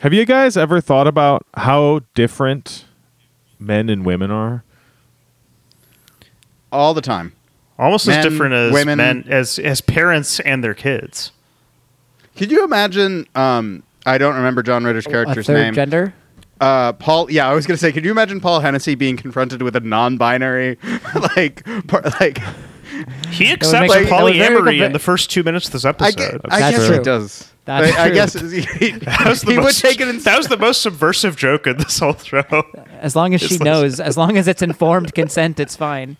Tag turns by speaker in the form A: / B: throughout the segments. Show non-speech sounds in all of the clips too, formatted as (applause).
A: Have you guys ever thought about how different men and women are?
B: all the time.
C: Almost as
B: Men,
C: different as
B: women-
C: men as as parents and their kids.
B: Could you imagine? Um, I don't remember John Ritter's
D: A
B: character's
D: third
B: name.
D: gender.
B: uh, Paul. Yeah, I was gonna say, could you imagine Paul Hennessy being confronted with a non-binary, (laughs) like, par, like?
C: He
D: would
C: accepts
D: make- that would very
C: polyamory
D: convi-
C: in the first two minutes of this
B: I,
C: episode.
B: gue- I
D: That's
B: guess
D: true.
B: he does.
D: That's
B: I, I
D: true.
B: guess he, he,
C: (laughs) that was the
B: he would
C: most,
B: take it in.
C: (laughs) That was the most subversive joke in this whole show.
D: As long as she
C: It's-
D: knows, as long as it's informed consent, it's fine.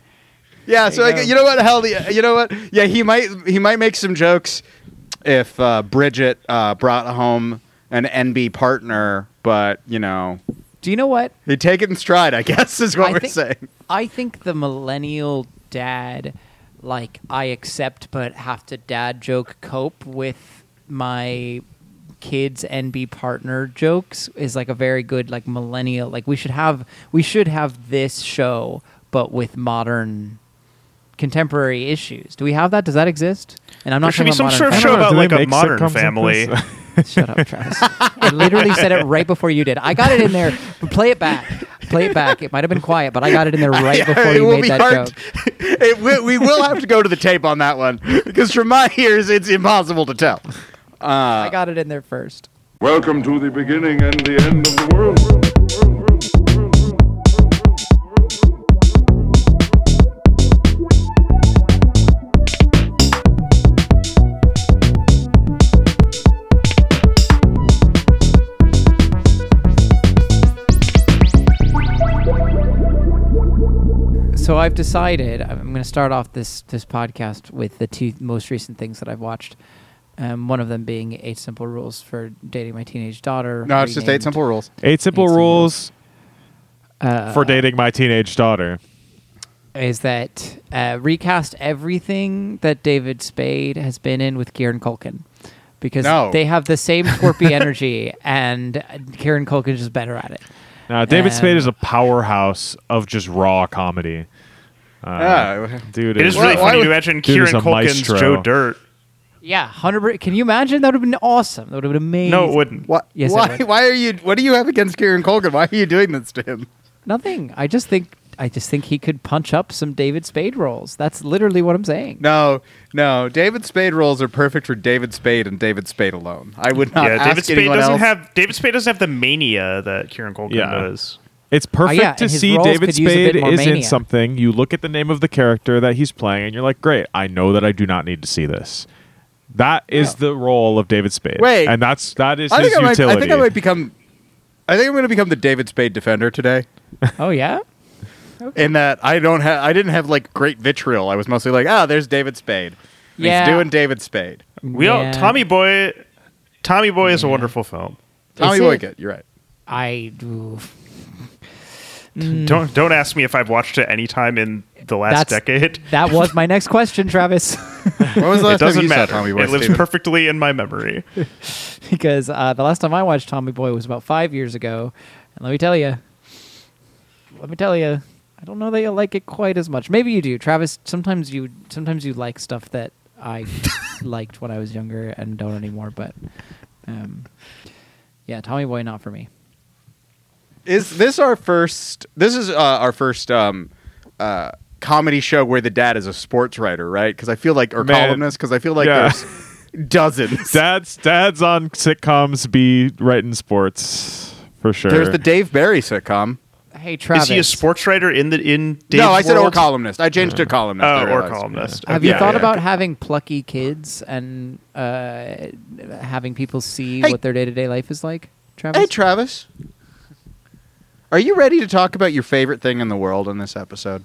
B: yeah. So
D: you
B: I,
D: go.
B: gu- you know what? Hell, the- you know what? Yeah, he might he might make some jokes if uh, Bridget uh, brought home an NB partner, but you know
D: Do you know what?
B: he'd take it in stride. I guess is what
D: I
B: we're
D: think,
B: saying.
D: I think the millennial dad, like I accept but have to dad joke cope with my kids and be partner jokes is like a very good like millennial like we should have we should have this show but with modern contemporary issues. Do we have that? Does that exist? And I'm not
C: There should be
D: talking
C: some sort
D: about
C: of
D: modern
C: show
A: know.
C: about
A: Do they
C: like a
A: make
C: modern
A: sitcoms like
C: family.
A: this?
D: family. Shut up, Travis. I literally said it right before you did. I got it in there. But play it back. Play it back. It might have been quiet, but I got it
B: (laughs)
D: in there right
B: Yeah,
D: before
B: it
D: you
B: will
D: made
B: be
D: that
B: hard-
D: joke.
B: (laughs) it, we, we will have to go to the tape on that one because from my ears, it's impossible to tell.
D: I got it in there first.
E: Welcome to the beginning and the end of the world.
D: So I've decided I'm going to start off this this podcast with the two most recent things that I've watched. Um, one of them being Eight Simple Rules for Dating My Teenage Daughter.
B: No, it's just eight
D: renamed-
B: simple rules.
A: Eight simple
D: Eight simple Uh,
A: rules for dating my teenage daughter.
D: is that uh, recast everything that David Spade has been in with Kieran Culkin because
B: No.
D: they have the same twerpy energy, and Kieran Culkin is just better at it.
A: Now, David Spade
D: Um,
A: is a powerhouse of just raw comedy.
C: Uh,
B: Yeah.
A: Dude,
C: It is really
B: Why
C: funny
B: would-
C: to imagine
A: Dude is
C: Kieran
A: a
C: Culkin's
A: maestro.
C: Joe Dirt.
D: Yeah, hundred. Can you imagine? That would have been awesome. That would have been amazing.
C: No, it wouldn't.
B: Why,
D: Yes, I
B: why,
D: would.
B: why are you? What do you have against Kieran Colgan? Why are you doing this to him?
D: Nothing. I just think. I just think he could punch up some David Spade roles. That's literally what I'm saying.
B: (laughs) No, no. David Spade roles are perfect for David Spade and David Spade alone. I would not.
C: yeah,
B: ask
C: David Spade
B: anyone
C: doesn't
B: else.
C: have David Spade doesn't have the mania that Kieran Culkin
A: Yeah.
C: does.
A: It's perfect
D: Uh, yeah,
A: to
D: and his
A: see
D: roles
A: David
D: could use a
A: Spade
D: bit more
A: is in
D: mania.
A: something. You look at the name of the character that he's playing, and you're like, "Great! I know that I do not need to see this." That is the role of David Spade.
B: Wait.
A: and that's that is
B: I
A: his
B: think I, might,
A: utility.
B: I think I might become. I think I'm going to become the David Spade defender today.
D: Oh yeah.
B: In that I don't have. I didn't have like great vitriol. I was mostly like, ah, there's David Spade.
D: Yeah.
B: He's doing David Spade.
C: We all
D: Yeah.
C: Tommy Boy Tommy Boy is a wonderful film.
B: Tommy
D: it?
B: Boycott. You're right.
D: I. oof.
B: Mm.
C: Don't don't ask me if I've watched it any time in the last
D: That's-
C: decade.
D: That was my next question, Travis.
B: When was the last time
C: It doesn't
B: you saw
C: matter.
B: Tommy
C: It
B: Boycott?
C: lives perfectly in my memory.
D: (laughs) because uh, the last time I watched Tommy Boy was about five years ago, and let me tell you, let me tell you, I don't know that you like it quite as much. Maybe you do, Travis. Sometimes you sometimes you like stuff that I liked when I was younger and don't anymore. But um, yeah, Tommy Boy not for me.
B: is this our first this is uh, our first um uh comedy show where the dad is a sports writer right because i feel like or
A: Man.
B: columnist because i feel like
A: Yeah.
B: there's (laughs) dozens
A: Dad's dad's on sitcoms, be writing sports for sure.
B: there's the dave barry sitcom
D: Hey, Travis,
C: Is he a sports writer in the in Dave's
B: no i said or
C: world?
B: columnist i changed to columnist I
C: Oh, or
B: realized.
C: columnist.
D: have
C: Okay.
D: you
A: Yeah,
D: thought
A: yeah.
D: about having plucky kids and uh, having people see
B: Hey.
D: what their day to day life is like, Travis?
B: hey travis are you ready to talk about your favorite thing in the world in this episode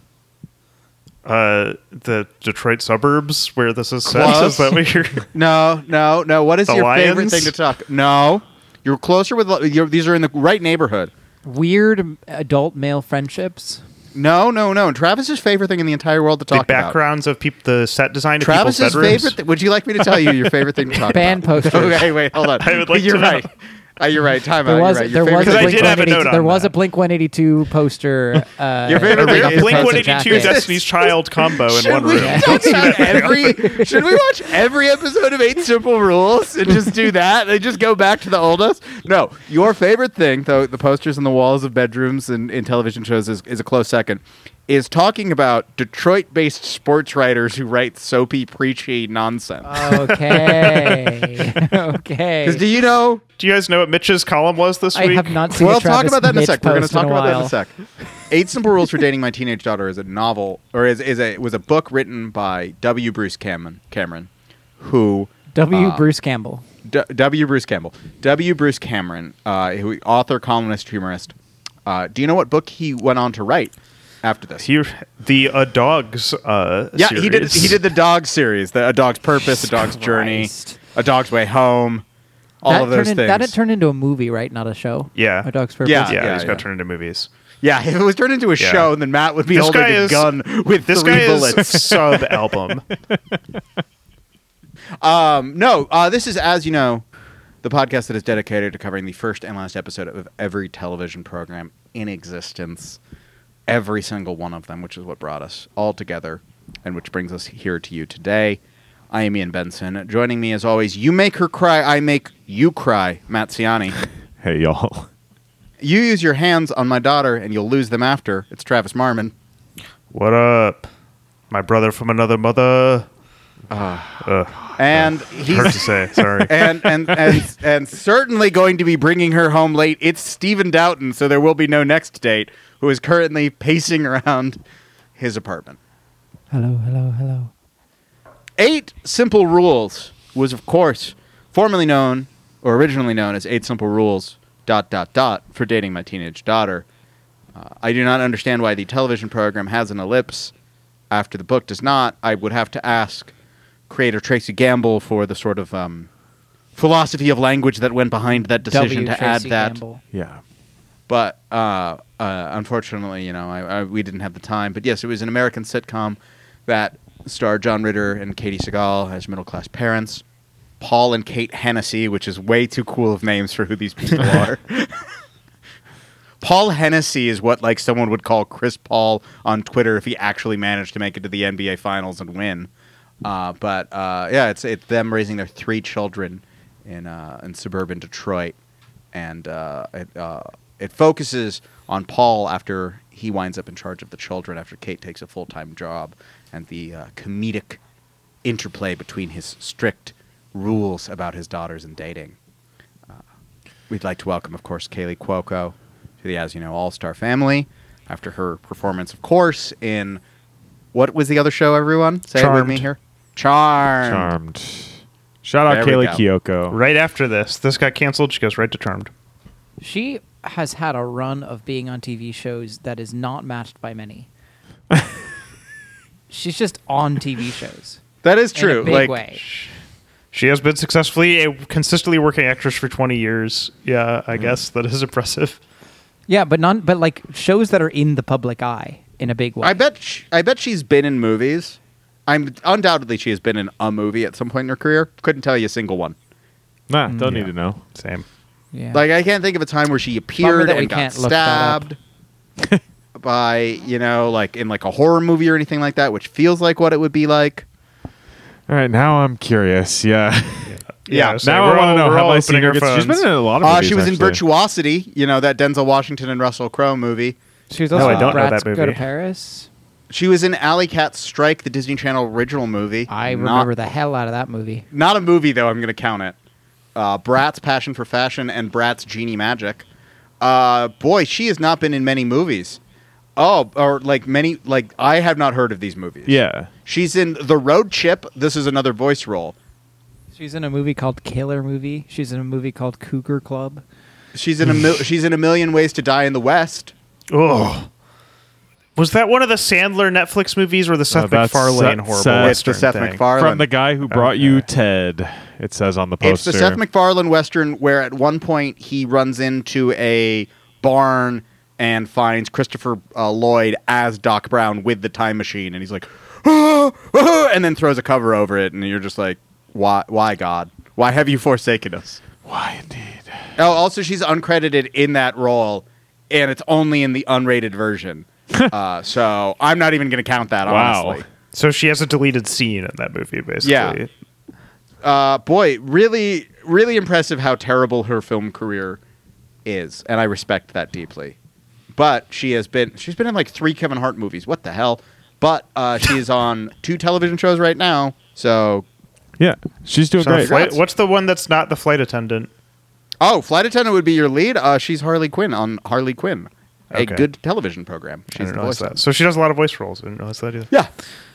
C: uh, the Detroit suburbs where this is set?
B: Close.
C: Is that
B: (laughs)
C: what you're?
B: no no no what is
C: The
B: your favorite
C: Lions?
B: thing to talk no you're closer with you're, these are in the right neighborhood
D: Weird adult male friendships.
B: no no no travis's favorite thing in the entire world to
C: the
B: talk about
C: backgrounds of peop the set design of
B: Travis's
C: people's bedrooms.
B: favorite. Th- would you like me to tell you your favorite thing to talk
D: (laughs) Band
B: about?
D: posters.
B: Okay, wait, hold on.
C: (laughs) I would like
B: You're
C: to know.
B: right. Uh, you're right. Time out.
D: There
B: You're
D: was
B: right.
D: there
B: Your
D: was a
B: favorite
C: I
D: Blink
C: did have a
D: 182
C: note on
D: there was
C: that.
D: a Blink 182 poster.
B: (laughs)
D: Uh,
B: Your favorite
D: arena
B: thing is
D: poster
C: Blink
B: Blink
C: One Eighty Two
D: jacket.
C: Destiny's Child combo
B: (laughs)
C: in
B: Should
C: one
B: we
C: room.
B: talk
C: (laughs)
B: about every? Should we watch every episode of Eight Simple Rules and just do that? They just go back to the old us. No, your favorite thing, though, the posters on the walls of bedrooms and in television shows is, is a close second. Is talking about Detroit-based sports writers who write soapy, preachy nonsense.
D: Uh, (laughs) Okay. (laughs) okay.
B: Because do you know?
C: Do you guys know what Mitch's column was this
D: I
C: week?
D: have not seen.
B: Well,
D: a
B: I'll talk
D: Travis
B: about that in a
D: Mitch
B: sec. We're going to
D: post in
B: talk about that in a
D: while.
B: sec. Eight Simple Rules for Dating My Teenage Daughter is a novel, or is, is a was a book written by W. Bruce Cameron, Cameron, who
D: W.
B: uh,
D: Bruce Campbell.
B: D- W. Bruce Campbell. W. Bruce Cameron, uh, who author, columnist, humorist. Uh, do you know what book he went on to write after this?
C: Here, the uh, dogs. Uh,
B: yeah, he did.
C: series.
B: He did the dog series, the A Dog's Purpose, A Dog's Journey,
D: Christ.
B: A Dog's Way Home, all
D: that
B: of those
D: turned in-
B: things.
D: that had turned into a movie, right? Not a show.
C: Yeah.
D: A dog's purpose.
B: Yeah.
C: Yeah, he's
B: yeah.
C: got turned into movies.
B: yeah, (laughs) if it was turned into a
C: Yeah.
B: show, then Matt would be
C: This
B: holding
C: guy
B: a
C: is-
B: gun with
C: This
B: three
C: guy
B: bullets.
C: (laughs) is sub
B: (laughs)
C: album.
B: Um, no, uh, this is, as you know, the podcast that is dedicated to covering the first and last episode of every television program in existence. Every single one of them, which is what brought us all together and which brings us here to you today. I am Ian Benson. Joining me, as always, you make her cry, I make you cry, Matt Ciani.
A: Hey, y'all. (laughs)
B: you use your hands on my daughter and you'll lose them after. It's Travis Marmon.
C: what up, my brother from another mother? Uh,
B: And
C: hard to
B: he's.
C: say. Sorry.
B: (laughs) and, and and and certainly going to be bringing her home late. It's Stephen Doughton, so there will be no next date. Who is currently pacing around his apartment?
D: Hello, hello, hello.
B: Eight Simple Rules was, of course, formerly known or originally known as Eight Simple Rules dot dot dot for dating my teenage daughter. Uh, I do not understand why the television program has an ellipse after the book does not. I would have to ask creator Tracy Gamble for the sort of um, philosophy of language that went behind that decision
D: w.
B: to
D: Tracy
B: add that.
D: Campbell.
A: Yeah.
B: But uh, uh, unfortunately, you know, I, I, we didn't have the time. But yes, it was an American sitcom that starred John Ritter and Katie Seagal as middle class parents. Paul and Kate Hennessy, which is way too cool of names for who these people are. Paul Hennessy is what like someone would call Chris Paul on Twitter if he actually managed to make it to the NBA Finals and win. Uh, but uh, yeah, it's it's them raising their three children in uh, in suburban Detroit, and uh, it uh, it focuses on Paul after he winds up in charge of the children after Kate takes a full time job, and the uh, comedic interplay between his strict rules about his daughters and dating. We'd like to welcome, of course, Kaylee Cuoco to the As You Know All Star family after her performance, of course, in what was the other show, everyone? Say it with
C: Charmed.
B: me here. Charmed.
A: Charmed. Shout out
B: There we
A: Kaylee Kyoko.
C: right after this, this got canceled. She goes right to Charmed.
D: She has had a run of being on TV shows that is not matched
B: (laughs)
D: by many. She's just on TV shows.
B: That is
D: in a
B: true.
D: big
B: like
D: way.
C: She has been successfully a consistently working actress for 20 years. Yeah, I guess that is impressive.
D: Yeah, but non but like shows that are in the public eye in a big way.
B: I bet sh- I bet she's been in movies. I'm undoubtedly she has been in a movie at some point in her career. Couldn't tell you a single one.
A: Nah, don't need to know.
C: Same.
D: Yeah.
B: Like I can't think of a time where she appeared
D: that we
B: and got
D: can't look that up.
B: stabbed (laughs) by you know like in like a horror movie or anything like that, which feels like what it would be like.
A: All right, now I'm curious. Yeah. (laughs)
B: Yeah,
C: so
A: now I
C: we're
A: want
C: all-
A: to know
C: we're
A: how
C: all
A: my senior
C: opening
A: gets.
C: our
A: She's been
C: phones.
A: in a lot of
B: Uh,
A: movies.
B: she was in
A: actually.
B: Virtuosity, you know, that Denzel Washington and Russell Crowe movie.
D: she was also
C: No,
D: in
C: I don't know
D: Bratz
C: that movie.
D: Go to Paris.
B: She was in Alley Cat Strike, the Disney Channel original movie.
D: I
B: Not-
D: remember the hell out of that movie.
B: Not a movie, though, I'm going to count it. Uh, Brat's Passion for Fashion and Brat's Genie Magic. Uh, boy, she has not been in many movies. Oh, or like many, like, I have not heard of these movies.
A: Yeah.
B: She's in The Road Chip. This is another voice role.
D: She's in a movie called Killer Movie. She's in a movie called Cougar Club.
B: She's in
A: (sighs)
B: a mil- she's in a million ways to die in the West.
C: Oh. Was that one of the Sandler Netflix movies or the Seth
A: that's
C: MacFarlane
A: Seth-
C: horrible
A: Seth-
B: It's
C: Western
B: the Seth
C: thing?
B: MacFarlane
A: From the guy who brought you Ted, it says on the poster.
B: It's the Seth MacFarlane Western where at one point he runs into a barn and finds Christopher uh, Lloyd as Doc Brown with the time machine, and he's like, "Ah, ah," and then throws a cover over it, and you're just like, why, why God, why have you forsaken us?
A: Why indeed?
B: Oh, also she's uncredited in that role, and it's only in the unrated version.
A: (laughs)
B: uh, so I'm not even going to count that.
A: Wow.
B: Honestly,
C: So she has a deleted scene in that movie, basically.
B: Yeah. uh, boy, really, really impressive how terrible her film career is, and I respect that deeply. But she has been she's been in like three Kevin Hart movies. What the hell? But
C: (laughs)
B: uh, she is on two television shows right now. So
A: Yeah, she's doing
C: So
A: great.
C: flight- what's the one that's not the flight attendant?
B: Oh, flight attendant would be your lead. Uh, she's Harley Quinn on Harley Quinn, a
C: Okay.
B: good television program.
C: I
B: She's
C: didn't
B: the
C: realize
B: voice.
C: that. So she does a lot of voice roles. I didn't realize that either.
B: Yeah,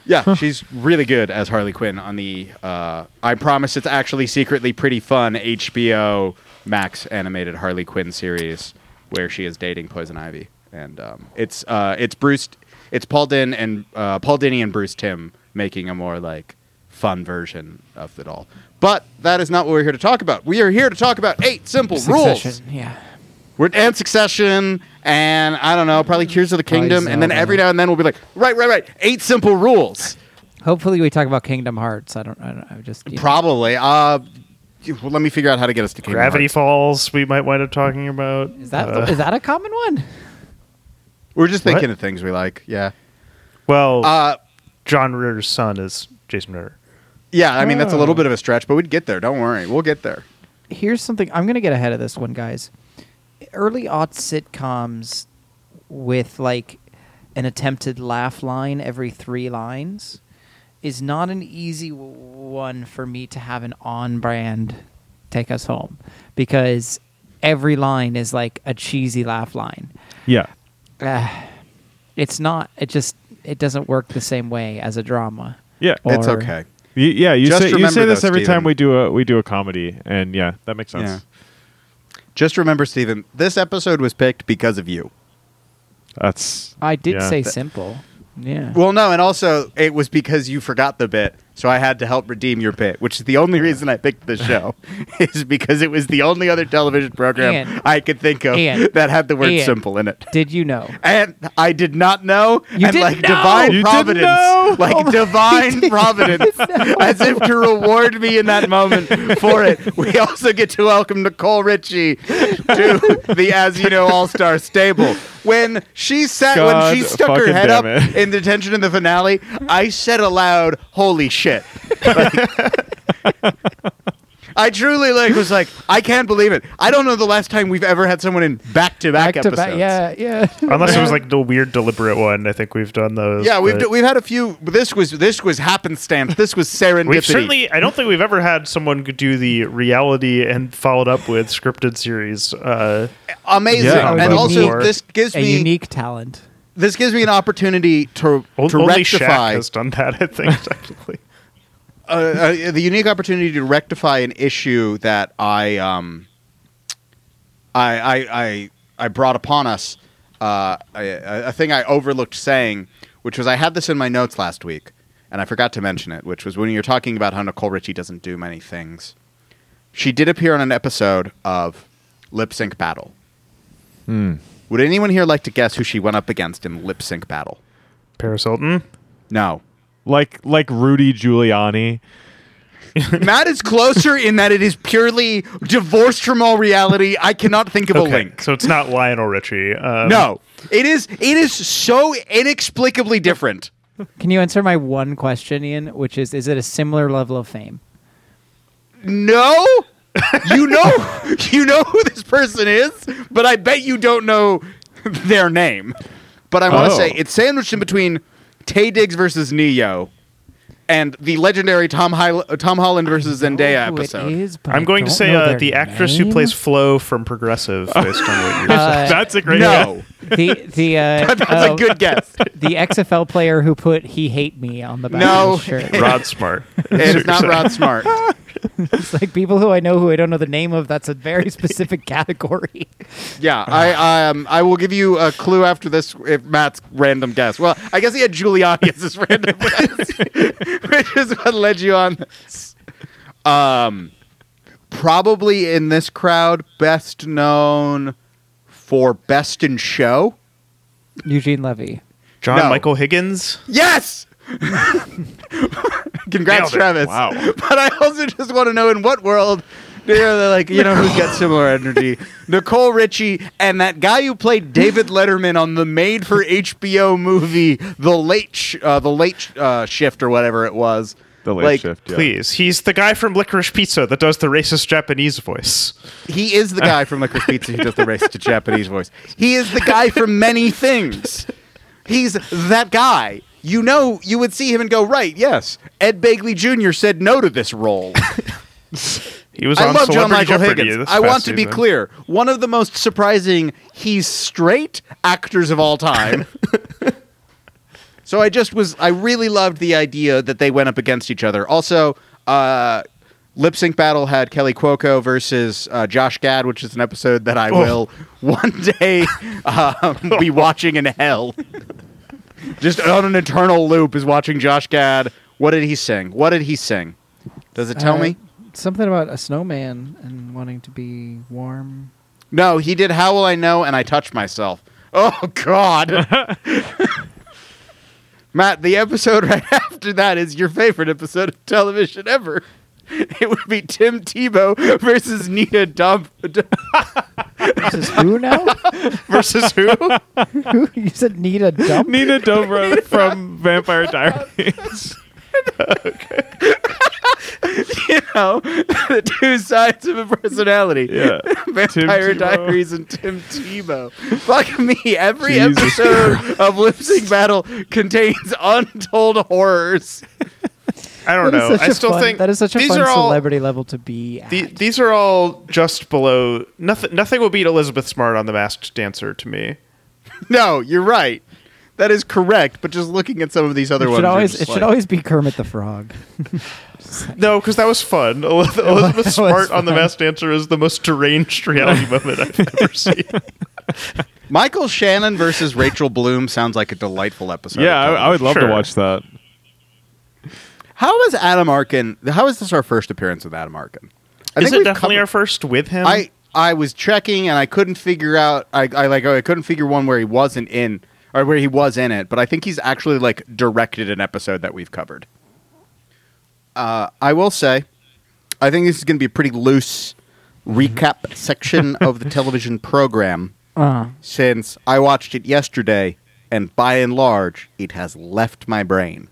B: yeah, she's really good as Harley Quinn on the. Uh, I promise it's actually secretly pretty fun HBO Max animated Harley Quinn series where she is dating Poison Ivy, and um, it's uh, it's Bruce, it's Paul Din and uh, Paul Dini and Bruce Tim making a more like fun version of it all. But that is not what we're here to talk about. We are here to talk about eight simple rules.
D: Succession, Yeah.
B: We're and Succession and I don't know, probably Tears of the
D: Probably
B: Kingdom, and then
D: Zelda.
B: every now and then we'll be like, right, right, right, eight simple rules.
D: Hopefully, we talk about Kingdom Hearts. I don't. I don't. I just. you know.
B: Probably. Uh, well, let me figure out how to get us to Kingdom
C: Gravity
B: Hearts.
C: Falls. We might wind up talking about.
D: Is that
C: uh,
D: is that a common one?
B: We're just
C: What?
B: thinking of things we like. Yeah.
C: well?
B: Uh,
C: John Ritter's son is Jason Ritter.
B: yeah. I mean, that's a little bit of a stretch, but we'd get there. Don't worry, we'll get there.
D: Here's something. I'm gonna get ahead of this one, guys. Early aught sitcoms with like an attempted laugh line every three lines is not an easy w- one for me to have an on-brand take us home because every line is like a cheesy laugh line.
A: yeah,
D: Ah, it's not. It just it doesn't work the same way as a drama.
A: yeah,
D: Or-
B: it's okay.
A: Y- yeah. You
B: Oh. Just
A: say you
B: remember
A: say this
B: though,
A: every time
B: Steven.
A: we do a we do a comedy, and yeah, that makes sense.
B: Yeah. Just remember, Steven, this episode was picked because of you.
A: That's
D: I did
A: yeah.
D: say simple. Yeah.
B: Well, no, and also it was because you forgot the bit, so I had to help redeem your bit, which is the only reason I picked the show, (laughs) is because it was the only other television program
D: Ian.
B: I could think of
D: Ian.
B: that had the word
D: Ian.
B: simple in it.
D: did you know?
B: And I did not know,
D: You
B: and
D: didn't
B: like
D: know!
B: divine
A: You didn't
B: providence,
A: know! Oh (laughs)
B: like divine providence, as if to reward me in that moment for it. We also get to welcome Nicole Richie to the As You Know All Star stable. When she sat, when she
A: God
B: stuck her
A: fucking
B: head up
A: damn it.
B: in detention in the finale, I said aloud, "Holy shit!" Like, I truly like was like, I can't believe it. I don't know the last time we've ever had someone in back to back
D: Back to
B: episodes.
D: back- Yeah, yeah. (laughs)
C: Unless it was like the weird deliberate one. I think we've done those.
B: Yeah, we've
C: but-
B: d- we've had a few. This was this was happenstance. This was serendipity.
C: We've certainly. I don't think we've ever had someone do the reality and followed up with scripted series. Uh,
B: amazing,
A: Yeah.
B: and
C: Unique-
B: also this gives
D: a
B: me
D: unique talent.
B: this gives me an opportunity to
C: on-
B: to
C: only Shaq
B: rectify
C: has done that. I think (laughs) technically.
B: uh, uh, the unique opportunity to rectify an issue that I um I I I, I brought upon us uh, a, a- a thing I overlooked saying, which was I had this in my notes last week, and I forgot to mention it, which was when you're talking about how Nicole Richie doesn't do many things. She did appear on an episode of Lip Sync Battle. Would anyone here like to guess who she went up against in Lip Sync Battle?
C: Paris Hilton.
B: No.
A: like like Rudy Giuliani.
B: Matt is closer in that it is purely divorced from all reality. I cannot think of a
C: Okay,
B: link.
C: So it's not Lionel Richie. Um,
B: No, it is it is so inexplicably different.
D: Can you answer my one question, Ian? Which is, is it a similar level of fame?
B: No, you know (laughs) you know who this person is, but I bet you don't know their name. But I want to
A: Oh.
B: say it's sandwiched in between Tay Diggs versus Neo and the legendary Tom Hil- Tom Holland versus Zendaya
D: Who Oh, it
B: episode.
D: is, but I
C: I'm going to
D: don't
C: say
D: know
C: uh,
D: their
C: the actress who
D: name. (laughs)
C: plays Flo from Progressive, based on what you're
B: Uh,
C: saying.
A: That's a great
B: No,
D: the the
B: (laughs)
D: uh,
B: that's
D: oh,
B: a good
D: (laughs)
B: guess.
D: the XFL player who put "He Hate Me" on the back
B: No.
D: of his shirt.
C: Rod (laughs) Smart. Uh,
B: It's not Rod Smart.
D: It's like people who I know who I don't know the name of. That's a very (laughs) specific category.
B: Yeah, I um I will give you a clue after this if Matt's random guess. Well, I guess he had Giuliani as his (laughs) random guess, (laughs) which is what led you on. This. Um, probably in this crowd, best known for Best in Show.
D: (laughs) Eugene Levy.
C: John
B: No.
C: Michael Higgins.
A: (laughs)
B: Yes. Congrats,
C: Nailed it.
B: Travis.
A: Wow.
B: (laughs) But I also just want to know in what world They're they're like, you know who's got
A: (laughs)
B: similar energy? Nicole Richie and that guy who played David Letterman on the made for HBO movie The Late Sh- uh, The Late uh, Shift or whatever it was.
A: The late
B: Like,
A: shift. Yeah.
C: Please, he's the guy from Licorice Pizza that does the racist Japanese voice.
B: He is the guy from Licorice Pizza who does the racist Japanese voice. He is the guy from many things. He's that guy. You know, you would see him and go, right, yes. Ed Bagley Jr. said no to this role.
C: He was
B: I
C: on
B: love
C: Celebrity
B: John Michael
C: Jeopardy
B: Higgins.
C: this
B: I
C: past
B: want to be
C: season.
B: clear. One of the most surprising, he's straight actors of all (laughs) time. so I just was, I really loved the idea that they went up against each other. Also, uh, Lip Sync Battle had Kelly Cuoco versus uh, Josh Gad, which is an episode that I
C: Oh.
B: will (laughs) one day um,
C: (laughs)
B: be watching in hell. just on an eternal loop is watching Josh Gad. What did he sing? What did he sing? Does it tell
D: Uh,
B: me?
D: something about a snowman and wanting to be
B: (laughs)
D: warm.
B: No, he did How Will I Know and I Touch Myself. Oh,
A: (laughs)
B: God. Matt, the episode right (laughs) after that is your favorite episode of television ever. It would be Tim Tebow versus Nina Dump. (laughs)
D: This is who now?
C: Versus
A: (laughs)
C: who?
D: who? (laughs) You said need a
A: (laughs)
D: dump?
A: Nina Dobrev from Vampire (laughs) Diaries.
B: You know, the two sides of a personality.
A: yeah.
B: Vampire
A: Tebow.
B: Diaries and Tim Tebow. Fuck me. Every
A: Jesus
B: episode of Lip Sync Battle contains untold horrors.
C: I don't
D: That is
C: know.
D: such
C: I
D: a
C: still
D: fun-
C: think
D: that is such a
C: these
D: fun
C: are all
D: celebrity level to be at.
C: the- these are all just below nothing. Nothing will beat Elizabeth Smart on The Masked Dancer to me.
B: No, you're right. That is correct. But just looking at some of these other
D: it
B: ones,
D: should
B: you're
D: always
B: just
D: it should
B: like-
D: always be Kermit the Frog.
C: No, because that was fun. (laughs) El- Elizabeth
D: was
C: Smart on The
D: fun.
C: Masked Dancer is the most deranged
D: (laughs)
C: reality moment I've ever (laughs) seen.
B: Michael Shannon versus Rachel Bloom sounds like a delightful episode.
A: Yeah, I, I would love
C: Sure.
A: to watch that.
B: How is Adam Arkin? How is this our first appearance with Adam Arkin? I
C: is it
B: we've
C: definitely
B: covered-
C: our first with him?
B: I I was checking and I couldn't figure out. I, I like I couldn't figure one where he wasn't in or where he was in it. But I think he's actually like directed an episode that we've covered. Uh, I will say, I think this is going to be a pretty loose
D: (laughs)
B: recap section of the television program.
D: Uh,
B: since I watched it yesterday, and by and large, it has left my brain.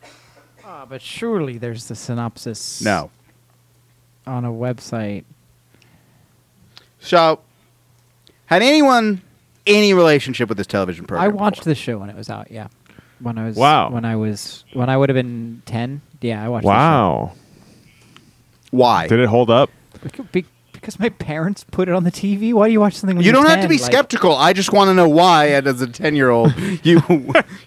D: ah, but surely there's the synopsis.
B: No.
D: on a website.
B: So, had anyone any relationship with this television program?
D: I watched
B: before?
D: this show when it was out. Yeah, when I was
A: Wow.
D: when I was when I would have been ten. Yeah, I watched. this show.
A: Wow.
B: Why?
A: Did it hold (laughs) up?
D: Bec- be- Because my parents put it on the TV. Why do you watch something? When
B: You
D: you're
B: don't have to
D: 10?
B: be
D: Like,
B: skeptical. I just want to know why, and as a ten-year-old,
D: (laughs)
B: you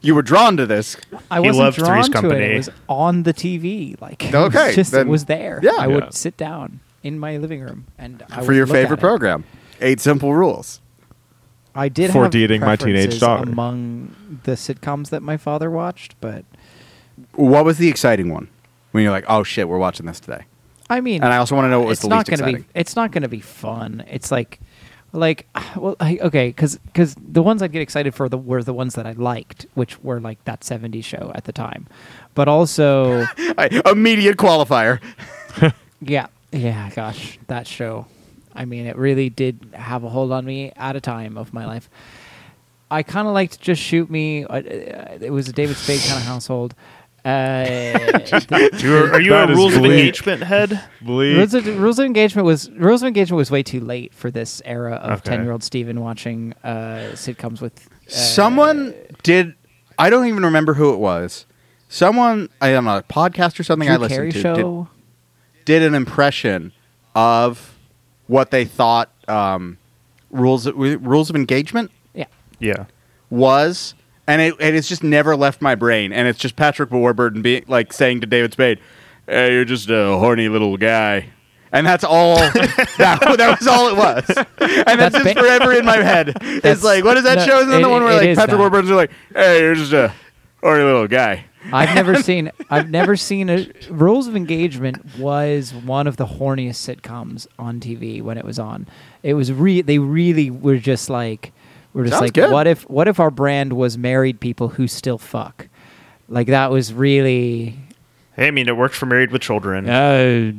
B: you were drawn to this.
D: I
C: He
D: wasn't
C: loved
D: drawn
C: Three's
D: to it.
C: Company.
D: It was on the TV. Like (laughs) it was
B: Okay,
D: just
B: then-
D: it was there.
B: yeah.
D: I
A: Yeah.
D: would sit down in my living room and I
B: For
D: would
B: your
D: look at
B: favorite
D: it.
B: program, Eight Simple Rules.
D: I did
A: For
D: have
A: dating my
D: preferences
A: teenage daughter.
D: among the sitcoms that my father watched, but
B: What was the exciting one? When you're like, oh shit, we're watching this today.
D: I mean,
B: And I also want to know what was
D: it's
B: the
D: not
B: least
D: going to
B: exciting.
D: be it's not going to be fun. It's like like (sighs) well I, okay because because the ones I'd get excited for the, were the ones that I liked, which were like that '70s show at the time, but also
B: I- immediate qualifier.
D: Uh, yeah yeah gosh that show, I mean it really did have a hold on me at a time of my life. I kind of liked just shoot me. uh, It was a David Spade
B: (laughs)
D: kind of household. Uh,
C: You are, are you
A: That
C: a
A: is
C: rules of
A: bleak.
C: engagement head?
A: Bleak.
D: Rules of, rules of engagement was rules of engagement was way too late for this era of
C: Okay.
D: ten year old Steven watching uh, sitcoms with uh,
B: Someone did. I don't even remember who it was. Someone, I don't know, a podcast or something I
D: Drew
B: listened
D: Carey
B: to
D: show.
B: Did, did an impression of what they thought um, rules of, rules of engagement
D: Yeah,
C: Yeah.
B: was, and it and it's just never left my brain. And it's just Patrick Warburton being like saying to David Spade, hey, "You're just a horny little guy." And that's
D: (laughs)
B: all. that, that was all it was, and that's,
D: That's
B: just
D: ba-
B: forever in my head. It's
D: That's-
B: like, what is that
D: no,
B: show? Is that
D: it-
B: the one where
D: it
B: like
D: is
B: Patrick
D: that.
B: Warburton's like, "Hey, you're just a horny little guy."
F: (laughs)
D: I've never seen I've never seen a rules of engagement was one of the horniest sitcoms on TV when it was on. It was re they really were just like we're just
B: Sounds
D: like
B: good.
D: what if what if our brand was married people who still fuck, like that was really
C: Hey, I mean, it worked for Married with Children.
F: Uh,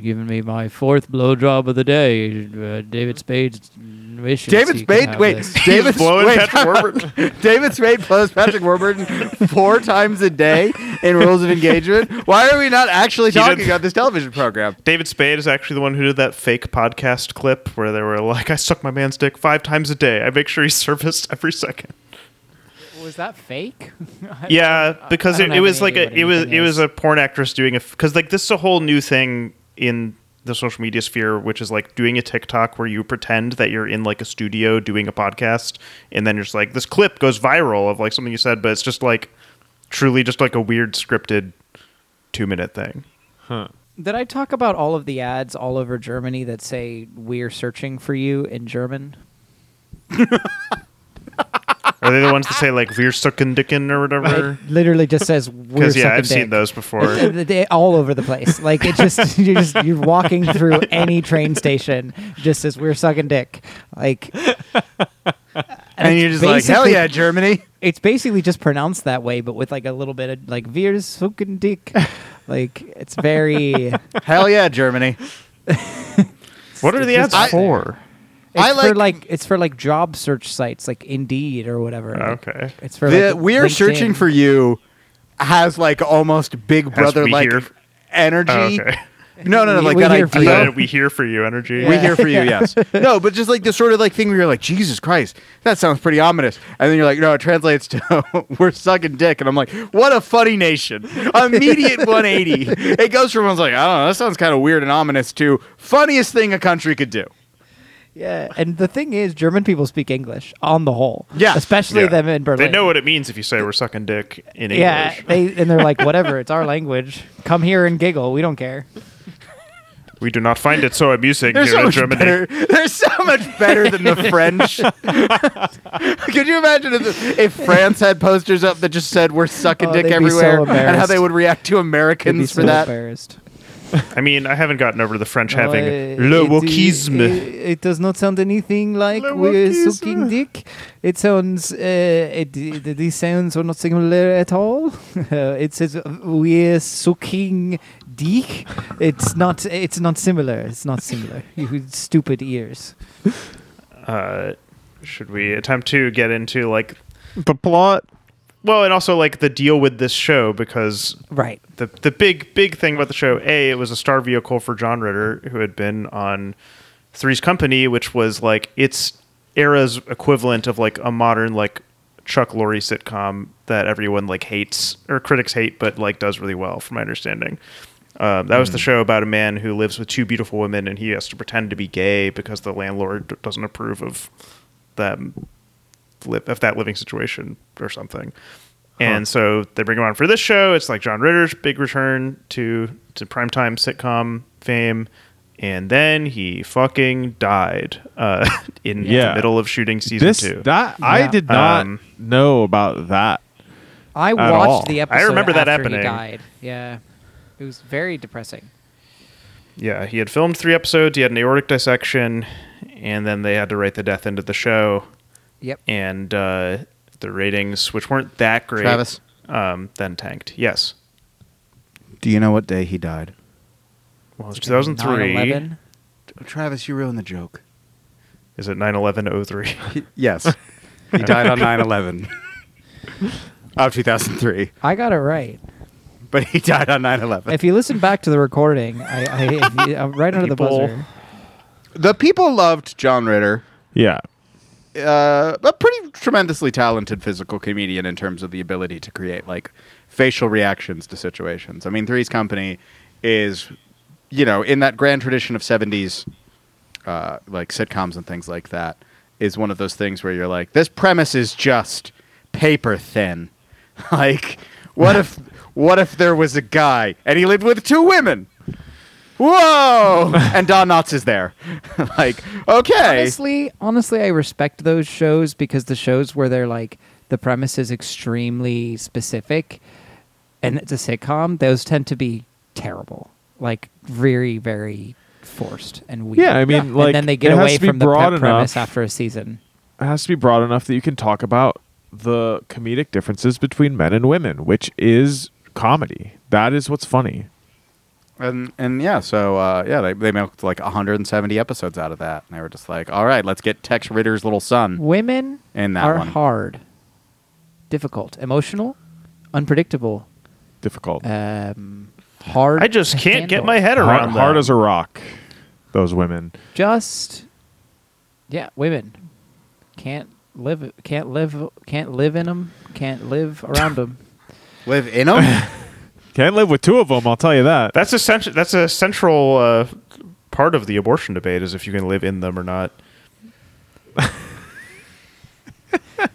F: giving me my fourth blowjob of the day. Uh, David Spade's wishes.
B: David
F: he can
B: Spade.
F: have
B: Wait,
F: this.
B: David
C: blowing
B: wait, (laughs)
C: Patrick Warburton.
B: David Spade blows Patrick Warburton four times a day in Rules of Engagement. Why are we not actually
C: did-
B: talking about this television program?
C: David Spade is actually the one who did that fake podcast clip where they were like, I suck my man's dick five times a day. I make sure he's (laughs) serviced every second.
D: Was that fake?
C: yeah, because
D: I
C: it,
D: don't
C: it
D: have
C: was
D: any
C: like
D: idea
C: a,
D: what
C: it was
D: anything
C: it was
D: is.
C: a porn actress doing a because like this is a whole new thing in the social media sphere, which is like doing a TikTok where you pretend that you're in like a studio doing a podcast, and then you're just like this clip goes viral of like something you said, but it's just like truly just like a weird scripted two minute thing.
D: Did I talk about all of the ads all over Germany that say "We're searching for you" in German?
C: Are they the ones that say like "wir sucken dicken" or
D: (laughs)
C: whatever?
D: It literally
C: (laughs)
D: just says "We're."
C: Because yeah,
D: sucking
C: I've
D: dick.
C: seen those
D: (laughs)
C: before.
D: Th- th- they- all over the place. Like it just (laughs) you're just you're walking
C: (laughs)
D: through any train station just as we're sucking dick. Like
B: And you're just like, hell
D: basically-
B: yeah, Germany.
D: it's basically just pronounced that way, but with like a little bit of like wir sucking dick. Like it's
C: (laughs)
D: very.
B: (laughs) Hell yeah, Germany.
C: what are the ads
D: It's just- I-
C: for?
D: It's
B: I
D: for
B: like-
D: like it's for like job search sites like Indeed or whatever. Like,
C: Oh, Okay.
D: It's for
B: The-
D: like,
B: we're
D: LinkedIn.
B: searching for you has like almost Big Brother
C: we
B: like
C: here.
B: energy.
C: Oh, okay.
B: (laughs) No, no, no,
D: We-
B: like
D: we
B: that
D: here for
B: idea.
D: you.
C: Uh, we here for you energy.
B: We here for you,
D: (laughs)
B: yes. No, but just like this sort of like thing where you're like, Jesus Christ, that sounds pretty ominous. And then you're like, no, it translates to (laughs) we're sucking dick. And I'm like, what a funny nation. Immediate
D: (laughs)
B: 180. It goes from one's like, I don't know, that sounds kind of weird and ominous to funniest thing a country could do.
D: Yeah, and the thing is, German people speak English on the whole.
B: Yeah.
D: especially
C: Yeah.
D: them in Berlin.
C: They know what it means if you say we're sucking dick in English.
D: Yeah, they and they're like, whatever, it's our language. Come here and giggle. We don't care.
C: We do not find it so amusing
B: They're
C: here
B: so
C: in
B: much
C: Germany.
B: better. They're so much better than (laughs) the French. Could you imagine if, if France had posters up that just said "We're sucking
D: Oh,
B: dick
D: they'd be so
B: everywhere" and how
D: embarrassed.
B: they would react to
D: They'd be
B: Americans for
D: so
B: that?
D: embarrassed.
C: I mean, I haven't gotten over the French having
D: Uh,
C: le
D: it-
C: wokisme.
D: It, it does not sound anything like
C: Le
D: we're
C: wokisme.
D: sucking dick. It sounds. Uh, it, it- these sounds are not similar at all. (laughs) it says we're sucking dick. It's not. It's not similar. It's not similar. You stupid ears.
C: uh, should we attempt to get into like the plot? Well, and also like the deal with this show because
D: Right.
C: the the big big thing about the show, a it was a star vehicle for John Ritter, who had been on Three's Company, which was like its era's equivalent of like a modern like Chuck Lorre sitcom that everyone like hates or critics hate, but like does really well, from my understanding. Um, that was the show about a man who lives with two beautiful women, and he has to pretend to be gay because the landlord d- doesn't approve of them li- of that living situation or something. And so they bring him on for this show. It's like John Ritter's big return to to primetime sitcom fame, and then he fucking died uh, (laughs) in
A: Yeah.
C: the middle of shooting season
A: This
C: two.
A: that I
D: Yeah.
A: did not
C: Um,
A: know about that.
D: I
A: At
D: watched
A: all.
D: the
A: I
D: episode.
C: remember that
D: after
C: happening.
D: He died. Yeah, it was very depressing.
C: yeah, he had filmed three episodes. He had an aortic dissection, and then they had to write the death end of the show.
D: Yep.
C: And uh, the ratings, which weren't that great,
B: Travis.
C: um, then tanked. Yes,
B: Do you know what day he died?
C: well, it was 2003.
D: 9/11.
B: Travis, you ruined the joke.
C: Is it 9/11/03?
B: Yes. (laughs) He died on 9 11 of 2003,
D: I got it right.
B: but he died on 9 11.
D: If you listen back to the recording, I,
C: (laughs)
D: I if you, I'm right under the
C: People.
D: buzzer.
B: The people loved John Ritter,
A: Yeah.
B: uh, a pretty tremendously talented physical comedian in terms of the ability to create like facial reactions to situations. I mean, Three's Company is, you know, in that grand tradition of 70s uh, like sitcoms and things like that is one of those things where you're like, this premise is just paper thin. (laughs) like, what if what if there was a guy and he lived with two women? Whoa! and Don Knotts is there. (laughs) like, okay.
D: Honestly, honestly, I respect those shows because the shows where they're like the premise is extremely specific, and it's a sitcom. Those tend to be terrible, like very, very forced and weird.
A: Yeah, I mean, like,
D: and then they get
A: it has
D: away
A: to be
D: from the
A: broad
D: pre- premise
A: enough.
D: after a season.
A: It has to be broad enough that you can talk about the comedic differences between men and women, which is comedy. That is what's funny.
B: And and yeah, so uh, yeah, they they milked like 170 episodes out of that, and they were just like, all right, let's get Tex Ritter's little son.
D: Women
B: And that
D: are
B: one.
D: hard, difficult, emotional, unpredictable,
A: Difficult.
D: um, hard.
C: I just
D: to
C: can't get
D: handle.
C: my head
A: hard,
C: around
A: hard
C: that.
A: as a rock. Those women.
D: Just yeah, women can't live. Can't live. Can't live in them.
B: (laughs)
D: Can't live around them.
B: Live in him.
A: Can't live with two of them. I'll tell you that.
C: That's a cent- that's a central uh, part of the abortion debate is if you can live in them or not.
B: (laughs)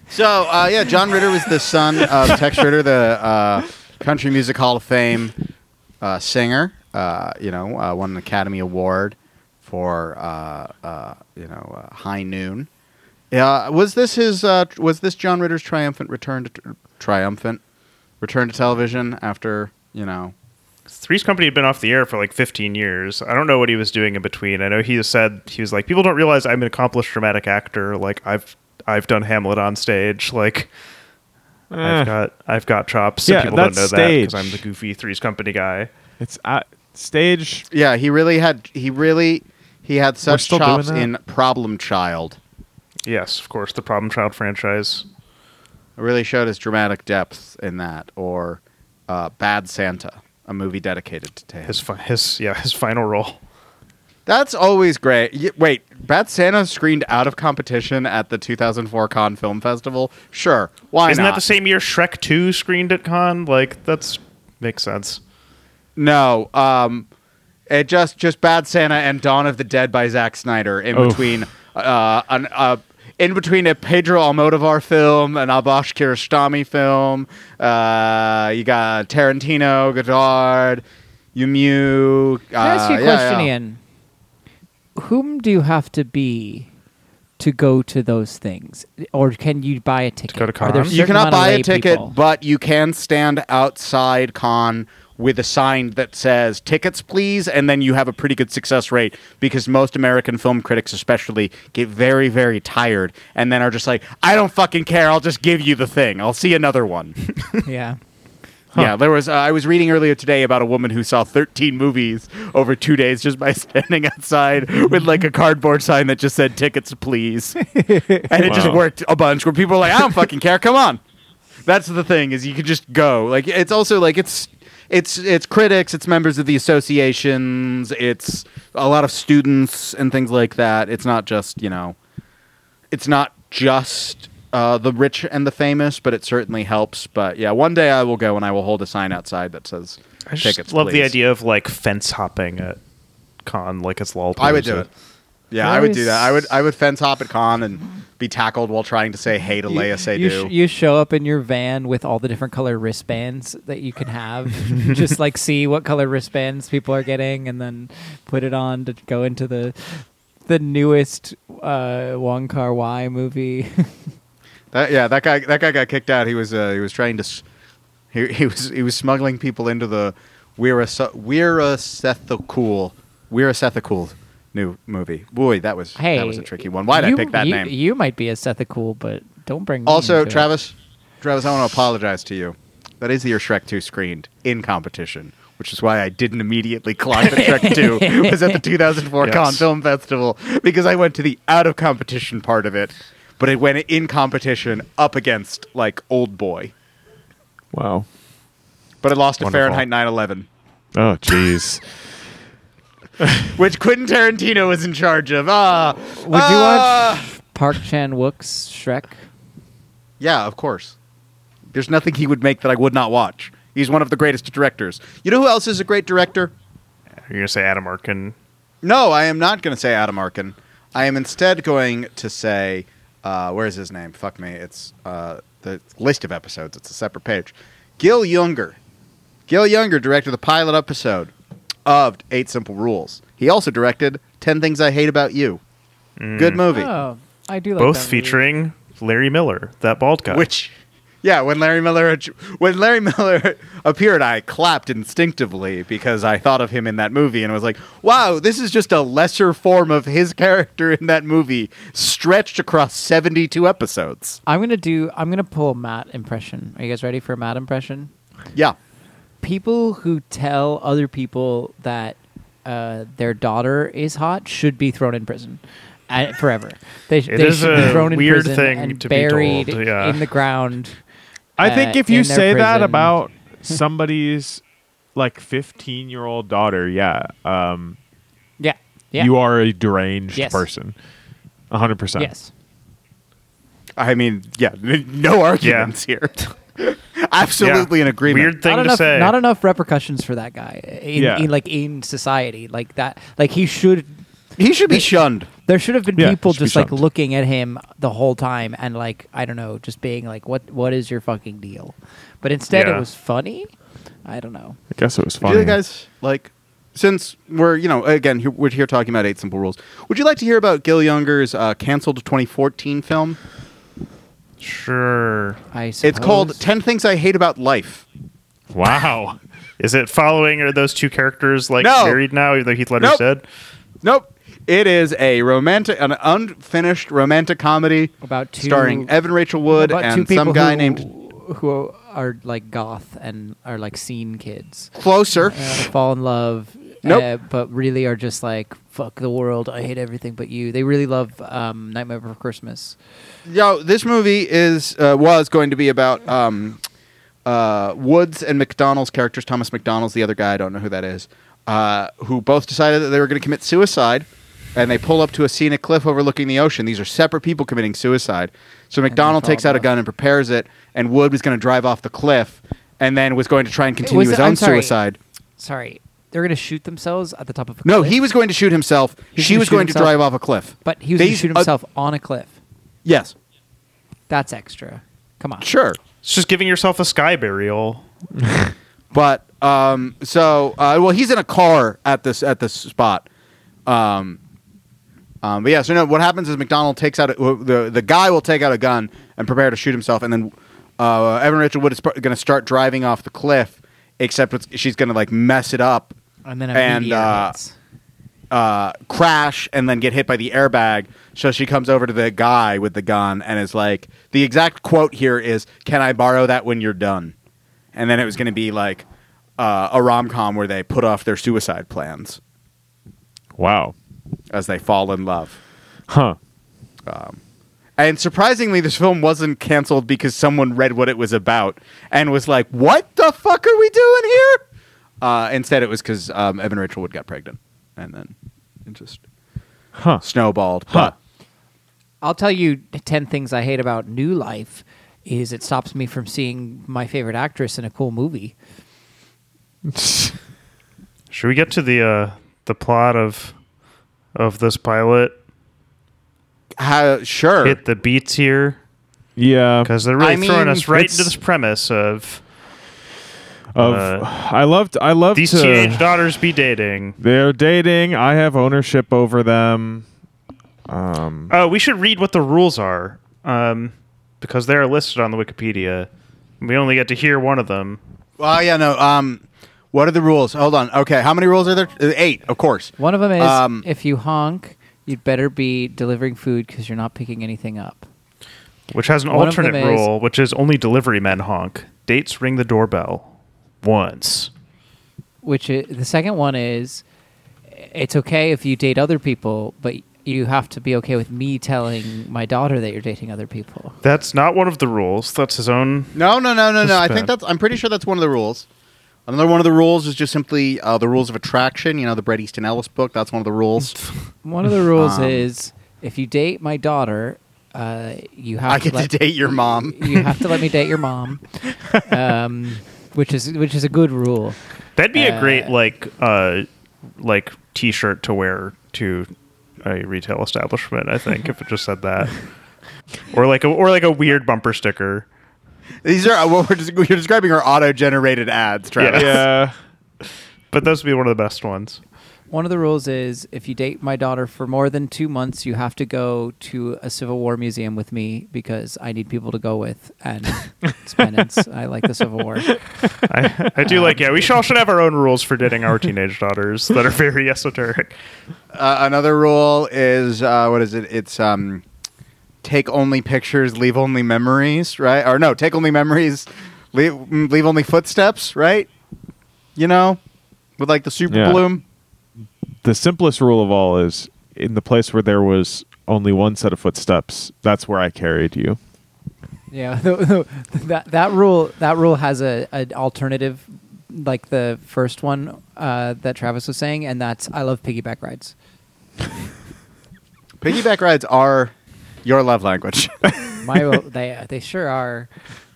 B: so uh, yeah, John Ritter was the son of Tex Ritter, the uh, country music Hall of Fame uh, singer. Uh, you know, uh, won an Academy Award for uh, uh, you know uh, High Noon. Uh, was this his? Uh, was this John Ritter's triumphant return to triumphant return to television after you know?
C: Three's Company had been off the air for like 15 years. I don't know what he was doing in between. I know he has said he was like, people don't realize I'm an accomplished dramatic actor. Like I've I've done Hamlet on stage. Like
A: Eh.
C: I've got I've got chops. and
A: Yeah,
C: people don't
A: that's
C: know that because
A: stage.
C: I'm the goofy Three's Company guy.
A: It's uh, stage.
B: Yeah, he really had he really he had such
A: still doing
B: chops
A: that?
B: in Problem Child.
C: Yes, of course, the Problem Child franchise.
B: Really showed his dramatic depth in that, or uh, Bad Santa, a movie dedicated to him.
C: His fi- his yeah his final role.
B: That's always great. Y- wait, Bad Santa screened out of competition at the 2004 Cannes Film Festival. Sure, why
C: Isn't
B: not?
C: that the same year Shrek 2 screened at Con? Like that's makes sense.
B: No, um, it just just Bad Santa and Dawn of the Dead by Zack Snyder in
A: Oof.
B: between uh, an uh, in between a Pedro Almodovar film, an Abash Kiarostami film. Uh, you got Tarantino, Godard, Umu. Uh,
D: Can I ask you a
B: yeah,
D: question,
B: yeah.
D: Ian? Whom do you have to be to go to those things, or can you buy a ticket?
C: go to
D: Are there
C: cons?
D: certain
B: You cannot
D: amount of
B: buy a
D: lay
B: ticket,
D: people?
B: but you can stand outside con with a sign that says tickets please and then you have a pretty good success rate because most american film critics especially get very very tired and then are just like i don't fucking care i'll just give you the thing i'll see another one
D: yeah.
B: yeah there was uh, i was reading earlier today about a woman who saw 13 movies over two days just by (laughs) standing outside with like a cardboard sign that just said tickets please and it just
A: Wow.
B: worked a bunch where people are like, I don't fucking care. Come on. That's the thing is you could just go. Like it's also like it's it's it's critics, it's members of the associations, it's a lot of students and things like that. It's not just you know, it's not just uh, the rich and the famous, but it certainly helps. But yeah, one day I will go and I will hold a sign outside that says
C: I just
B: tickets.
C: love the
B: please."
C: idea of like fence hopping at Con, like it's lol.
B: I would do it. Yeah, I
D: There
B: would do that. I would
D: is-
B: I would fence hop at con and be tackled while trying to say hey to Leia say
D: you,
B: do.
D: sh- you show up in your van with all the different color wristbands that you
B: (laughs)
D: can have. just like see what color wristbands people are getting, and then put it on to go into the the newest uh, Wong Kar Wai movie.
B: (laughs) That, yeah, that guy. That guy got kicked out. He was uh, he was trying to s- he, he was he was smuggling people into the Weira Weirasethakul Weirasethakul new movie. Boy, that was
D: hey,
B: that was a tricky one. Why did
D: you-
B: I pick that
D: you-
B: name?
D: You might be a Seth the Cool, but don't bring me
B: also,
D: into it.
B: Travis, Travis, I want to apologize to you. That is the year Shrek Two screened in competition, which is why I didn't immediately clock that Shrek Two was at the 2004
C: Yes.
B: Cannes Film Festival because I went to the out of competition part of it, but it went in competition up against like Old Boy.
A: Wow.
B: but it lost to
C: Wonderful.
B: Fahrenheit 9/11,
A: Oh,
D: (laughs)
A: jeez.
B: which Quentin Tarantino is in charge of. Ah,
D: Would you
B: ah.
D: watch Park Chan Wook's Shrek?
B: Yeah, of course. There's nothing he would make that I would not watch. He's one of the greatest directors. You know who else is a great director?
C: You're gonna say Adam Arkin.
B: No, I am not going to say Adam Arkin. I am instead going to say, uh, where's his name? Fuck me. It's uh, the list of episodes. It's a separate page. Gil Younger. Gil Younger directed the pilot episode of Eight Simple Rules. He also directed Ten Things I Hate About You. Good movie.
D: Oh, I do like
C: Both
D: that movie.
C: featuring Larry Miller, that bald guy.
B: Which, yeah, when Larry Miller when Larry (laughs) Miller appeared, I clapped instinctively because I thought of him in that movie and was like, "Wow, this is just a lesser form of his (laughs) character in that movie, stretched across seventy-two episodes."
D: I'm gonna do. I'm gonna pull a Matt impression. Are you guys ready for a Matt impression?
B: Yeah,
D: people who tell other people that uh, their daughter is hot should be thrown in prison. Uh, forever, they,
C: It
D: they
C: is
D: should be
C: a
D: thrown in
C: weird
D: prison
C: thing
D: and
C: to be
D: buried
C: told, yeah.
D: in the ground.
A: I think
D: uh,
A: if you
D: in their
A: say that
D: prison. (laughs)
A: about somebody's like 15 year old daughter, yeah, uh,
D: Yeah, yeah.
A: you are a deranged
D: Yes.
A: person. 100%.
D: Yes.
B: I mean, yeah, (laughs) no arguments here. (laughs) Absolutely in agreement.
C: Weird thing
D: not
C: to
D: enough,
C: say.
D: Not enough repercussions for that guy. In,
A: Yeah.
D: in, like in society, like that. Like he should.
B: He should be shunned.
D: There should have been
A: Yeah,
D: people
A: should be
D: just like
A: shunned.
D: looking at him the whole time and like I don't know, just being like, "What? What is your fucking deal?" But instead,
C: Yeah.
D: it was funny. I don't know.
A: I guess it was
B: Would
A: funny.
B: you guys like? Since we're you know again here- we're here talking about eight simple rules. Would you like to hear about Gil Younger's uh, canceled 2014 film?
C: sure.
D: I. Suppose.
B: It's called 10 Things Oh, I Hate About Life.
A: wow.
C: (laughs) Is it following? Are those two characters like
B: No.
C: married now? Even though Heath Ledger
B: Nope.
C: said,
B: Nope. It is a romantic an unfinished romantic comedy
D: About two-
B: starring Evan Rachel Wood
D: about
B: and
D: two
B: some
D: people
B: guy
D: who-
B: named
D: who are like goth and are like scene kids.
B: Closer.
D: uh, fall in love,
B: Nope.
D: uh, but really are just like fuck the world. I hate everything but you. They really love um, Nightmare Before Christmas.
B: Yo, this movie is uh, was going to be about um, uh, Woods and McDonald's characters. Thomas McDonald's, the other guy, I don't know who that is, uh, who both decided that they were going to commit suicide, and they pull up to a scenic cliff overlooking the ocean. These are separate people committing suicide. So McDonald
D: fall
B: takes out a
D: in love.
B: gun and prepares it, and Wood was going to drive off the cliff, and then was going to try and continue
D: was-
B: his
D: I'm
B: own
D: sorry.
B: suicide.
D: Sorry, they're gonna shoot themselves at the top of a
B: No,
D: cliff,
B: he was going to shoot himself.
D: He was
B: she
D: gonna
B: was
D: shoot
B: going to
D: himself.
B: drive off a cliff.
D: but he was gonna
B: These-
D: shoot
B: uh,
D: himself on a cliff.
B: yes,
D: That's extra. Come on,
B: sure.
C: it's just giving yourself a sky burial.
B: But um, so uh, well, he's in a car at this at this spot. Um, um, but yeah, so no, what happens is McDonald takes out a, the the guy will take out a gun and prepare to shoot himself, and then uh, Evan Rachel Wood is going to start driving off the cliff, except it's, she's going to like mess it up
D: And then a
B: and
D: meteor
B: uh,
D: hits.
B: uh, crash and then get hit by the airbag. So she comes over to the guy with the gun and is like, the exact quote here is, "Can I borrow that when you're done?" And then it was going to be like uh, a rom com where they put off their suicide plans
A: Wow.
B: as they fall in love.
A: Huh.
B: And surprisingly, this film wasn't canceled because someone read what it was about and was like, "What the fuck are we doing here?" Uh, instead, it was because um, Evan Rachel Wood got pregnant, and then it just
A: Huh.
B: snowballed.
A: Huh.
B: But
D: I'll tell you 10 things I hate about New Life is it stops me from seeing my favorite actress in a cool movie.
C: Should we get to the uh, the plot of of this pilot?
B: how, sure,
C: Hit the beats here
A: Yeah.
C: because they're really
B: I mean,
C: throwing us right into
A: it's-
C: this premise of
A: Of,
C: uh,
A: I loved. I loved.
C: these
A: to-
C: teenage daughters be dating.
A: They're dating. I have ownership over them.
B: Mm.
C: Oh, we should read what the rules are um, because they're listed on the Wikipedia. We only get to hear one of them.
B: Well, yeah, no. Um, what are the rules? Hold on. Okay, how many rules are there? Uh, Eight, of course.
D: One of them is
B: Um,
D: if you honk, you'd better be delivering food because you're not picking anything up.
C: which has an
D: One of them
C: alternate
D: is-
C: rule, which is only delivery men honk. Dates ring the doorbell once.
D: which i the second one is it's okay if you date other people but you have to be okay with me telling my daughter that you're dating other people
C: That's not one of the rules. That's his own.
B: No, no, no, no, no. I think
C: Suspend.
B: that's. I'm pretty sure that's one of the rules. Another one of the rules is just simply uh, the rules of attraction. You know, the Bret Easton Ellis book. That's one of the rules.
D: one of the rules
B: Um,
D: is if you date my daughter uh, you have
B: I
D: to
B: get
D: let,
B: to date your mom.
D: you have to let me date your
B: (laughs)
D: mom um, which is which is a good rule
C: That'd be a great
D: Uh,
C: like uh like t-shirt to wear to a retail establishment. I think if it just said that, or like a, or like a weird bumper sticker.
B: These are uh, what we're des- you're describing are auto-generated ads, Travis.
A: Yeah.
C: (laughs) But those would be one of the best ones.
D: one of the rules is if you date my daughter for more than two months you have to go to a civil war museum with me because i need people to go with and it's penance i like the civil war
C: I, I do like yeah. We should, all should have our own rules for dating our teenage daughters that are very esoteric.
B: Uh, another rule is uh, what is it? It's um, take only pictures, leave only memories, right? Or no, take only memories, leave, leave only footsteps, right? you know, with like the super
A: Yeah.
B: bloom.
A: the simplest rule of all is in the place where there was only one set of footsteps, that's where I carried you.
D: Yeah, (laughs) that that rule that rule has a an alternative, like the first one uh, that Travis was saying, and that's I love piggyback rides.
B: Piggyback rides are your love
C: (laughs)
B: language.
D: My they they sure are.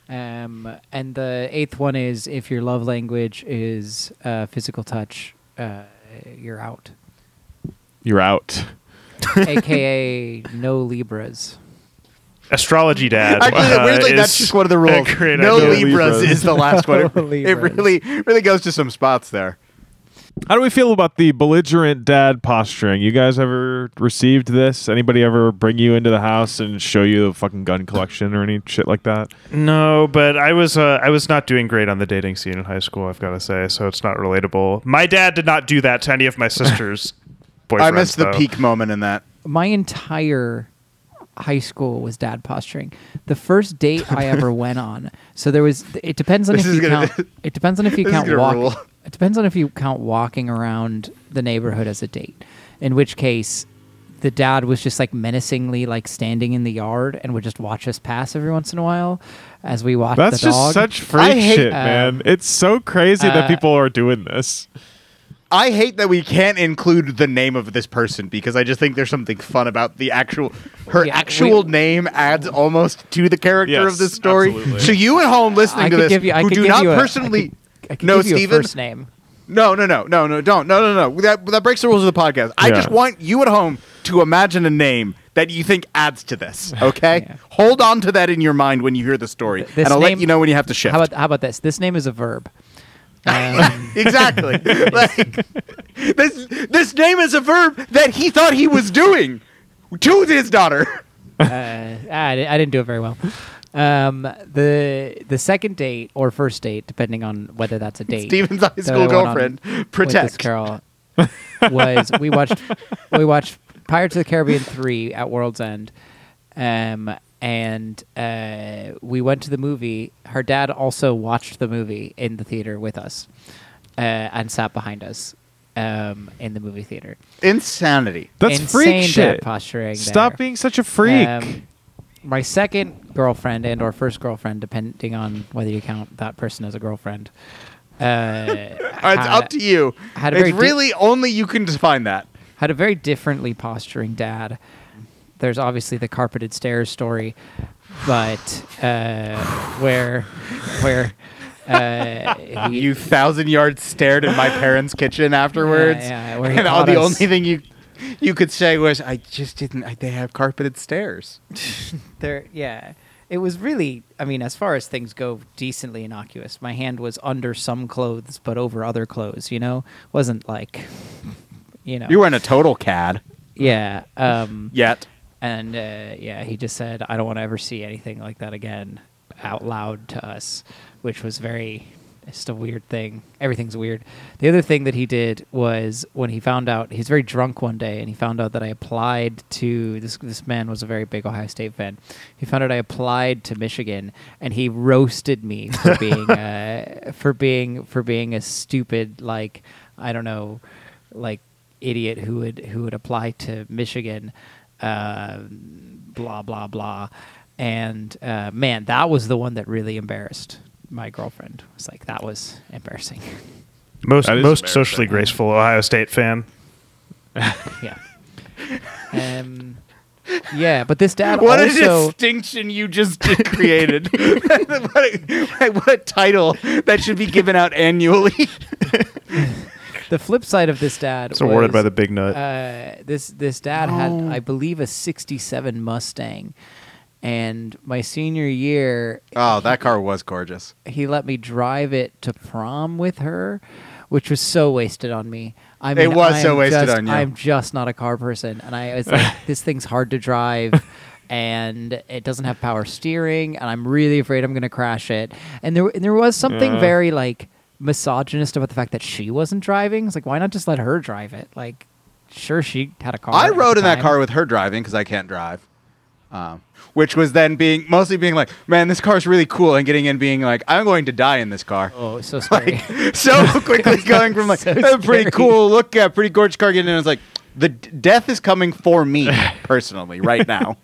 D: Um, and the eighth one is if your love language is uh, physical touch, uh, you're out.
A: You're out.
D: AKA no Libras.
C: Astrology dad.
B: Actually,
C: uh,
B: weirdly,
C: is
B: that's just one of the rules.
C: a great
B: No
C: idea.
A: leave-
B: Libras
A: Libras.
B: is the last one. It,
D: (laughs) No
B: it
D: Libras.
B: really, really goes to some spots there.
A: How do we feel about the belligerent dad posturing? You guys ever received this? Anybody ever bring you into the house and show you a fucking gun collection or any shit like that?
C: No, but I was uh, I was not doing great on the dating scene in high school. I've got to say, so it's not relatable. My dad did not do that to any of my sisters.
B: (laughs)
C: boyfriends,
B: I missed the
C: though.
B: peak moment in that.
D: my entire high school was dad posturing. The first date I
B: (laughs)
D: ever went on. So there was. It depends on
B: This
D: if
B: is
D: you
B: gonna- (laughs)
D: count. It depends on if you
B: this is
D: count
B: gonna
D: walking.
B: rule.
D: It depends on if you count walking around the neighborhood as a date, in which case. The dad was just like menacingly, like standing in the yard, and would just watch us pass every once in a while, as we watched
A: That's
D: the
A: just
D: dog.
A: such freak
B: hate-
A: shit,
D: Um,
A: man. It's so crazy
D: uh,
A: that people are doing this.
B: I hate that we can't include the name of this person because I just think there's something fun about the actual. Her
D: Yeah,
B: actual
D: we-
B: name adds almost to the character
A: Yes,
B: of this story.
A: absolutely.
B: So you at home listening
D: I
B: to
D: could
B: this,
D: give you- I
B: who
D: could
B: do
D: give
B: not
D: you a- I
B: personally,
D: I could
B: know
D: give you a
B: Steven,
D: first name.
B: No, no, no, no, no, don't. No, no, no. That, that breaks the rules of the podcast. I
A: Yeah.
B: just want you at home to imagine a name that you think adds to this, okay?
D: (laughs) Yeah.
B: Hold on to that in your mind when you hear the story,
D: This
B: and I'll
D: name-
B: let you know when you have to shift.
D: How about how about this? This name is a verb. Um,
B: exactly. (laughs) Like, this, this name is a verb that he thought he was doing to his daughter.
D: uh, I, di- I didn't do it very well. Um, the the second date or first date, depending on whether
B: (laughs)
D: that's a date.
B: Steven's high
D: that
B: school
D: I went on
B: girlfriend.
D: with this
B: Protect.
D: girl was we watched we watched Pirates of the Caribbean three at World's End, um, and uh, we went to the movie. Her dad also watched the movie in the theater with us, uh, and sat behind us um, in the movie theater.
B: Insanity.
A: That's freak
D: Insane Dad
A: shit.
D: posturing.
A: Stop
D: there.
A: being such a freak.
D: Um, my second girlfriend and or first girlfriend, depending on whether you count that person as a girlfriend. Uh,
B: Uh, (laughs) It's
D: had-
B: up to you.
D: had a
B: it's
D: very di-
B: really only you can define that.
D: had a very differently posturing dad. There's obviously the carpeted stairs story, but uh, where where
B: (laughs)
D: uh, he-
B: You thousand yard stared in
D: (laughs)
B: my parents' kitchen afterwards.
D: yeah, where he
B: and all
D: taught
B: the
D: us-
B: only thing you you could say was, "I just didn't." I, they have carpeted stairs.
D: there yeah it was really i mean as far as things go decently innocuous my hand was under some clothes but over other clothes you know wasn't like you know
B: You weren't a total cad
D: yeah um
B: yet.
D: and uh, yeah he just said i don't want to ever see anything like that again out loud to us which was very just a weird thing everything's weird the other thing that he did was when he found out he's very drunk one day and he found out that i applied to this this man was a very big ohio state fan he found out i applied to michigan and he roasted me for being uh, for being for being a stupid like i don't know like idiot who would who would apply to michigan uh, blah blah blah. And uh, man, that was the one that really embarrassed my girlfriend. It was like that was embarrassing. (laughs)
C: most
A: That is
C: most
A: embarrassing.
C: socially graceful Ohio State fan.
D: yeah. Um, yeah, but this dad
B: What a
D: also
B: distinction you just (laughs) did- created! what, a, what a title that should be given out annually.
D: the flip side of this dad
C: It's awarded
D: was,
C: by the big nut.
D: uh, this this dad had I believe a '67 Mustang, and my senior year
B: (laughs) oh, that car was gorgeous.
D: he let me drive it to prom with her, which was so wasted on me. I
B: It
D: mean,
B: was
D: I
B: so
D: am
B: wasted
D: just-
B: on you.
D: I'm just not a car person, and I
B: (laughs)
D: was like, this thing's hard to drive, and it doesn't have power steering, and I'm really afraid I'm gonna crash it. And there, and there was something
A: Yeah.
D: very like misogynist about the fact that she wasn't driving. It's like, why not just let her drive it? Like, sure, she had a car.
B: I
D: at
B: rode
D: the
B: in that
D: time.
B: car with her driving because I can't drive. um, which was then being mostly being like, "Man, this car's really cool," and getting in being like, "I'm going to die in this car."
D: Oh,
B: (laughs)
D: so scary. (laughs)
B: so quickly going from like
D: So
B: "Oh, pretty
D: scary.
B: cool look at pretty gorgeous car getting in it's like the d- death is coming for
D: (laughs)
B: me personally right now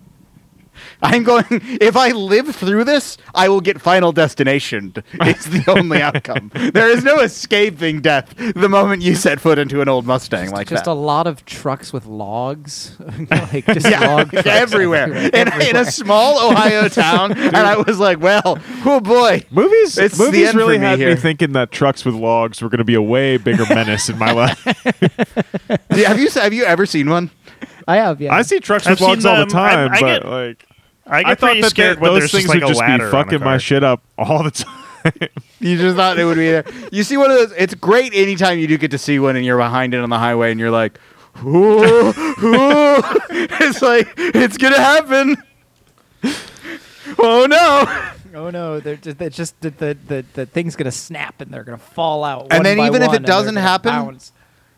B: i'm going if i live through this i will get final
D: (laughs)
B: destination it's the only outcome there is no escaping death the moment you set foot into an old mustang like
D: just
B: that
D: a lot of trucks with logs, (laughs)
B: (laughs)
D: like just
B: yeah,
D: log trucks (laughs)
B: everywhere. In, in a small Ohio town, and I was like, "Well, oh
D: (laughs)
B: boy,
A: Movies,
B: It's the
A: movies
B: end
A: really
B: for me
A: had
B: here.
A: me thinking that trucks with logs were going to be a way bigger menace
D: (laughs)
A: in my life.
B: have you have you ever seen one?"
D: I have, yeah.
A: I see trucks
C: I've
A: with logs
C: seen
A: all the
C: them. I-
A: time,
C: I
A: but
C: get-
A: like
C: I get
A: I thought
C: pretty
A: that
C: scared
A: they-
C: when
A: those
C: there's
A: things
C: just
A: would
C: like a
A: just be
C: ladder on a
A: fucking my
C: car.
A: shit up all the time.
B: You just thought it would be there. You see one of those. It's great anytime you do get to see one and you're behind it on the highway and you're like, ooh, ooh. (laughs) it's like, it's going to happen. Oh no.
D: oh no, they're just, they're just the, the, the, the thing's gonna snap and they're gonna fall out.
B: And
D: one
B: then
D: by
B: even if
D: one
B: it
D: and they're
B: doesn't
D: gonna
B: happen-
D: bounce.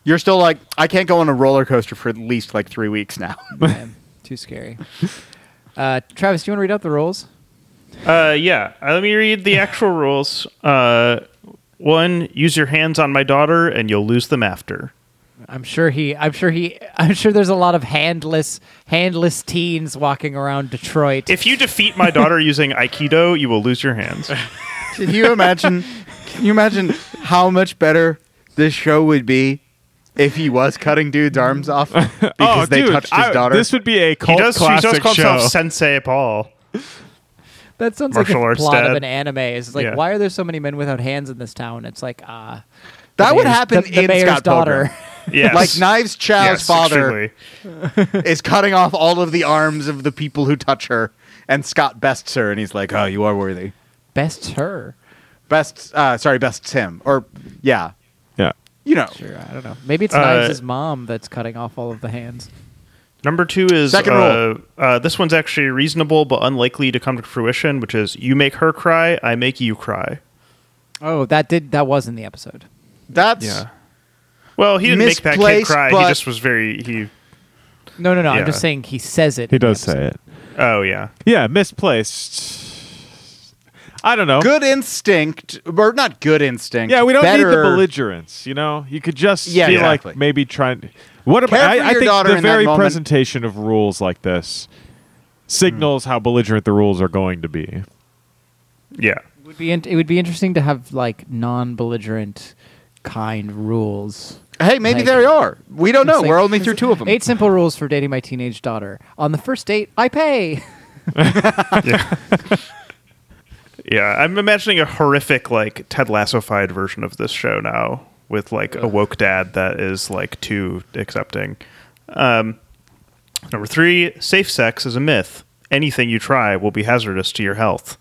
B: You're still like, I can't go on a roller coaster for at least like three weeks now.
D: Man, (laughs) too scary. Uh, Travis, do you want to read out the rules?
C: Uh, yeah. Uh, Let me read the actual rules. Uh, one, use your hands on my daughter, and you'll lose them after.
D: I'm sure he. I'm sure he. I'm sure there's a lot of handless, handless teens walking around Detroit.
C: If you defeat
A: (laughs)
C: my daughter using Aikido, you will lose your hands.
B: (laughs) Can you imagine? Can you imagine how much better this show would be if he was cutting dudes' arms off (laughs) because
A: oh,
B: they
A: dude,
B: touched his
A: I-
B: daughter?
A: This would be a
C: He
A: cult
C: does, he
A: classic
C: does call
A: show.
C: himself Sensei Paul.
D: that sounds
C: martial
D: like a
C: arts
D: plot of
C: dad.
D: an anime. It's like,
C: Yeah.
D: why are there so many men without hands in this town? It's like, ah, the
B: that would
D: mayor's-
B: happen
D: The, the
B: in
D: mayor's
B: Scott
D: daughter. (laughs)
B: Pilgrim.
C: Yes.
B: Like Knives Chow's
C: Yes,
B: father
C: extremely.
B: is cutting off all of the arms of the people who touch her, and Scott bests her, and he's like, "Oh, you are worthy."
D: Best her.
B: Best, uh, sorry, bests him, or yeah,
A: yeah.
B: you know.
D: Sure, I don't know. Maybe it's
C: Uh,
D: Knives' mom that's cutting off all of the hands.
C: Number two is
B: Second
C: uh,
B: rule.
C: uh, this one's actually reasonable but unlikely to come to fruition, which is you make her cry, I make you cry.
D: Oh, that did that was in the episode.
B: That's
C: Well, he didn't make that kid
B: Misplaced,
C: cry. He
B: but-
C: just was very he.
D: No, no, no. I'm
C: Yeah.
D: just saying he says it.
A: He
D: in the
A: does say
D: episode.
A: it.
C: Oh yeah.
A: Yeah, misplaced. I don't know.
B: good instinct, or not good instinct.
A: Yeah, we don't need the
B: better-
A: belligerence. You know, you could just
B: Yeah,
A: be
B: exactly.
A: like maybe trying. What about?
B: Care for
A: I, I
B: your
A: think
B: daughter
A: the
B: in that
A: very
B: moment.
A: presentation of rules like this signals
C: Hmm.
A: how belligerent the rules are going to be.
C: Yeah.
D: It would be in- it would be interesting to have like non-belligerent kind rules.
B: Hey, maybe
D: Like-
B: there are. We don't know.
D: It's like-
B: Oh, We're
D: (laughs)
B: only through
D: it's
B: two of them.
D: Eight simple rules for dating my teenage daughter. On the first date, I pay. (laughs)
C: yeah. (laughs) yeah, I'm imagining a horrific, like Ted Lasso-fied version of this show now, with like a woke dad that is like too accepting. Um, number three, safe sex is a myth. Anything you try will be hazardous to your health.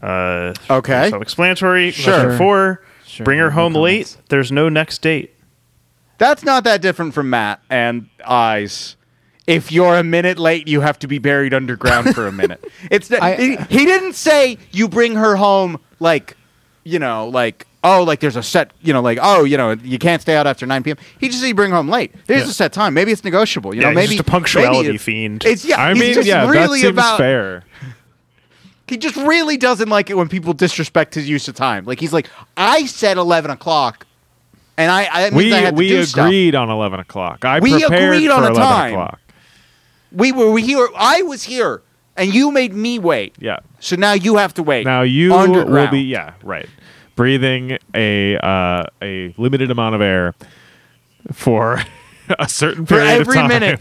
C: Uh,
B: Okay.
C: Self-explanatory.
B: Sure.
C: Number four,
D: Sure,
C: bring her
D: no
C: home late.
D: comments.
C: There's no next date.
B: That's not that different from Matt and Eyes. If you're a minute late, you have to be buried underground for a minute. It's not,
D: I-
B: he, he didn't say you bring her home like, you know, like oh, like there's a set, you know, like oh, you know, you can't stay out after 9 p.m. He just said you bring her home late. There's
C: Yeah.
B: a set time. Maybe it's negotiable. You
C: Yeah,
B: know,
C: he's
B: maybe
C: just a punctuality
B: maybe it's-
C: fiend.
B: It's yeah.
A: I
B: he's
A: mean,
B: just
A: yeah, that
B: really
A: seems
B: about
A: fair.
B: he just really doesn't like it when people disrespect his use of time. Like he's like, I said 11 o'clock, and I, I that means
A: We
B: I had to
A: we
B: do
A: agreed
B: stuff.
A: on eleven o'clock. I
B: We
A: prepared
B: agreed
A: for
B: on a
A: 11
B: time.
A: o'clock.
B: We were here. I was here, and you made me wait.
A: Yeah.
B: So now you have to wait.
A: Now you will
B: Underground.
A: be yeah right, breathing a uh, a limited amount of air for (laughs) a certain
B: for
A: period
B: every
A: of time. (laughs)
B: minute.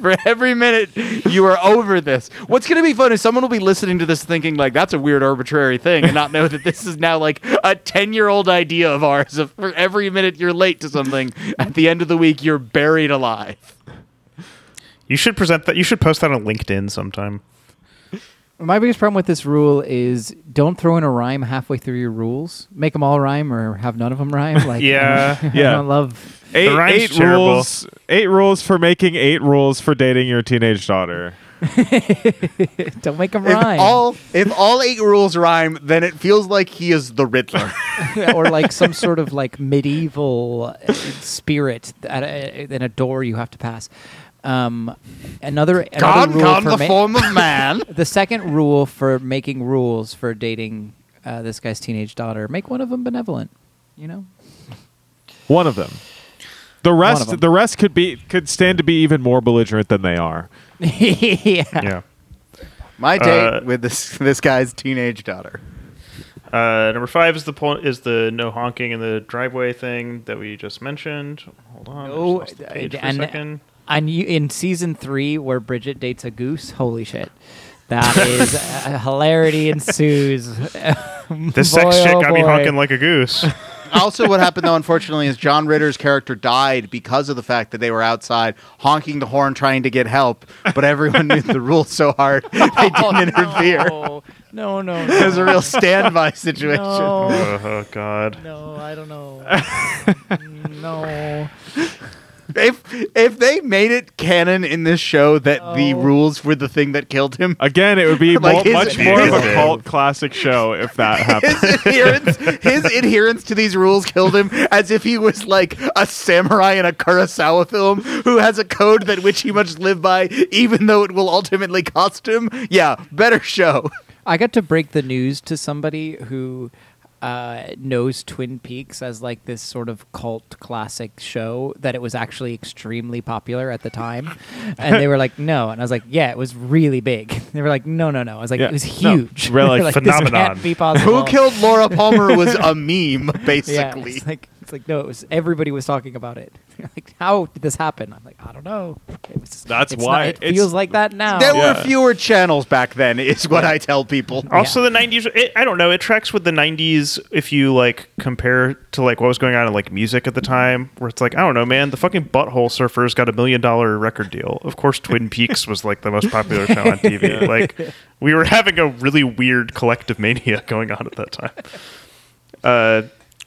B: For every minute you are over this. What's going to be fun is someone will be listening to this thinking like that's a weird arbitrary thing and not know that this is now like a 10-year-old idea of ours of for every minute you're late to something at the end of the week you're buried alive.
C: You should present that. You should post that on LinkedIn sometime.
D: My biggest problem with this rule is don't throw in a rhyme halfway through your rules. Make them all rhyme or have none of them rhyme. Like
C: Yeah.
D: I
A: (laughs) Yeah.
D: don't love. (laughs)
A: Eight,
C: The rhyme's
A: eight
C: terrible.
A: rules. Eight rules for making eight rules for dating your teenage daughter.
D: Don't make them
B: If
D: rhyme.
B: all if all eight rules rhyme, then it feels like he is the Riddler.
D: (laughs) or like some sort of like medieval uh, spirit at a, in a door you have to pass. um, another
B: (laughs)
D: another
B: God
D: rule
B: come
D: for
B: the
D: ma-
B: form of man.
D: the second rule for making rules for dating uh, this guy's teenage daughter: make one of them benevolent. You know, (laughs)
A: One of them. The
D: of
A: rest,
D: them.
A: the rest could be could stand to be even more belligerent than they are.
D: yeah.
C: yeah.
B: My date
C: Uh,
B: with this (laughs) this guy's teenage daughter.
C: Uh, number five is the point is the no honking in the driveway thing that we just mentioned. Hold on,
D: No,
C: I just lost the
D: uh,
C: page for a
D: and-
C: second.
D: And you in season three where Bridget dates a goose. Holy shit. That is uh, hilarity ensues. (laughs)
C: This
D: Boy,
C: sex chick
D: oh
C: got me
D: boy.
C: honking like a goose.
D: (laughs)
B: also, what happened though, unfortunately, is John Ritter's character died because of the fact that they were outside honking the horn trying to get help, but everyone knew the rules so hard (laughs) they (laughs) didn't
D: Oh,
B: interfere.
D: No, no, no.
B: It was a real standby situation.
D: No,
C: oh, oh, God.
D: no, I
A: (laughs)
D: don't know. no.
B: If if they made it canon in this show that the
D: Oh.
B: rules were the thing that killed him,
A: Again, it would be
B: (laughs) Like
A: mo-
B: his-
A: much more of a
C: his-
A: cult classic show if
B: (laughs)
A: that happened.
B: his adherence his adherence to these rules killed him as if he was like a samurai in a Kurosawa film who has a code that which he must live by even though it will ultimately cost him. Yeah, better show.
D: I got to break the news to somebody who uh, knows Twin Peaks as like this sort of cult classic show that it was actually extremely popular at the time, and they were like, "No," and I was like, "Yeah, it was really big." (laughs) They were like, "No, no, no." I was like,
A: Yeah.
D: "It was
A: No.
D: huge." (laughs)
A: We're like,
D: They're This
C: phenomenon.
D: can't be possible.
B: Who killed Laura Palmer was
C: (laughs)
B: a meme
D: Yeah,
B: basically.
D: it's like it's like no, it was everybody was talking about it. (laughs) like, how did this happen? I'm like, I don't know. It was,
A: That's
D: it's
A: why
D: not- it
A: it's-
D: feels like that now.
B: there
A: Yeah.
B: were fewer channels back then is what I tell people.
C: Also, the '90s. It, I don't know. It tracks with the '90s if you like compare to like what was going on in like music at the time, where it's like I don't know, man. The fucking Butthole Surfers got a million dollar record deal. Of course, Twin Peaks was like the most popular show on TV. Like we were having a really weird collective mania (laughs) going on at that time. Uh,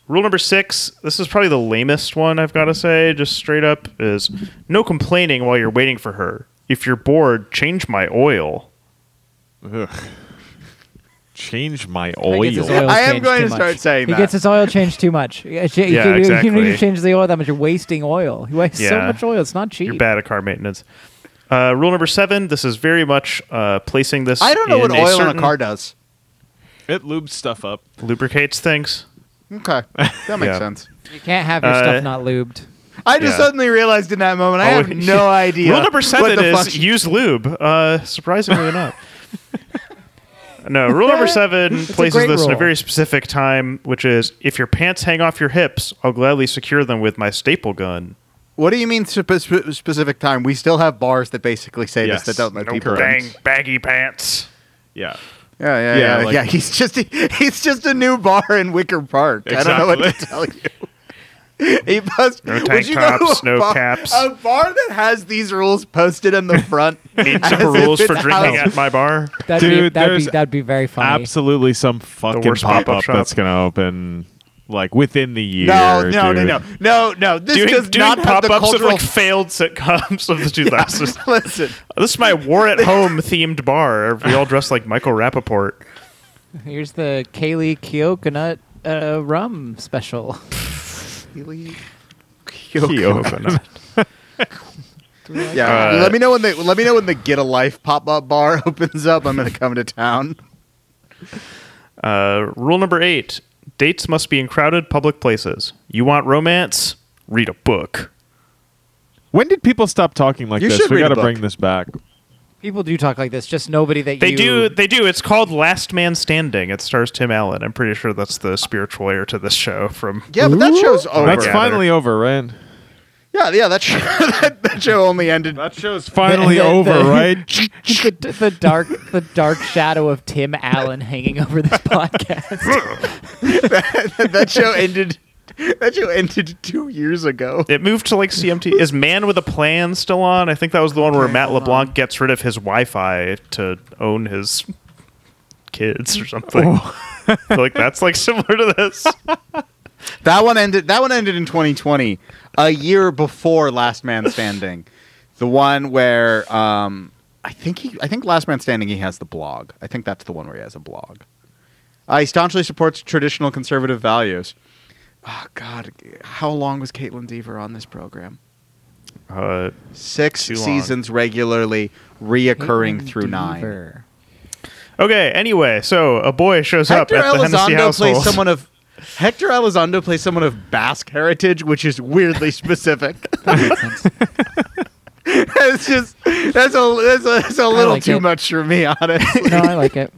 C: rule number six. This is probably the lamest one I've got to say. Just straight up is no complaining while you're waiting for her. If you're bored, change my oil.
A: Ugh. Change my
D: He gets
A: oil.
D: his oil
B: I am
D: changed
B: going
D: too
B: to
D: much.
B: start saying
D: he
B: that.
D: gets his oil changed too much. Yeah, sh- you,
C: Yeah,
D: you- you don't
C: exactly.
D: need to change the oil that much. You're wasting oil. You waste so
C: Yeah.
D: much oil. It's not cheap.
C: You're bad at car maintenance. Uh, rule number seven. This is very much uh, placing this.
B: I don't know what
C: in
B: oil in
C: certain-
B: a car does.
A: It lubes stuff up.
C: lubricates things.
B: Okay. That makes
C: (laughs) Yeah.
B: sense.
D: You can't have your
C: Uh,
D: stuff not lubed.
B: I just
C: Yeah.
B: suddenly realized in that moment I
C: Oh,
B: have
C: (laughs) wait.
B: no idea.
C: Rule number
B: what
C: seven
B: the
C: is
B: fuck-
C: use lube. Uh, surprisingly enough.
B: (laughs)
C: No, rule number seven places
D: great
C: this in a
D: rule.
C: very specific time, which is if your pants hang off your hips, I'll gladly secure them with my staple gun.
B: What do you mean spe- spe- specific time? We still have bars that basically say
A: Yes.
B: this that don't let
A: No
B: people. in.
A: correct.
C: Bang, baggy pants.
A: Yeah.
B: Yeah, yeah,
A: Yeah,
B: yeah.
A: like-
B: yeah, he's just he's just a new bar in Wicker Park. I don't know what to tell you. (laughs) He post,
C: No
B: would
C: tank
B: you go to
C: tops,
B: a
C: no
B: bar-
C: caps.
B: A bar that has these rules posted
A: (laughs)
B: on the front. (laughs)
C: Need
B: as
C: some
B: if
C: rules for
B: it's
C: drinking
B: housed-
C: at my bar.
D: That'd
A: Dude,
D: be that'd
A: there's
D: be that'd be very funny.
A: Absolutely some fucking
C: worst
A: pop
C: pop-up
A: up
C: shop.
A: that's gonna open like within the year.
B: No, no, no,
A: dude.
B: no, no, no. This
C: doing,
B: does
C: doing
B: not have
C: pop
B: the
C: ups of
B: cultural. (laughs)
C: like failed sitcoms of the
A: (laughs)
C: 2000s.
B: Listen,
C: This is my war at home themed bar. We all dress like Michael Rappaport.
D: Here's the Kaylee Kyokonut uh, rum special.
A: Kyokonut.
B: Yeah.
C: Uh,
B: let me know when they let me know when the get a life pop up bar (laughs) opens up. I'm gonna come to town.
C: (laughs) Uh, rule number eight dates must be in crowded public places. You want romance? Read a book.
A: When did people stop talking like
B: You
A: this?
B: should
A: We
B: read a
A: gotta
B: book.
A: bring this back.
D: People do talk like this. Just nobody that
C: They
D: you
C: do. They do. It's called Last Man Standing. It stars Tim Allen. I'm pretty sure that's the spiritual heir to this show. From
B: Yeah, but that show's over.
A: That's
C: Yeah.
A: finally over, right?
B: Yeah, yeah, that show, (laughs) that, that show only ended.
A: That show's (laughs) finally
D: the-
A: over, (laughs)
D: the-
A: right?
D: (laughs) the, the dark the dark shadow of Tim Allen hanging over (laughs) this podcast.
B: That, (laughs) that show ended. That show ended two years ago.
C: it moved to like CMT. Is Man with a Plan still on? I think that was the one where Matt
D: hold
C: LeBlanc gets rid of his Wi-Fi to own his kids or something.
D: Oh.
C: I feel (laughs) like that's like similar to
D: (laughs)
C: this.
B: That one ended. That one ended in 2020, a year before Last Man Standing, the one where um, I think he, I think Last Man Standing, he has the blog. I think that's the one where he has a blog. Uh, he staunchly supports traditional Ah, conservative values. Oh God, how long was Caitlin Deaver on this program?
C: Uh,
B: Six
C: Too long.
B: seasons regularly, reoccurring through nine.
D: Deaver.
C: okay. Anyway, so a boy shows
B: Hector
C: up at the Hennessy
B: Elizondo
C: household.
B: plays someone of Hector Elizondo plays someone of Basque heritage, which is weirdly
D: (laughs)
B: specific. (laughs) That's just that's a that's a, that's a little
D: like
B: too
D: it.
B: much for me, honestly.
D: No, I like it.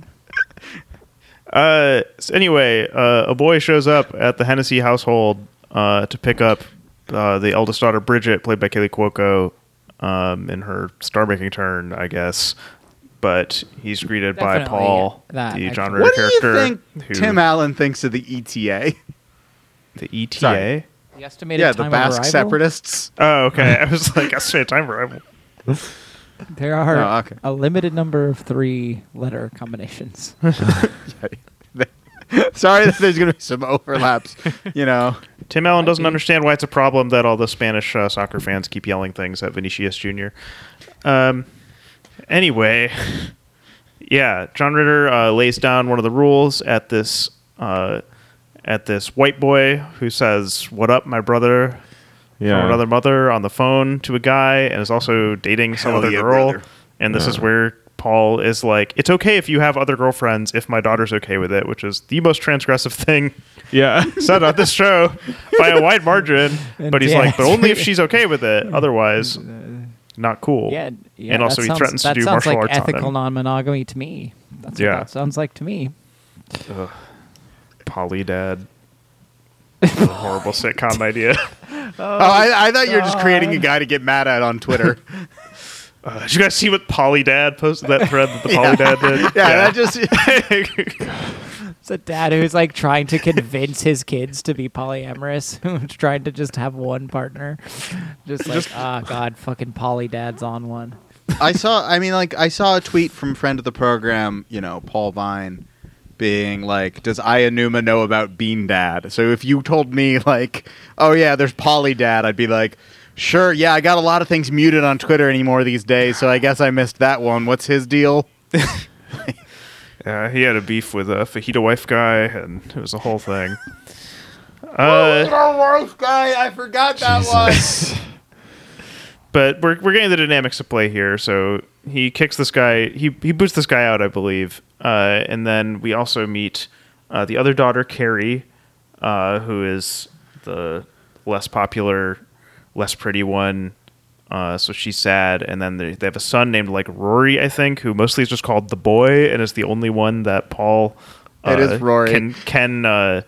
C: Uh, so anyway, uh, a boy shows up at the Hennessy household uh, to pick up uh, the eldest daughter, Bridget, played by Kaylee Cuoco, um, in her star making turn, I guess. But he's greeted by
D: Definitely
C: Paul,
D: that,
C: the John Ritter
D: actually.
B: What do you
C: character.
B: think
C: who-
B: Tim Allen thinks of the E ETA?
C: the E ETA?
B: Sorry.
D: The estimated
B: Yeah,
D: time
B: the
D: of
B: Basque
D: arrival?
B: separatists. (laughs)
C: Oh, okay. (laughs) I was like, I say time rival.
D: There are
B: Oh, okay.
D: a limited number of three letter
C: (laughs)
D: combinations.
B: Sorry that there's going to be some overlaps, you
D: (laughs)
B: know.
C: Tim Allen doesn't understand why it's a problem that all the Spanish uh, soccer fans keep yelling things at Vinicius Jr. Um, anyway, (laughs) yeah, John Ritter uh, lays down one of the rules at this uh, at this white boy who says, "What up, my brother?"
A: Yeah.
C: from another mother on the phone to a guy, and is also dating some
B: Hell
C: other
B: yeah,
C: girl.
B: brother.
C: And this is where Paul is like, "It's okay if you have other girlfriends if my daughter's okay with it," which is the most transgressive (laughs) thing
A: (laughs) Yeah.
C: said on this show by a wide margin. But he's
D: yeah,
C: like, but
D: it's
C: only if she's okay with it. Otherwise, not cool.
D: Yeah, yeah
C: and also
D: that
C: he
D: sounds-
C: threatens to
D: that
C: do
D: sounds
C: martial
D: like
C: arts
D: ethical
C: on him.
D: non-monogamy to me. That's
C: Yeah.
D: what that sounds like to me.
C: Poly dad. It's a horrible
B: (laughs)
C: sitcom idea. (laughs)
B: Oh, I, I thought you were just creating a guy to get mad at on
D: (laughs)
B: Twitter.
C: Uh, did you guys see what Polly Dad posted that thread that the Polly Dad did?
B: yeah, that just
C: (laughs)
B: (laughs)
D: It's a dad who's like trying to convince his kids to be polyamorous, (laughs) who's trying to just have one partner. Just like, ah, God, fucking poly dad's on one.
B: I saw. I mean, like, I saw a tweet from friend of the program, you know, Paul Vine, being like, "Does Aya Numa know about Bean Dad?" So if you told me, like, "Oh yeah, there's Polly Dad," I'd be like, "Sure, yeah, I got a lot of things muted on Twitter anymore these days, so I guess I missed that one. What's his deal?"
C: Uh, he had a beef with a fajita wife guy, and it was a whole thing. Uh,
B: wife guy, I forgot that one.
C: but we're, we're getting the dynamics of play here. So he kicks this guy, he, he boots this guy out, I believe. Uh, and then we also meet uh, the other daughter, Carrie, uh, who is the less popular, less pretty one. Uh, so she's sad. And then they, they have a son named like Rory, I think, who mostly is just called the boy and is the only one that Paul uh,
B: It is Rory.
C: can, can, uh,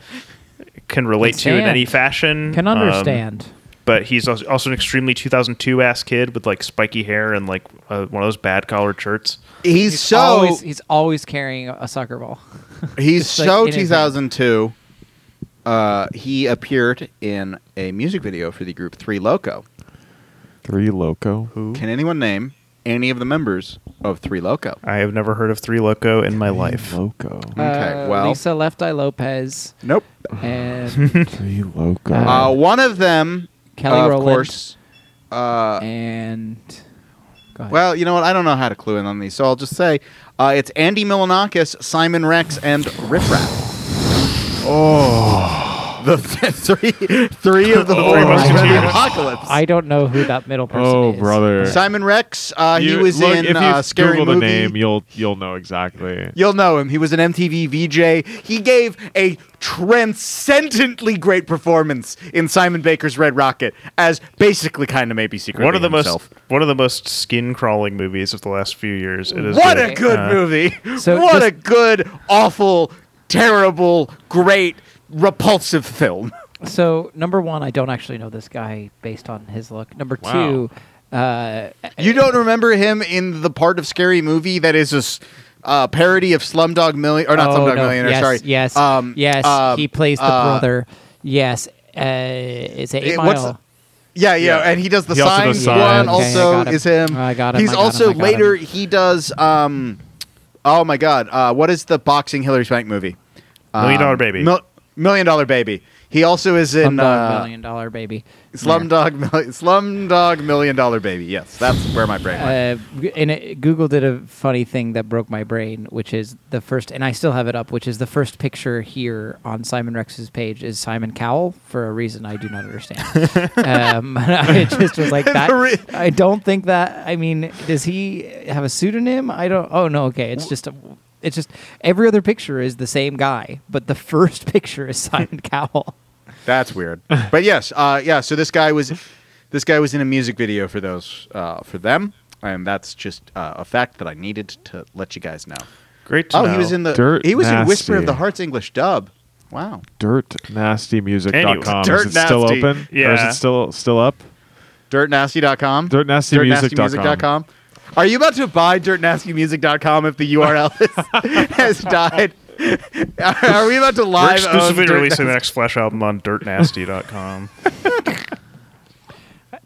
C: can relate to in
D: stand.
C: any fashion.
D: Can
C: Um,
D: understand.
C: but he's als- also an extremely 2002 ass kid with like spiky hair and like uh, one of those bad collared shirts.
B: He's, so
D: always, he's always carrying a, a soccer ball.
B: He's
D: Just, like,
B: so
D: in his hand.
B: 2002. Uh, he appeared in a music video for the group Three Loco.
A: Three Loco. Who?
B: Can anyone name any of the members of Three Loco?
C: I have never heard of Three Loco in my life.
A: Loco.
B: Okay,
D: Uh,
B: well-
D: Lisa Left Eye Lopez
B: Nope.
D: and
C: (sighs)
A: Three Loco.
B: Uh, one of them,
D: Kelly
B: uh, of
D: Rowland.
B: course. Uh,
D: and go ahead.
B: well, you know what? I don't know how to clue in on these, so I'll just say uh, it's Andy Milanakis, Simon Rex, and Riff Raff. Oh, the (laughs) three, three of the four horsemen of the
C: Musketeers.
B: apocalypse.
D: I don't know who that middle person
A: oh,
D: is.
A: brother.
B: Simon Rex. Uh, he
A: You-
B: was
A: look,
B: in
A: if you
B: uh, Scary
A: Google
B: Movie.
A: the name, you'll you'll know exactly.
B: You'll know him. He was an MTV VJ. He gave a transcendently great performance in Simon Baker's Red Rocket as basically kind of maybe secret.
C: One of the
B: himself.
C: most one of the most skin crawling movies of the last few years. It is
B: What
C: just,
B: a good
C: uh,
B: movie.
D: so
B: what
D: just-
B: a good, awful, terrible, great, repulsive film.
D: So number one, I don't actually know this guy based on his look. Number
A: Wow.
D: two, uh,
B: You don't remember him in the part of Scary Movie that is a s- uh, parody of Slumdog Million or not
D: oh,
B: Slumdog
D: no,
B: Millionaire?
D: yes,
B: sorry.
D: yes,
B: Um,
D: yes.
B: um,
D: he plays the
B: uh,
D: brother. Yes, uh, is it Eight
B: It- what's
D: Mile?
B: Yeah, yeah,
C: Yeah.
B: and he does the
C: He also
B: sign
C: does
B: signs
C: signs.
B: one.
C: Okay,
B: also,
D: I got him.
B: is him.
D: I got him,
B: He's
D: I got
B: also
D: him, I got
B: later.
D: him.
B: He does. Um, oh my God, uh, what is the boxing Hillary Swank movie?
C: Million
B: Um,
C: Dollar Baby.
B: Mil- Million Dollar Baby. He also is in
D: Slumdog
B: uh,
D: Million Dollar Baby.
B: Slumdog Mil- Slumdog Million Dollar Baby. Yes, that's where my brain went.
D: Uh, g- and it, Google did a funny thing that broke my brain, which is the first, and I still have it up, which is the first picture here on Simon Rex's page is Simon Cowell for a reason I do not understand. um, (laughs) I just was like that.
B: re-
D: I don't think that. I mean, does he have a pseudonym? I don't. Oh no. Okay, it's just a. It's just every other picture is the same guy, but the (laughs) first picture is Simon Cowell.
B: That's
D: (laughs)
B: weird. But yes, uh, yeah. So this guy was, this guy was in a music video for those uh, for them, and that's just uh, a fact that I needed to let you guys know.
C: Great to
B: Oh,
C: know.
B: he was in the
A: Dirt
B: he was in Whisper of
A: Nasty.
B: the Heart's English dub. Wow.
A: Dirtnastymusic.com. is it
B: Anyway.
A: still
B: Dirt nasty.
A: open? Or is
C: Yeah.
A: it still still up?
B: Dirtnasty.com.
A: Dirtnastymusic.com.
B: Dirtnastymusic.com. Are you about to buy dirtnastymusic.com if the URL (laughs) is, has died? Are are we about to
C: We're
B: live own
C: exclusively
B: Dirt Uh,
C: releasing the next Flash album on
B: (laughs)
C: dirtnasty.com.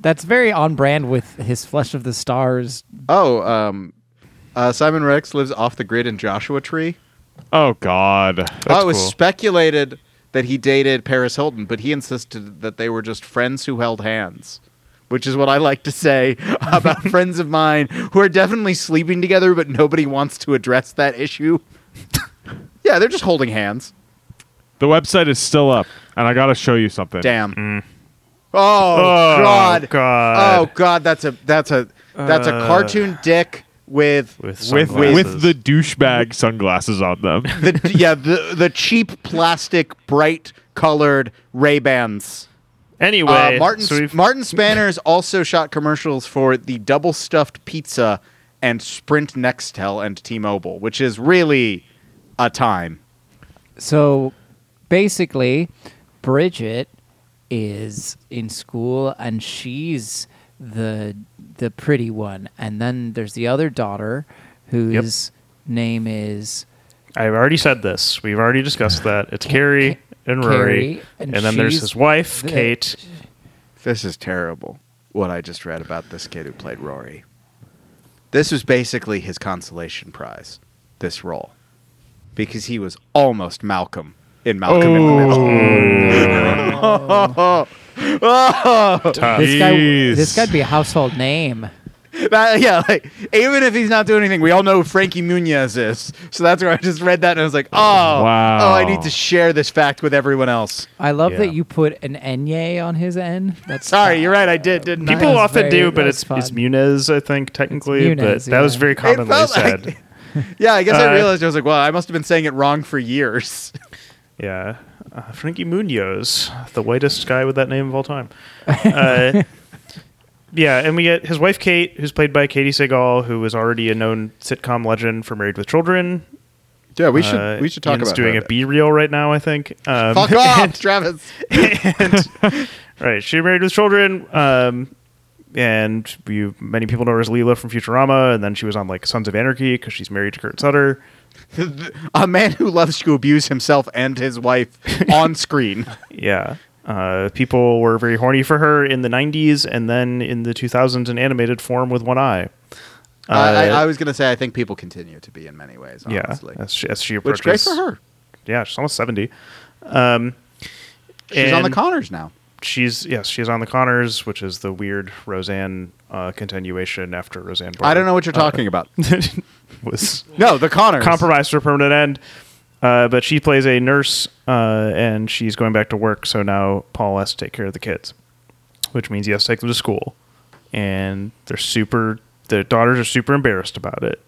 D: That's very on brand with his Flesh of the Stars
B: Oh, um, uh, Simon Rex lives off the grid in Joshua Tree.
A: Oh God.
B: oh, it was
C: cool.
B: speculated that he dated Paris Hilton, but he insisted that they were just friends who held hands, which is what I like to say (laughs)
C: (laughs)
B: about friends of mine who are definitely sleeping together, but nobody wants to address that issue. (laughs) yeah, they're just holding hands.
A: The website is still up, and I gotta show you something.
B: Damn. Oh, God.
C: Mm. God.
B: Oh God. That's a that's a that's a
C: Uh,
B: cartoon dick with
C: With
A: With
C: sunglasses.
A: with the douchebag sunglasses on
C: (laughs)
A: them.
B: the yeah the the cheap plastic bright colored Ray Bans.
C: Anyway,
B: uh, Martin
C: so we've-
B: Martin Spanners also shot commercials for the double stuffed pizza and Sprint Nextel and T-Mobile, which is really a time.
D: So basically, Bridget is in school and she's the the pretty one. And then there's the other daughter whose name is
C: I've already said this. We've already discussed that. It's Carrie and Rory.
D: Carrie, and
C: and, then there's
D: she's
C: his wife,
D: the-
C: Kate.
B: This is terrible. What I just read about this kid who played Rory. This was basically his consolation prize, this role, because he was almost Malcolm in Malcolm in the Middle.
D: this guy
A: Jeez.
D: this guy'd be a household name.
B: (laughs) That- yeah, like even if he's not doing anything, we all know who Frankie Muniz is. So that's where I just read that and I was like, oh,
A: Wow.
B: oh, I need to share this fact with everyone else.
D: I love
C: Yeah.
D: that you put an Enye on his N. That's
B: Sorry, you're right, I did, didn't (laughs)
C: People
B: I?
D: was
C: often
D: very-
C: do,
D: that
C: but
D: was
C: it's it's
D: fun.
C: Muniz, I think, technically. but
D: Muniz,
C: that was
D: yeah.
C: very commonly
B: felt like-
C: said.
D: (laughs)
B: (laughs) Yeah, I guess I
C: Uh,
B: realized I was like, well, I must have been saying it wrong for years. (laughs)
C: Yeah. Uh, Frankie Munoz, the whitest guy with that name of all
D: (laughs)
C: time. Uh, yeah, and we get his wife Kate, who's played by Katie Segal, who is already a known sitcom legend for Married with Children.
B: Yeah, we
C: Uh, Ian's doing a B reel right now, I think.
B: (laughs)
C: Um,
B: Fuck off, Travis.
C: Right, she married with children. Um, and you, many people know her as Leela from Futurama, and then she was on like Sons of Anarchy because she's married to Kurt Sutter.
B: a man who loves to abuse himself and his (laughs) wife on screen.
C: Yeah. Uh, people were very horny for her in the 90s and then in the 2000s in animated form with one eye.
B: I, I, I was gonna say, I think people continue to be in many ways, honestly.
C: Yeah. As she, as she
B: Oh, Which
C: approaches.
B: great for her.
C: Yeah, she's almost 70. Um,
B: She's on the
C: and-
B: Connors now.
C: She's, yes, she's on the Connors, which is the weird Roseanne uh, continuation after Roseanne.
B: I don't know what you're talking about.
C: talking (laughs) was
B: (laughs) No, the Connors.
C: compromised to a permanent end. Uh, but she plays a nurse, uh, and she's going back to work. So now Paul has to take care of the kids, which means he has to take them to school, and they're super. The daughters are super embarrassed about it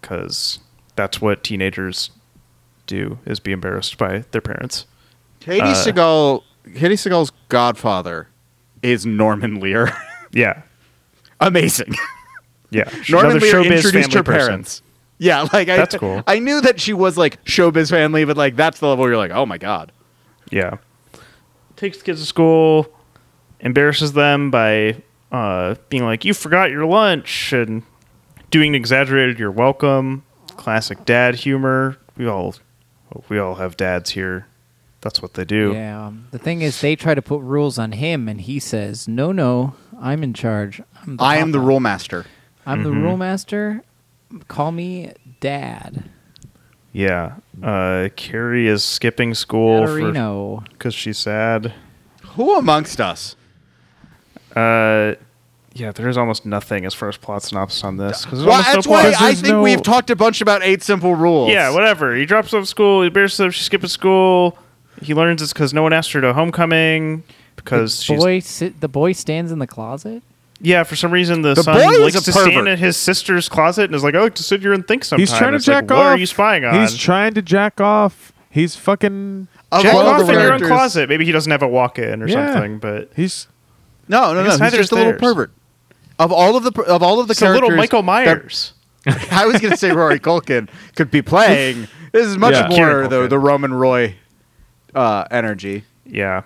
C: because that's what teenagers do: is be embarrassed by their parents.
B: Katie
C: Uh,
B: Seagal, Katie Seagal's godfather is Norman Lear.
C: Yeah,
B: (laughs) Amazing.
C: yeah.
B: (laughs)
C: She's
B: Norman
C: another
B: Lear
C: showbiz
B: introduced
C: family
B: her
C: person.
B: parents. Yeah, like I,
C: That's cool.
B: I knew that she was like showbiz family, but like that's the level where you're like, oh my god.
C: Yeah. Takes the kids to school, embarrasses them by uh, being like, you forgot your lunch, and doing an exaggerated you're welcome. Classic dad humor. We all we all have dads here. That's what they do.
D: Yeah. um, The thing is, they try to put rules on him, and he says, "No, no, I'm in charge. I'm the
B: I am the
D: papa.
B: rule master.
D: I'm the rule master. Call me dad."
C: Yeah. Uh, Carrie is skipping school for
F: Caterino.
C: because she's sad.
B: Who amongst us?
C: Uh, yeah, there is almost nothing as far as plot synopsis on this. 'cause there's
B: Well,
C: almost
B: that's
C: no plot.
B: why
A: 'Cause
B: I
A: there's
B: think
A: no-
B: we've talked a bunch about eight simple rules.
C: Yeah, whatever. He drops out of school. He bears up. She skips school. He learns it's because no one asked her to homecoming. Because she's
F: boy-
D: Boy, sit, the boy stands in the closet.
C: yeah, for some reason the,
B: The
C: son
B: boy is
C: likes
B: a
C: to
B: pervert.
C: stand in his sister's closet and is like, "Oh, "I like to sit here and think sometimes."
A: He's trying to
C: It's like,
A: jack
C: What
A: off.
C: are you spying on?
A: He's trying to jack off. He's fucking.
B: Of
C: jack
B: all
C: off
B: the
C: in your own
B: characters-
C: closet. Maybe he doesn't have a walk-in or
A: Yeah.
C: something. But
A: He's
B: No, no, no.
C: I guess
B: He's
C: neither's
B: just a little
C: theirs.
B: pervert. Of all of the per- of all of the
C: it's a
B: characters,
C: little Michael
B: that-
C: Myers.
B: I was going to say Rory Culkin could be playing. This is much
A: Yeah.
B: more
C: Kieran
B: the
C: Culkin.
B: the Roman Roy uh, energy.
C: yeah.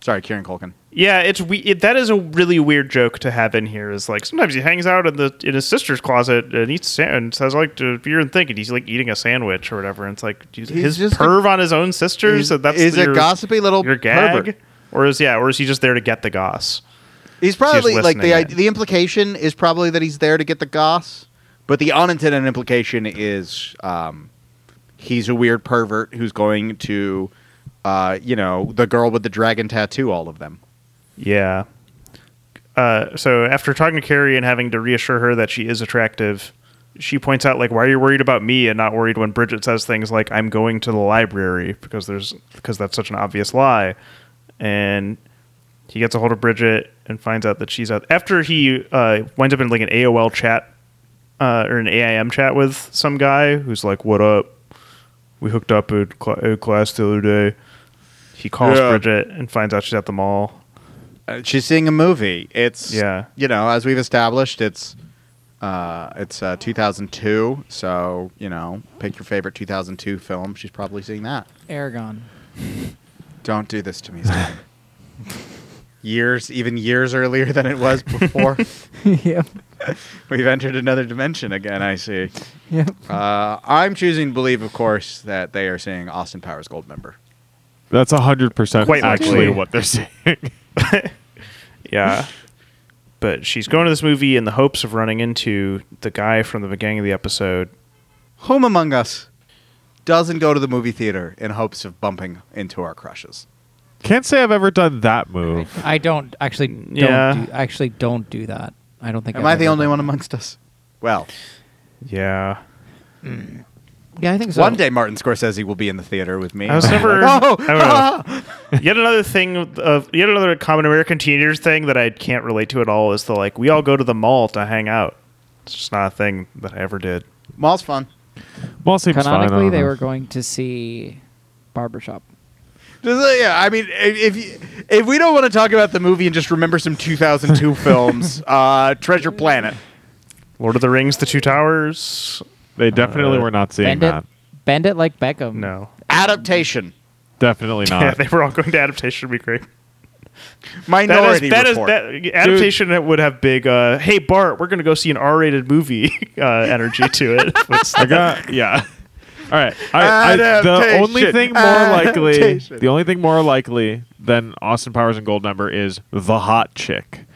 B: Sorry, Kieran Culkin.
C: Yeah, it's we. It, that is a really weird joke to have in here. Is like sometimes he hangs out in the in his sister's closet and eats sa- and says like to beer and think, and he's like eating a sandwich or whatever. And it's like geez,
B: He's
C: his
B: just a-
C: perv on his own sister. so that's
B: he's
C: your,
B: a gossipy little
C: your gag,
B: pervert.
C: or is yeah, or is he just there to get the goss?
B: He's probably like
C: listening
B: the I
C: in.
B: the implication is probably that he's there to get the goss, but the unintended implication is um, he's a weird pervert who's going to, uh, you know, the girl with the dragon tattoo. All of them.
C: Yeah. Uh, so after talking to Carrie and having to reassure her that she is attractive, she points out like, "Why are you worried about me and not worried when Bridget says things like I'm going to the library because there's because that's such an obvious lie," and he gets a hold of Bridget and finds out that she's out after he uh, winds up in like an AOL chat uh, or an AIM chat with some guy who's like, "What up? We hooked up at, cl- at class the other day." He calls
B: Yeah.
C: Bridget and finds out she's at the mall.
B: Uh, she's seeing a movie. It's
C: Yeah.
B: You know, as we've established, it's uh, it's uh, 2002. So you know, pick your favorite 2002 film. She's probably seeing that. (laughs)
F: Aragon.
B: Don't do this to me. Steven. years, even years earlier than it was before.
F: yep.
B: We've entered another dimension again. I see.
F: Yep.
B: Uh, I'm choosing to believe, of course, that they are seeing Austin Powers Gold member.
A: that's hundred percent
C: Quite
A: actually
C: likely.
A: what they're saying. (laughs)
C: Yeah. But she's going to this movie in the hopes of running into the guy from the beginning of the episode.
B: Whom among us doesn't go to the movie theater in hopes of bumping into our crushes?
A: Can't say I've ever done that move.
D: I don't actually. Don't
C: Yeah.
D: do, actually don't do that. I don't think.
B: Am I
D: I've
B: the
D: ever
B: only
D: done
B: one
D: that.
B: amongst us? Well,
C: Yeah.
D: Yeah, I think so.
B: one day Martin Scorsese will be in the theater with me. (laughs)
C: I was
B: and I'll be
C: never. (laughs)
B: like,
C: I don't know. yet another thing of yet another common American teenagers thing that I can't relate to at all is the like we all go to the mall to hang out. It's just not a thing that I ever did.
B: "Oh, mall's fun.
A: Mall seems fine, I
F: Canonically,
A: don't
F: they
A: know.
F: were going to see Barbershop.
B: Just, uh, yeah, I mean, i- if you, if we don't want to talk about the movie and just remember some
C: (laughs)
B: 2002 films, uh, Treasure Planet.
C: Lord of the Rings, The Two Towers.
A: They definitely
C: Uh,
A: were not seeing
D: bend it,
A: that.
D: bend it like Beckham.
C: No.
B: Adaptation.
C: (laughs)
A: Definitely
B: Uh.
C: yeah,
A: not.
C: they were all going to adaptation. Would be great. That
B: Minority
C: is, that is
B: Report.
C: that adaptation that would have big. Uh, hey Bart, we're gonna go see an R-rated movie (laughs) uh, energy to it.
B: (laughs)
C: It's
A: I got yeah. All right. I, I, the only
B: Adaptation.
A: thing more likely,
B: Adaptation.
A: the only thing more likely than Austin Powers and Goldmember is the hot chick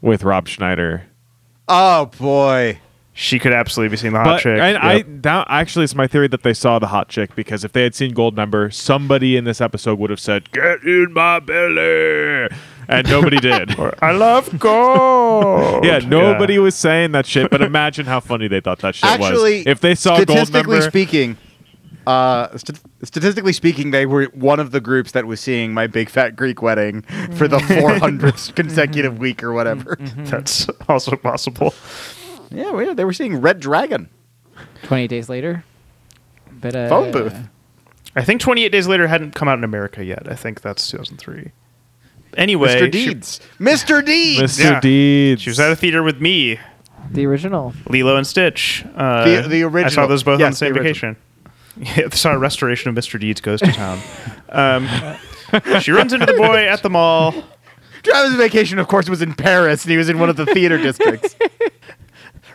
A: with Rob Schneider.
B: oh boy.
C: she could absolutely be seeing the hot
A: But
C: chick.
A: and I
C: Yep.
A: now actually it's my theory that they saw the hot chick because if they had seen Goldmember, somebody in this episode would have said "Get in my belly," and nobody did.
C: (laughs) I
A: (laughs)
C: love gold.
A: Yeah, nobody was saying that shit, but imagine how funny they thought that shit
B: Actually,
A: was. If they saw
B: statistically
A: Goldmember,
B: speaking, uh, st- statistically speaking, they were one of the groups that was seeing my big fat Greek wedding for the
C: Mm-hmm. (laughs)
B: 400th consecutive week or whatever.
C: That's also possible.
B: yeah, well, yeah, they were seeing Red Dragon.
F: Twenty days later. But uh,
B: Phone booth.
C: I think 28 Days Later hadn't come out in America yet. I think that's 2003. Anyway,
B: Mr.
C: she-
B: Deeds. Mr. Deeds.
A: Mr.
C: Yeah.
A: Deeds,
C: She, was at a theater with me,
F: The original.
C: Lilo and Stitch. Uh,
B: The- the
C: I saw
B: original.
C: those both on the
B: Yes,
C: same
B: the
C: vacation. (laughs) Yeah, I saw a restoration of Mr. Deeds Goes to Town. um, (laughs) she runs into the boy at the mall.
B: Travis' vacation, of course, was in Paris, and he was in one of the theater
D: (laughs)
B: districts.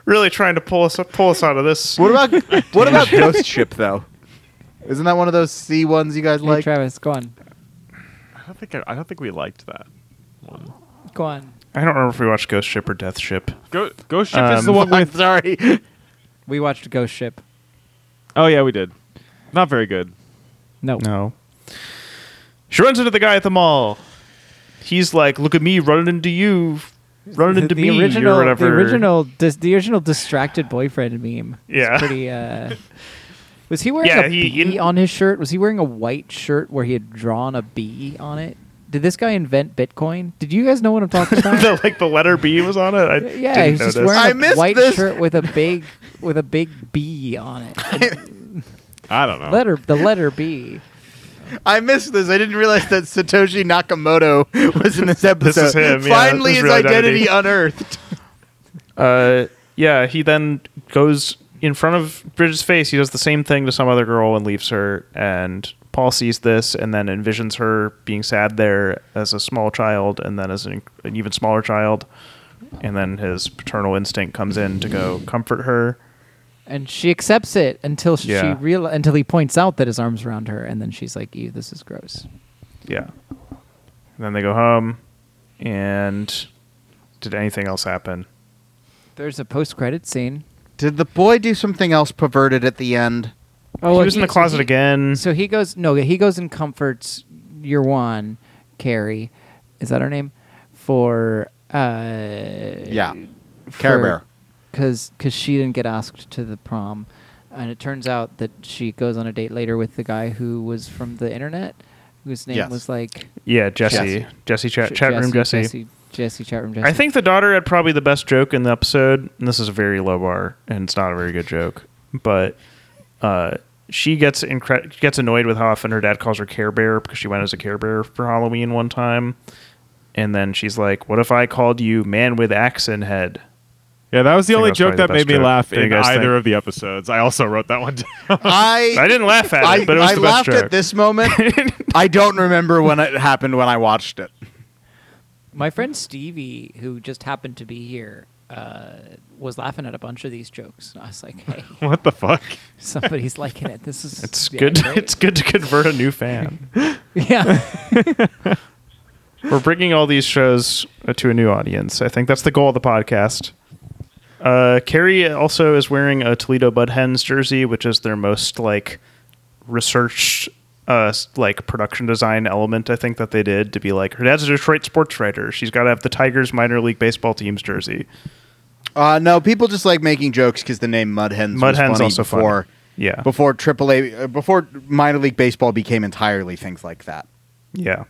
C: really trying to pull us pull us out of
B: (laughs)
C: this.
B: What about what (laughs) about Ghost Ship though? Isn't that one of those C ones you guys
F: Hey,
B: like?
F: Travis, go on.
A: I don't think I, I don't think we liked that. One.
F: Go on.
C: I don't remember if we watched Ghost Ship or Death Ship.
A: Go, Ghost Ship is
C: Um,
A: the one
B: (laughs) I'm
A: with.
B: sorry. (laughs)
F: We watched Ghost Ship.
A: Oh yeah, we did. Not very good.
D: No.
C: No. She runs into the guy at the mall. He's like, "Look at me running into you, running into me,"
D: original,
C: or whatever.
D: The original, dis- the original distracted boyfriend meme.
C: Yeah.
D: It's
C: (laughs)
D: pretty. Uh, was he wearing
C: Yeah,
D: a
C: he-
D: bee
C: in-
D: on his shirt? Was he wearing a white shirt where he had drawn a bee on it? Did this guy invent Bitcoin? Did you guys know what
C: (laughs)
D: I'm talking
C: (laughs)
D: about?
C: the, like the letter B was on it. I
D: Yeah,
C: didn't
D: he's just
C: notice.
B: I
D: wearing a
B: missed
D: white
B: this.
D: shirt with a big with a big bee on it.
C: (laughs)
A: I don't know.
D: letter the letter B.
B: I missed this. I didn't realize that Satoshi Nakamoto (laughs) was in this episode.
C: is him, yeah,
B: Finally, his
C: this is real
B: identity,
C: identity.
B: unearthed.
C: Uh, yeah, he then goes in front of Bridget's face. He does the same thing to some other girl and leaves her. And Paul sees this and then envisions her being sad there as a small child and then as an, an even smaller child. And then his paternal instinct comes in to go comfort her.
D: And she accepts it until she
C: Yeah.
D: real until he points out that his arms around her, and then she's like, "Ew, this is gross."
C: Yeah. And then they go home. And did anything else happen?
D: There's a post-credit scene.
B: Did the boy do something else perverted at the end?
D: Oh,
C: he was in the closet
D: so he-
C: again.
D: So he goes. No, he goes and comforts your one, Carrie. Is that her name? For uh,
B: Yeah. Care Bear.
D: because she didn't get asked to the prom, and it turns out that she goes on a date later with the guy who was from the internet, whose name
B: Yes.
D: was like
C: yeah, Jesse.
B: Jesse.
C: Jesse, chat, chat room Jesse.
D: Jesse, Jesse chat room Jesse.
C: I think the daughter had probably the best joke in the episode, and this is a very low bar, and it's not a very good joke. But uh, she gets incre- gets annoyed with how often her dad calls her Care Bear because she went as a Care Bear for Halloween one time, and then she's like, "What if I called you Man with Axe in Head?"
A: Yeah, that was the
C: I think
A: only
C: that's
A: joke
C: probably
A: that
C: the
A: made
C: best
A: me
C: joke.
A: laugh
C: What do you
A: in
C: guys
A: either
C: think?
A: of the episodes. I also wrote that one (laughs) down.
B: I
C: I didn't laugh at
B: I,
C: it, but it was
B: I
C: the best
B: laughed
C: joke.
B: at this
C: (laughs)
B: moment. I don't remember when it happened when I watched it.
D: My friend Stevie, who just happened to be here, uh, was laughing at a bunch of these jokes. And I was like, hey,
A: what the
C: (laughs)
A: fuck?
D: somebody's liking it. This is
C: It's
D: yeah,
C: good. (laughs)
D: great."
C: It's good to convert a new fan. (laughs)
D: yeah.
C: We're bringing all these shows uh, to a new audience. I think that's the goal of the podcast. Uh, Carrie also is wearing a Toledo Bud Hens jersey, which is their most like researched uh, s- like production design element. I think that they did to be like her dad's a Detroit sports writer. She's got to have the Tigers minor league baseball team's jersey.
B: Uh, no, people just like making jokes because the name Mud Hens
C: Mud
B: was
C: Hens
B: funny
C: also funny.
B: before,
C: Yeah,
B: before AAA, uh, before minor league baseball became entirely things like that.
C: yeah.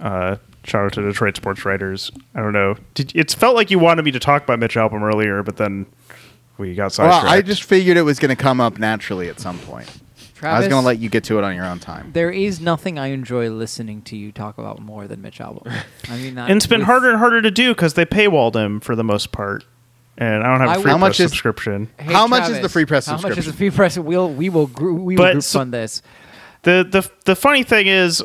C: Uh, shout out to Detroit sports writers. I don't know. Did, it's felt like you wanted me to talk about Mitch Album earlier, but then we got
B: Well,
C: sidetracked.
B: I just figured it was going to come up naturally at some point. I was
D: Travis,
B: going to let you get to it on your own time.
D: There is nothing I enjoy listening to you talk about more than Mitch Albom. I mean, that
C: and it's been
D: was-
C: harder and harder to do because they paywalled him for the most part, and I don't
D: I
C: have a
D: will-
C: free
D: How
B: much
C: press
B: is-
C: subscription.
D: Hey,
B: How much is
D: Travis,
B: the free press
D: How much is the
B: subscription?
D: free press? We'll we will gr- we will
C: But
D: group
C: so- (laughs)
D: fund this.
C: the the The funny thing is,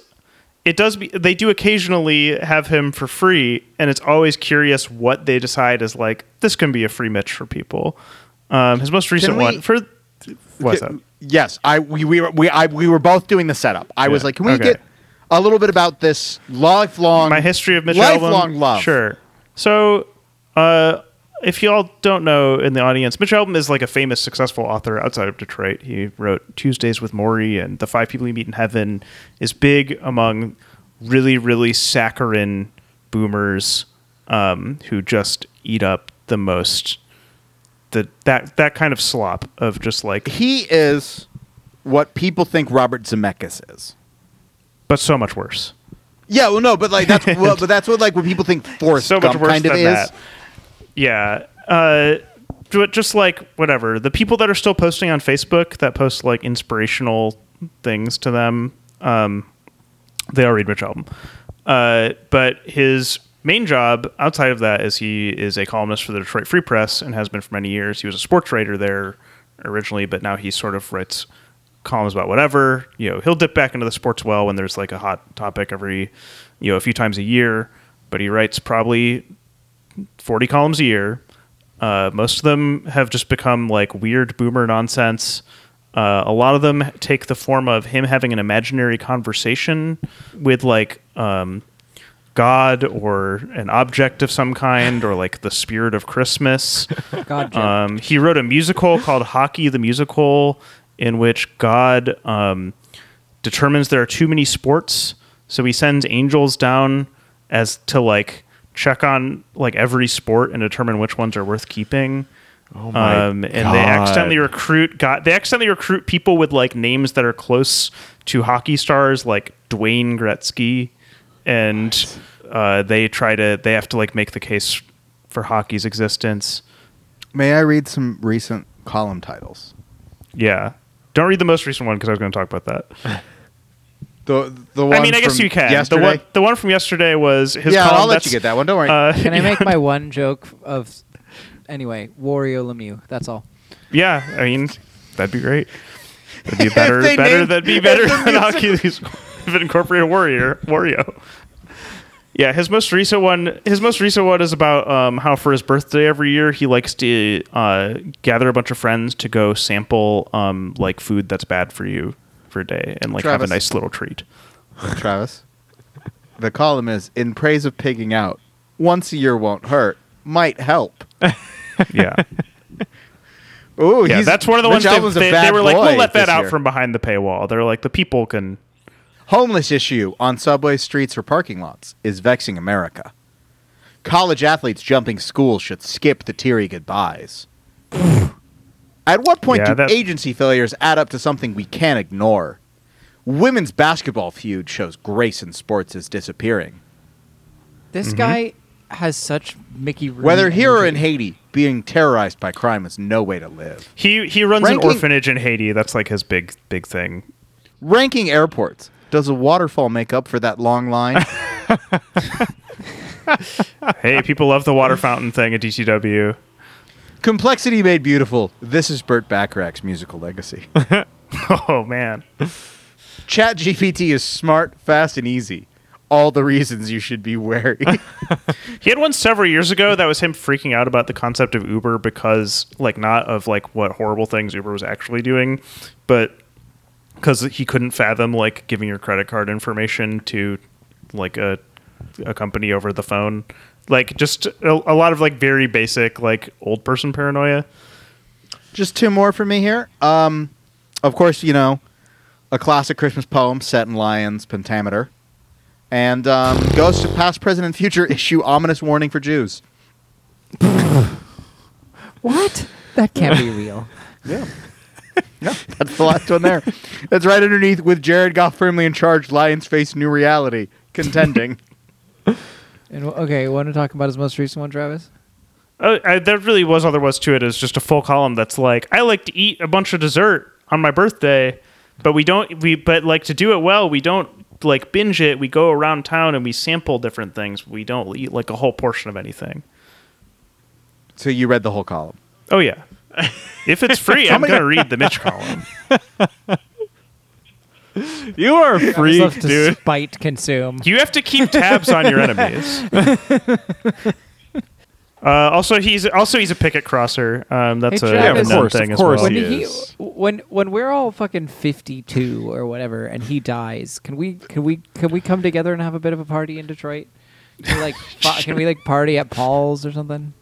C: it does. Be, they do occasionally have him for free, and it's always curious what they decide is like. This can be a free Mitch for people. Um, his most recent
B: we-
C: one for what's that?
B: Yes, I we we were, we, I, we were both doing the setup. I was
C: Yeah,
B: like, can we
C: okay.
B: get a little bit about this lifelong
C: my history of Mitch
B: lifelong
C: Albom.
B: love?
C: Sure. So, uh, if y'all don't know in the audience, Mitch Albom is like a famous, successful author outside of Detroit. He wrote Tuesdays with Maury and The Five People You Meet in Heaven. Is big among really, really saccharine boomers um, who just eat up the most. The, that that kind of slop of just like
B: He is what people think Robert Zemeckis is.
C: but so much worse
B: Yeah, well, no, but like (laughs) that's well, but that's what like what people think Forrest
C: so much
B: Gump
C: worse
B: kind of
C: than
B: is.
C: that. Yeah. Uh, ju- just like whatever the people that are still posting on Facebook that post like inspirational things to them, um, they all read Mitch Album. Uh, but his main job outside of that is he is a columnist for the Detroit Free Press and has been for many years. He was a sports writer there originally, but now he sort of writes columns about whatever. You know, he'll dip back into the sports well when there's like a hot topic every, you know, a few times a year. But he writes probably 40 columns a year. Uh, most of them have just become like weird boomer nonsense. Uh, a lot of them take the form of him having an imaginary conversation with like um, God or an object of some kind or like the spirit of Christmas.
D: God, Jim.
C: Uh, Um, he wrote a musical called Hockey the Musical, in which God um, determines there are too many sports, so he sends angels down as to like check on like every sport and determine which ones are worth keeping. Oh
A: my
C: um, and they
A: God.
C: accidentally recruit God. They accidentally recruit people with like names that are close to hockey stars, like Dwayne Gretzky, and uh, they try to. They have to like make the case for hockey's existence.
B: May I read some recent column titles?
C: Yeah, don't read the most recent one because I was going to talk about
B: (laughs)
C: that.
B: The the one
C: I mean, I guess
B: from
C: you can.
B: Yesterday.
C: The one, the one from yesterday was his.
B: yeah,
C: column,
B: I'll let
C: that's-
B: you get that one. Don't worry.
C: Uh,
D: Can I make my one joke of anyway, Wario Lemieux, that's all.
C: Yeah, I mean, that'd be great.
B: (laughs)
C: That'd be better.
B: they
C: better.
B: named-
C: that'd be
B: if
C: better
B: the
C: than Hockey These if it incorporated Warrior Wario. Yeah, his most recent one. His most recent one is about um, how for his birthday every year he likes to uh, gather a bunch of friends to go sample um, like food that's bad for you for a day and like have
B: Travis.
C: a nice
B: (laughs)
C: little treat.
B: Travis. The column is in praise of pigging out. Once a year won't hurt. Might help.
C: (laughs) Yeah,
B: Ooh,
C: yeah.
B: he's-
C: That's one of the
B: Rich
C: ones
B: Alvin's a
C: they, they, they
B: bad
C: were like,
B: boy
C: we'll let that
B: this
C: out
B: year."
C: from behind the paywall. They're like, the people can.
B: Homeless issue on subway streets or parking lots is vexing America. College athletes jumping school should skip the teary goodbyes. At what point
C: Yeah,
B: do
C: that-
B: agency failures add up to something we can't ignore? Women's basketball feud shows grace in sports is disappearing.
D: This
C: Mm-hmm.
D: guy has such Mickey Rooney
B: Whether here or in
D: energy.
B: Haiti, being terrorized by crime is no way to live.
C: He he runs
B: Ranking-
C: an orphanage in Haiti. That's like his big big thing.
B: Ranking airports. Does a waterfall make up for that long
C: (laughs)
B: line?
C: hey, people love the water fountain thing at DCW.
B: Complexity made beautiful. This is Burt Bacharach's musical legacy.
C: (laughs) Oh man,
B: ChatGPT is smart, fast, and easy. All the reasons you should be wary.
C: he had one several years ago that was him freaking out about the concept of Uber because, like, not of like what horrible things Uber was actually doing, but because he couldn't fathom like giving your credit card information to like a a company over the phone, like just a, a lot of like very basic like old person paranoia.
B: Just two more for me here. Um, of course, you know, a classic Christmas poem set in Lyons pentameter, and um, goes to past, present, and future (laughs) issue ominous warning for Jews.
D: What? That
C: (laughs)
D: can't be real.
B: (laughs) Yeah. yeah, that's the last one there. That's right underneath with Jared Goff firmly in charge. Lions face new reality, contending.
D: And wh- okay, want to talk about his most recent one, Travis?
C: Uh, I, that really was all there was to it. Is just a full column that's like, I like to eat a bunch of dessert on my birthday, but we don't. We but like to do it well. We don't like binge it. We go around town and we sample different things. We don't eat like a whole portion of anything.
B: (laughs) so you read the whole column.
A: (laughs)
C: Oh yeah, if it's free, I'm gonna read the Mitch column.
A: You are a
D: I
A: freak,
D: love to
A: dude.
D: spite consume.
C: You have to keep tabs on
A: (laughs)
C: your enemies. Uh, also, he's also he's a picket crosser. Um, that's
D: Hey,
C: a
D: Travis. Yeah, of
C: known
A: course, of
C: thing as
A: course
C: well.
D: when
A: he
D: he
A: is.
D: when when we're all fucking 52 or whatever and he dies can we can we can we come together and have a bit of a party in detroit
B: (laughs)
D: can we like fa- can we like party at paul's or something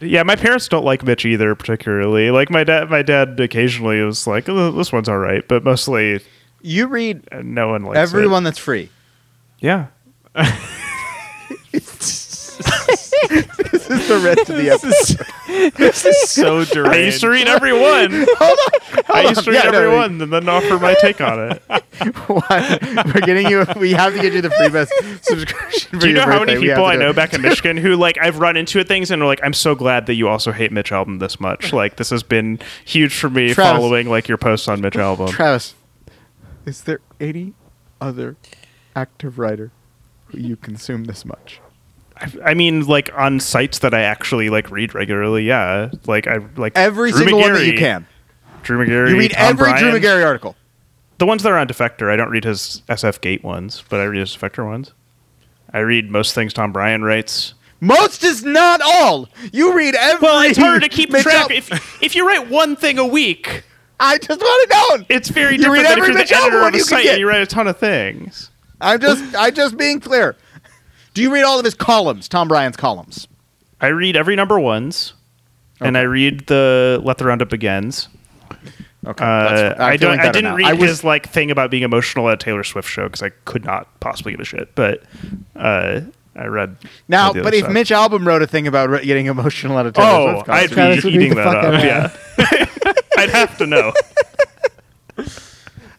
C: Yeah, my parents don't like Mitch either, particularly. Like my dad, my dad occasionally was like, "Oh, "This one's all right," but mostly
B: You read
C: uh, no one likes it.
B: everyone that's free.
C: Yeah,
B: (laughs) (laughs) This is the rest of the episode.
C: (laughs)
A: This is so
C: I
A: deranged.
C: used to
B: (laughs)
C: read everyone. I used to
B: on.
C: read
B: Yeah, no,
C: everyone and then offer my take on
B: (laughs)
C: it.
B: Why? We're getting you. We have to get you the free best subscription. For
C: Do you know
B: your
C: how many
B: birthday. We have
C: people
B: to
C: I
B: do
C: know
B: it.
C: back in Michigan who like I've run into at things and are like, "I'm so glad that you also hate Mitch Album this much." Like this has been huge for me
B: Travis.
C: following like your posts on Mitch Album.
B: Travis, is there any other active writer who you consume this much?
C: I mean, like on sites that I actually like read regularly. Yeah, like I like
B: Every
C: Drew
B: single one that you
C: McGarry.
B: can.
C: Drew McGarry.
B: You read
C: Tom
B: every Drew
C: Bryan.
B: McGarry article.
C: The ones that are on Defector, I don't read his SF Gate ones, but I read his Defector ones. I read most things Tom Bryan writes.
B: Most is not all. (laughs) You read every.
C: Well, it's harder to keep
B: Mitch Al-
C: track. If if you write one thing a week,
B: I just want it known.
C: it's very
B: You read
C: different than if
B: every
C: you're
B: Mitch
C: the
B: Albom
C: editor
B: one
C: of a
B: you can
C: site
B: get.
C: and you write a ton of things.
B: I'm just. I'm just being clear. Do you read all of his columns? Tom Bryan's columns.
C: I read every number ones, and I read the Let the Roundup Begins.
B: Okay,
C: Uh,
B: that's-
C: I,
B: I'm feeling
C: don't. I
B: better
C: didn't
B: now.
C: read
B: I was-
C: his like thing about being emotional at a Taylor Swift show because I could not possibly give a shit. But uh, I read
B: Now,
C: the other
B: but if
C: stuff.
B: Mitch Album wrote a thing about re- getting emotional at a Taylor
C: oh,
B: Swift
C: I'd
B: concert,
C: be
G: Travis would beat
C: eating
G: the
C: that
G: fuck
C: up.
G: out of
C: Yeah, (laughs) I'd have
B: (laughs)
C: to know.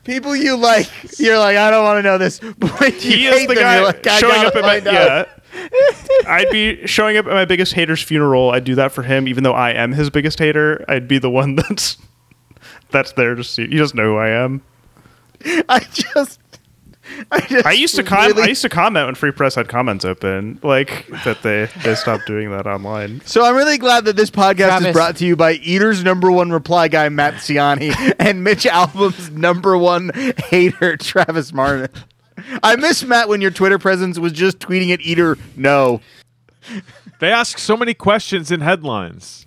B: people you like, you're like, I don't want to know this. (laughs) But when you
C: He is
B: hate
C: the
B: them,
C: guy
B: you're like, I
C: showing
B: gotta
C: up at my
B: find out.
C: yeah. I'd be showing up at my biggest hater's funeral. I'd do that for him, even though I am his biggest hater. I'd be the one (laughs) that's that's there to see. He doesn't know who I am.
B: (laughs) I just, I just. (laughs)
C: I used to com-
B: really-
C: I used to comment when Free Press had comments open, like that they they stopped doing that online.
B: So I'm really glad that this podcast
D: Travis.
B: is brought to you by Eater's number one reply guy Matt Ciani
C: (laughs)
B: and Mitch Album's number one hater (laughs) Travis Martin. I miss Matt when your Twitter presence was just tweeting at Eater. No,
A: They ask so many questions in headlines.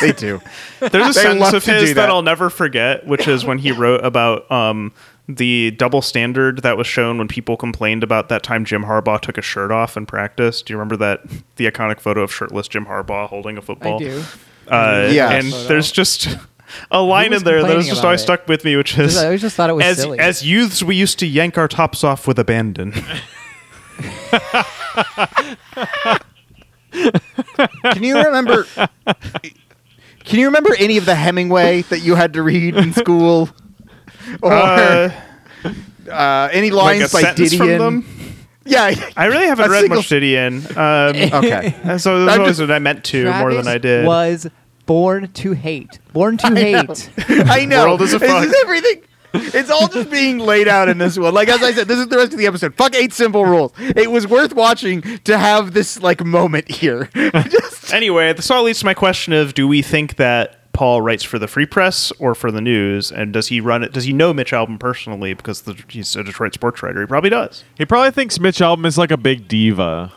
B: they
C: (laughs)
B: do.
C: There's a
B: They
C: sentence
B: love
C: of
B: to
C: his
B: do
C: that.
B: that.
C: I'll never forget, which is when he wrote about um, the double standard that was shown when people complained about that time Jim Harbaugh took a shirt off in practice. Do you remember that the iconic photo of shirtless Jim Harbaugh holding a football?
D: I do.
C: Uh,
B: Yes.
C: And there's just (laughs) a line
D: was
C: in there that was
D: complaining
C: just
D: about
C: always
D: it?
C: stuck with me, which is
D: I always just thought it was
C: as,
D: silly.
C: as youths, we used to yank our tops off with
D: (laughs)
C: abandon.
B: Can you
C: (laughs)
B: remember? Can you remember any of the Hemingway that you had to read in school, or
C: Uh,
B: uh, any lines by
C: sentence from
B: Didion?
C: them?
B: Yeah.
C: I really haven't
B: A
C: read
B: single-
C: much Didion.
D: (laughs)
C: Um,
B: Okay.
C: and so that's
B: I'm
C: always
B: just-
C: what I meant to more than
D: Travis
C: I did.
D: Was born to hate. Born
B: (laughs)
D: to hate.
B: (laughs) I know.
C: World is a
B: This
C: fuck.
B: is everything. It's all just being laid out in this one. Like as I said, this is the rest of the episode. Fuck eight simple rules. It was worth watching to have this like moment here. (laughs) just
C: anyway, this all leads to my question of do we think that Paul writes for the Free Press or for the news? And does he run it? Does he know Mitch Album personally because the, he's a Detroit sports writer? He probably does.
A: He probably thinks Mitch Album is like a big diva.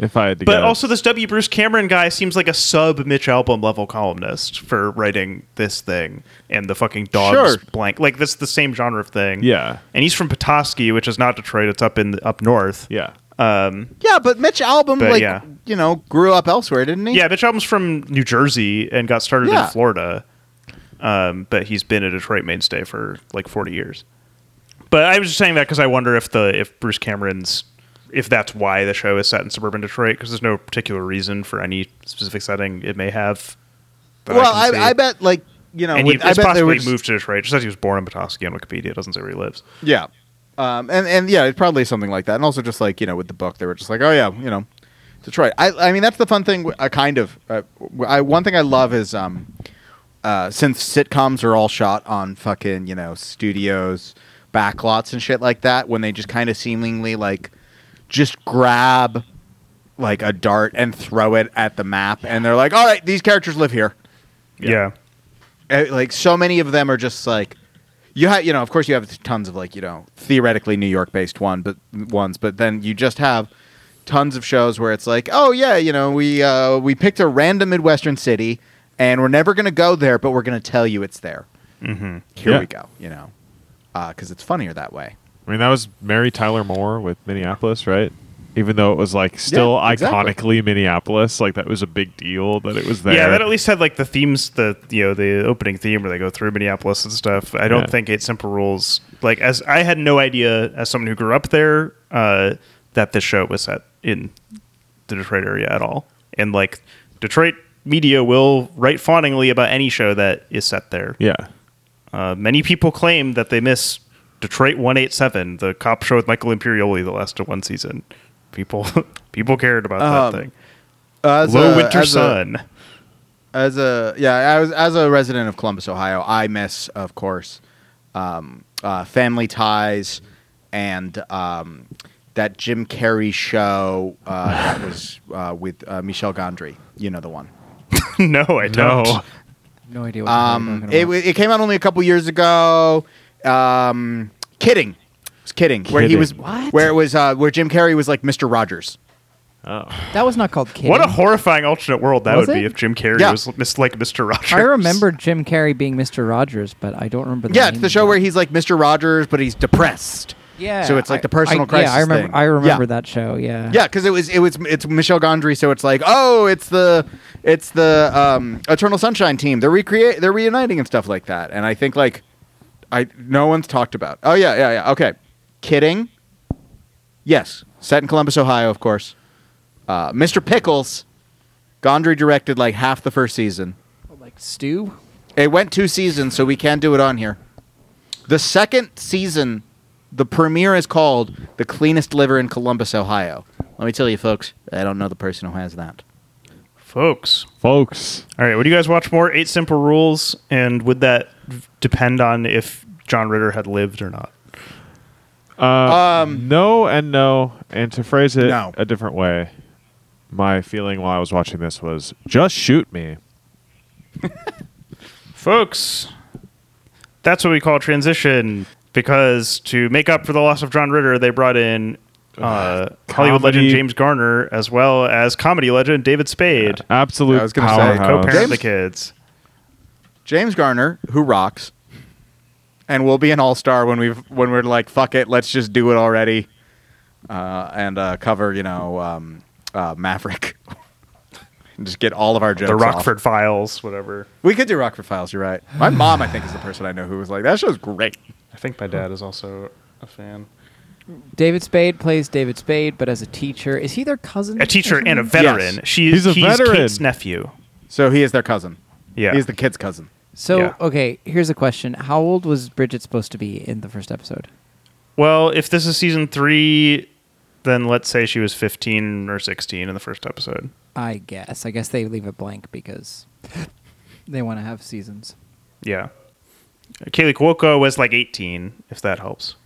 A: If I had to
C: But
A: guess.
C: also, this W. Bruce Cameron guy seems like a sub Mitch Album level columnist for writing this thing and the fucking dogs
B: Sure.
C: blank. Like, that's the same genre of thing.
A: Yeah.
C: And he's from Petoskey, which is not Detroit. It's up in up north.
A: yeah.
B: yeah, but Mitch Album
C: But,
B: like
C: yeah.
B: you know grew up elsewhere, didn't he?
C: Yeah, Mitch Album's from New Jersey and got started
B: Yeah.
C: in Florida, um, but he's been a Detroit mainstay for like forty years. But I was just saying that because I wonder if the if Bruce Cameron's if that's why the show is set in suburban Detroit because there's no particular reason for any specific setting it may have. that
B: Well,
C: can see.
B: I, I bet like you know
C: and
B: with-
C: he,
B: I
C: it's
B: bet there
C: possibly
B: was
C: moved to Detroit. Just says he was born in Petoskey on Wikipedia. It doesn't say where he lives.
B: Yeah. Um, and, and yeah, it's probably something like that. And also just like, you know, with the book, they were just like, oh yeah, you know, Detroit. I, I mean, that's the fun thing. I kind of, uh, I, one thing I love is, um, uh, since sitcoms are all shot on fucking, you know, studios, backlots and shit like that, when they just kind of seemingly like just grab like a dart and throw it at the map. And they're like, all right, these characters live here.
C: Yeah.
B: Uh, like so many of them are just like you have you know of course you have tons of like you know theoretically New York based one but ones but then you just have tons of shows where it's like oh yeah you know we uh, we picked a random midwestern city and we're never gonna go there but we're gonna tell you it's there here
A: Yeah.
B: we go you know because it's funnier that way
A: I mean, that was Mary Tyler Moore with Minneapolis, right? Even though it was like still
B: Yeah, exactly.
A: iconically Minneapolis, like that was a big deal that it was there.
C: Yeah, that at least had like the themes, the you know the opening theme where they go through Minneapolis and stuff. I don't
A: Yeah.
C: think Eight Simple Rules like as I had no idea as someone who grew up there uh, that this show was set in the Detroit area at all. And like Detroit media will write fawningly about any show that is set there.
A: Yeah.
C: Uh, many people claim that they miss Detroit 187, the cop show with Michael Imperioli that lasted one season. People (laughs) people cared about that
B: Um,
C: thing.
B: as
C: Low
B: a-
C: Winter
B: as a-
C: Sun. (laughs)
B: as a yeah as, as a resident of columbus ohio i miss of course um, uh, family ties and um, that jim carrey show uh, that was uh, with uh, michel gondry you know the one
C: no, I don't.
A: No.
F: No idea what
B: um,
F: you're
B: it,
F: talking
B: wa- it came out only a couple years ago um, kidding It was kidding, where he
A: Kidding.
B: was
D: What?
B: where it was uh, where jim carrey was like mr rogers
D: that was not called kidding.
C: What a horrifying alternate world that
D: Was
C: would be
D: it?
C: if Jim Carrey
B: Yeah.
C: was mis- like Mr. Rogers.
F: I remember Jim Carrey being Mr. Rogers, but I don't remember. The
B: yeah
F: name
B: it's the
F: of
B: show
F: it.
B: where he's like mr rogers but he's depressed
D: Yeah,
B: So it's like
D: I-
B: the personal
G: I,
B: crisis.
G: Yeah, I remember.
B: thing.
G: I remember
B: Yeah.
G: that show. Yeah.
B: Yeah, because it was it was it's Michelle Gondry, so it's like oh, it's the it's the um, Eternal Sunshine team. They're recreate they're reuniting and stuff like that. And I think like I no one's talked about. Oh yeah, yeah, yeah. Okay, kidding. Yes, set in Columbus, Ohio, of course. Uh, Mr. Pickles, Gondry directed like half the first season.
D: like stew.
B: It went two seasons, so we can't do it on here. The second season, the premiere is called The Cleanest Liver in Columbus, Ohio. Let me tell you, folks, I don't know the person who has that.
C: (laughs) folks.
A: folks.
C: All right, what do you guys watch more? Eight Simple Rules, and would that v- depend on if John Ritter had lived or not?
B: Um,
A: uh, No and no. And to phrase it
B: No.
A: a different way, my feeling while I was watching this was just shoot me.
C: Folks, that's what we call transition because to make up for the loss of John Ritter, they brought in (sighs) uh, Hollywood legend
A: Comedy.
C: James Garner as well as comedy legend David Spade,
A: Absolute
B: I was gonna say,
A: powerhouse.
C: co-parent of
B: James-
C: the kids.
B: James Garner, who rocks, and will be an all star when we when we're like, fuck it, let's just do it already, uh, and uh, cover you know um, uh, Maverick, (laughs) and just get all of our jokes.
C: The
B: off.
C: Rockford Files, whatever.
B: We could do Rockford Files. You're right. My mom, I think, is the person I know who was like, that show's great.
C: I think my dad is also a fan.
D: David Spade plays David Spade, but as a teacher, is he their cousin?
C: A teacher and a veteran.
B: Yes.
C: She,
A: He's a veteran.
C: Kate's nephew.
B: So he is their cousin.
C: Yeah.
B: He's the kid's cousin.
D: So
C: Yeah.
D: okay, here's a question: How old was Bridget supposed to be in the first episode?
C: Well, if this is season three, then let's say she was 15 or 16 in the first episode.
D: I guess. I guess they leave it blank because (laughs) they want to have seasons.
C: Yeah. Kaylee Cuoco was like 18, if that helps.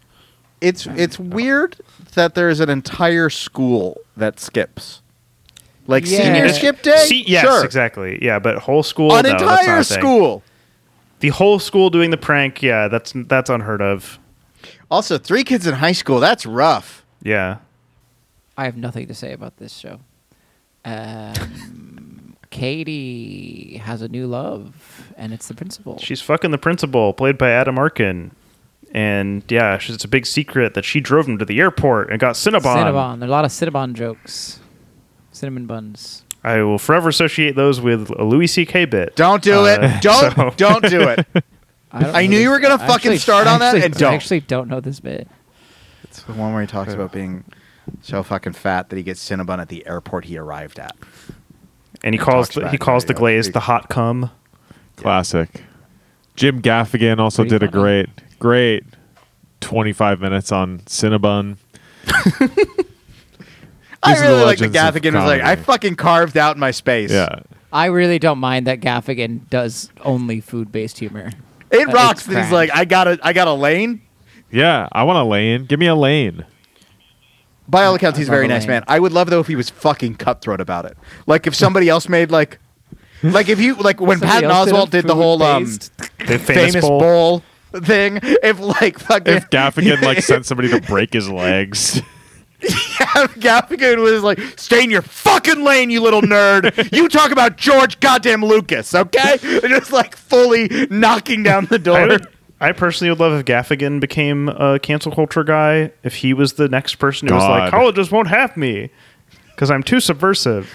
B: It's it's weird that there is an entire school that skips. Like
D: Yeah.
B: senior
D: It's-
B: skip day?
C: See, yes,
B: sure.
C: exactly. Yeah, but whole school.
B: An
C: no, that's not a
B: entire
C: thing.
B: school.
C: The whole school doing the prank. Yeah, that's that's unheard of.
B: Also, three kids in high school. That's rough.
C: Yeah.
D: I have nothing to say about this show. Um, Katie has a new love, and it's the principal.
C: She's fucking the principal, played by Adam Arkin. And yeah, she- it's a big secret that she drove him to the airport and got Cinnabon.
D: Cinnabon. There are a lot of Cinnabon jokes, cinnamon buns.
C: I will forever associate those with a Louis C.K. bit.
B: Don't do
C: Uh, (laughs)
B: it. Don't
C: so-
B: don't do
C: (laughs)
B: it.
D: don't
B: I
D: know
B: knew you
D: this-
B: were gonna
D: I
B: fucking start
D: I
B: on that
D: actually-
B: and don't.
D: I actually don't know this bit.
B: It's the one where he talks about being so fucking fat that he gets Cinnabon at the airport he arrived at.
C: And he calls
B: Talks
C: the,
B: about
C: he
B: it,
C: calls
B: yeah,
C: the
B: yeah.
C: glaze the hot cum.
A: (laughs) Classic. Jim Gaffigan also
D: Pretty
A: did a
D: funny.
A: great, great 25 minutes on Cinnabon.
B: I
A: These are the
B: really like the
A: legends of
B: Gaffigan was like, I
A: comedy.
B: fucking carved out my space.
A: Yeah.
D: I really don't mind that Gaffigan does only food-based humor.
B: It
D: Uh,
B: rocks
D: it's
B: that he's
D: cracked.
B: like, I got a I got a lane.
A: Yeah. I want a lane. Give me a lane.
B: By all accounts, he's a very
D: Another
B: nice
D: lane.
B: man. I would love though if he was fucking cutthroat about it. Like if somebody else made like, like if you like when
D: Somebody
B: Patton
D: else did a
B: Oswalt did the whole um, famous, (laughs)
D: food-based-
C: The famous, bowl.
B: bowl. thing. If like fucking
A: If
B: (laughs)
A: Gaffigan like sent somebody to break his legs.
B: if Gaffigan was like, stay in your fucking lane, you little nerd. you talk about George goddamn Lucas, okay? (laughs) Just like fully knocking down the
C: I,
B: door.
C: would- I personally would love if Gaffigan became a cancel culture guy. If he was the next person who was
A: God.
C: like, colleges won't have me because I'm too subversive.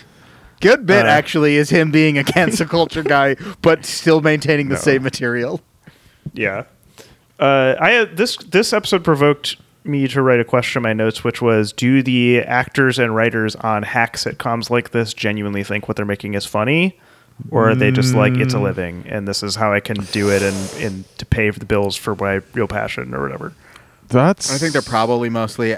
B: Good bit
C: Uh,
B: actually is him being a cancel culture guy, but still maintaining the
C: No.
B: same material.
C: Yeah. Uh, I uh, this this episode provoked me to write a question in my notes, which was, do the actors and writers on hack sitcoms like this genuinely think what they're making is funny, or are they just like it's
D: Mm.
C: a living and this is how I can do it and and to pay the bills for my real passion or whatever?
A: That's.
B: I think they're probably mostly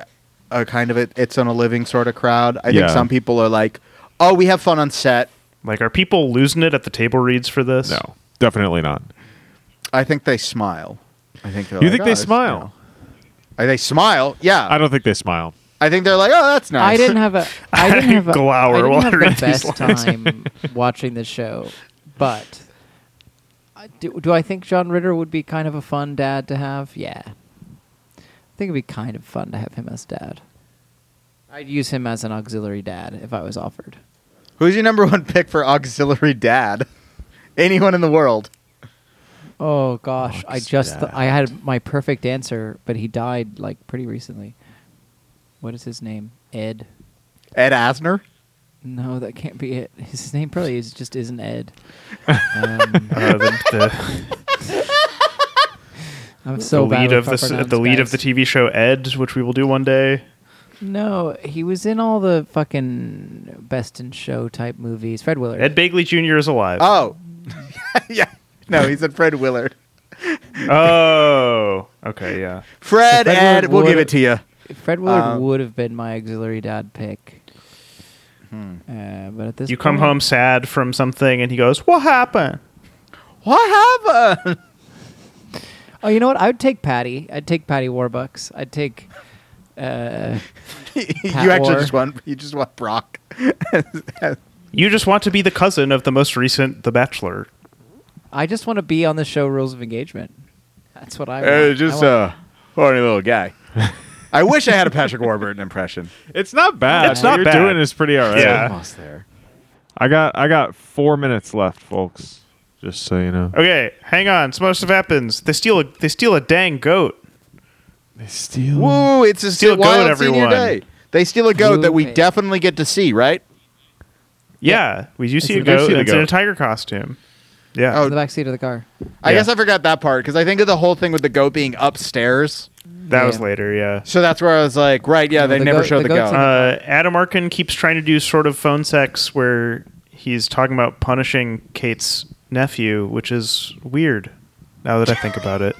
B: a kind of it, it's on a living sort of crowd. I
A: Yeah.
B: think some people are like, oh, we have fun on set.
C: Like, are people losing it at the table reads for this?
A: No, definitely not.
B: I think they smile. I think they're
A: You
B: like,
A: think
B: "Oh,
A: they
B: this-
A: smile?
B: no." Uh, They smile. Yeah.
A: I don't think they smile.
B: I think they're like, oh, that's nice.
D: I didn't
B: (laughs)
D: have a I didn't have a
C: Glower
D: I didn't
C: while
D: have
C: I read
D: the
C: these
D: best
B: (laughs)
C: lines.
D: time watching this show, but I- do, do I think John Ritter would be kind of a fun dad to have? Yeah, I think it'd be kind of fun to have him as dad. I'd use him as an auxiliary dad if I was offered.
B: (laughs) Who's your number one pick for auxiliary dad? Anyone in the world?
D: Oh gosh, I just
A: Rockstead.
D: I had my perfect answer, but he died like pretty recently. What is his name? Ed?
B: Ed Asner.
D: No, that can't be it. His name probably is just isn't Ed. Um,
C: (laughs) Uh, the, the,
D: I'm (laughs) so
C: the
D: bad
C: lead
D: with
C: of the s-
D: proper
C: the lead of
D: nouns,
C: the
D: guys.
C: TV show Ed, which we will do one day.
D: No, he was in all the fucking best in show type movies. Fred Willard.
C: Ed Bagley Jr. is alive.
D: Ah.
B: Oh, (laughs) yeah. No, he said Fred Willard.
C: Oh, okay, yeah.
B: Fred,
D: So Fred
B: Ed,
D: Willard
B: we'll
D: would-
B: give it to you.
D: Fred Willard
B: Um,
D: would have been my auxiliary dad pick. Uh, but at this
C: Hmm. You come
D: point-
C: home sad from something, and he goes, "What happened?"
B: What happened?
D: Oh, you know what? I would take Patty. I'd take Patty Warbucks. I'd take.
B: (laughs) you
D: Pat
B: actually
D: Orr.
B: just want you just want Brock.
C: You just want to be the cousin of the most recent The Bachelor.
D: I just want to be on the show Rules of Engagement. That's what I want.
B: Uh,
D: I
B: just
D: want-
B: a horny little guy. (laughs) I wish I had a Patrick Warburton impression.
A: It's not bad.
C: It's
A: what
C: not
A: you're
C: bad.
A: doing is pretty alright.
C: Yeah.
B: Almost there.
A: I got I got four minutes left, folks. Just so you know.
C: Okay, hang on. Some other stuff happens. They steal a they steal a dang goat.
A: They steal.
B: (laughs) Woo! It's a
C: Steal a
B: wild
C: goat,
B: senior
C: everyone.
B: day. They steal a goat that we
D: Okay.
B: definitely get to see, right?
C: Yeah, we do see
A: see
C: a
A: the- I
C: goat.
A: see the
C: it's in a
A: goat.
C: tiger costume.
B: uh,
C: Yeah.
D: in the back seat of the car.
B: I
C: Yeah.
B: guess I forgot that part because I think of the whole thing with the goat being upstairs.
C: that was
D: Yeah.
C: later. Yeah.
B: So that's where I was like, right? Yeah,
D: No,
B: they
D: the
B: never
D: goat-
B: show
D: the
B: the,
D: goat's
B: goat.
C: Uh,
D: in
C: Adam Arkin keeps trying to do sort of phone sex where he's talking about punishing Kate's nephew, which is weird. Now that I think about it,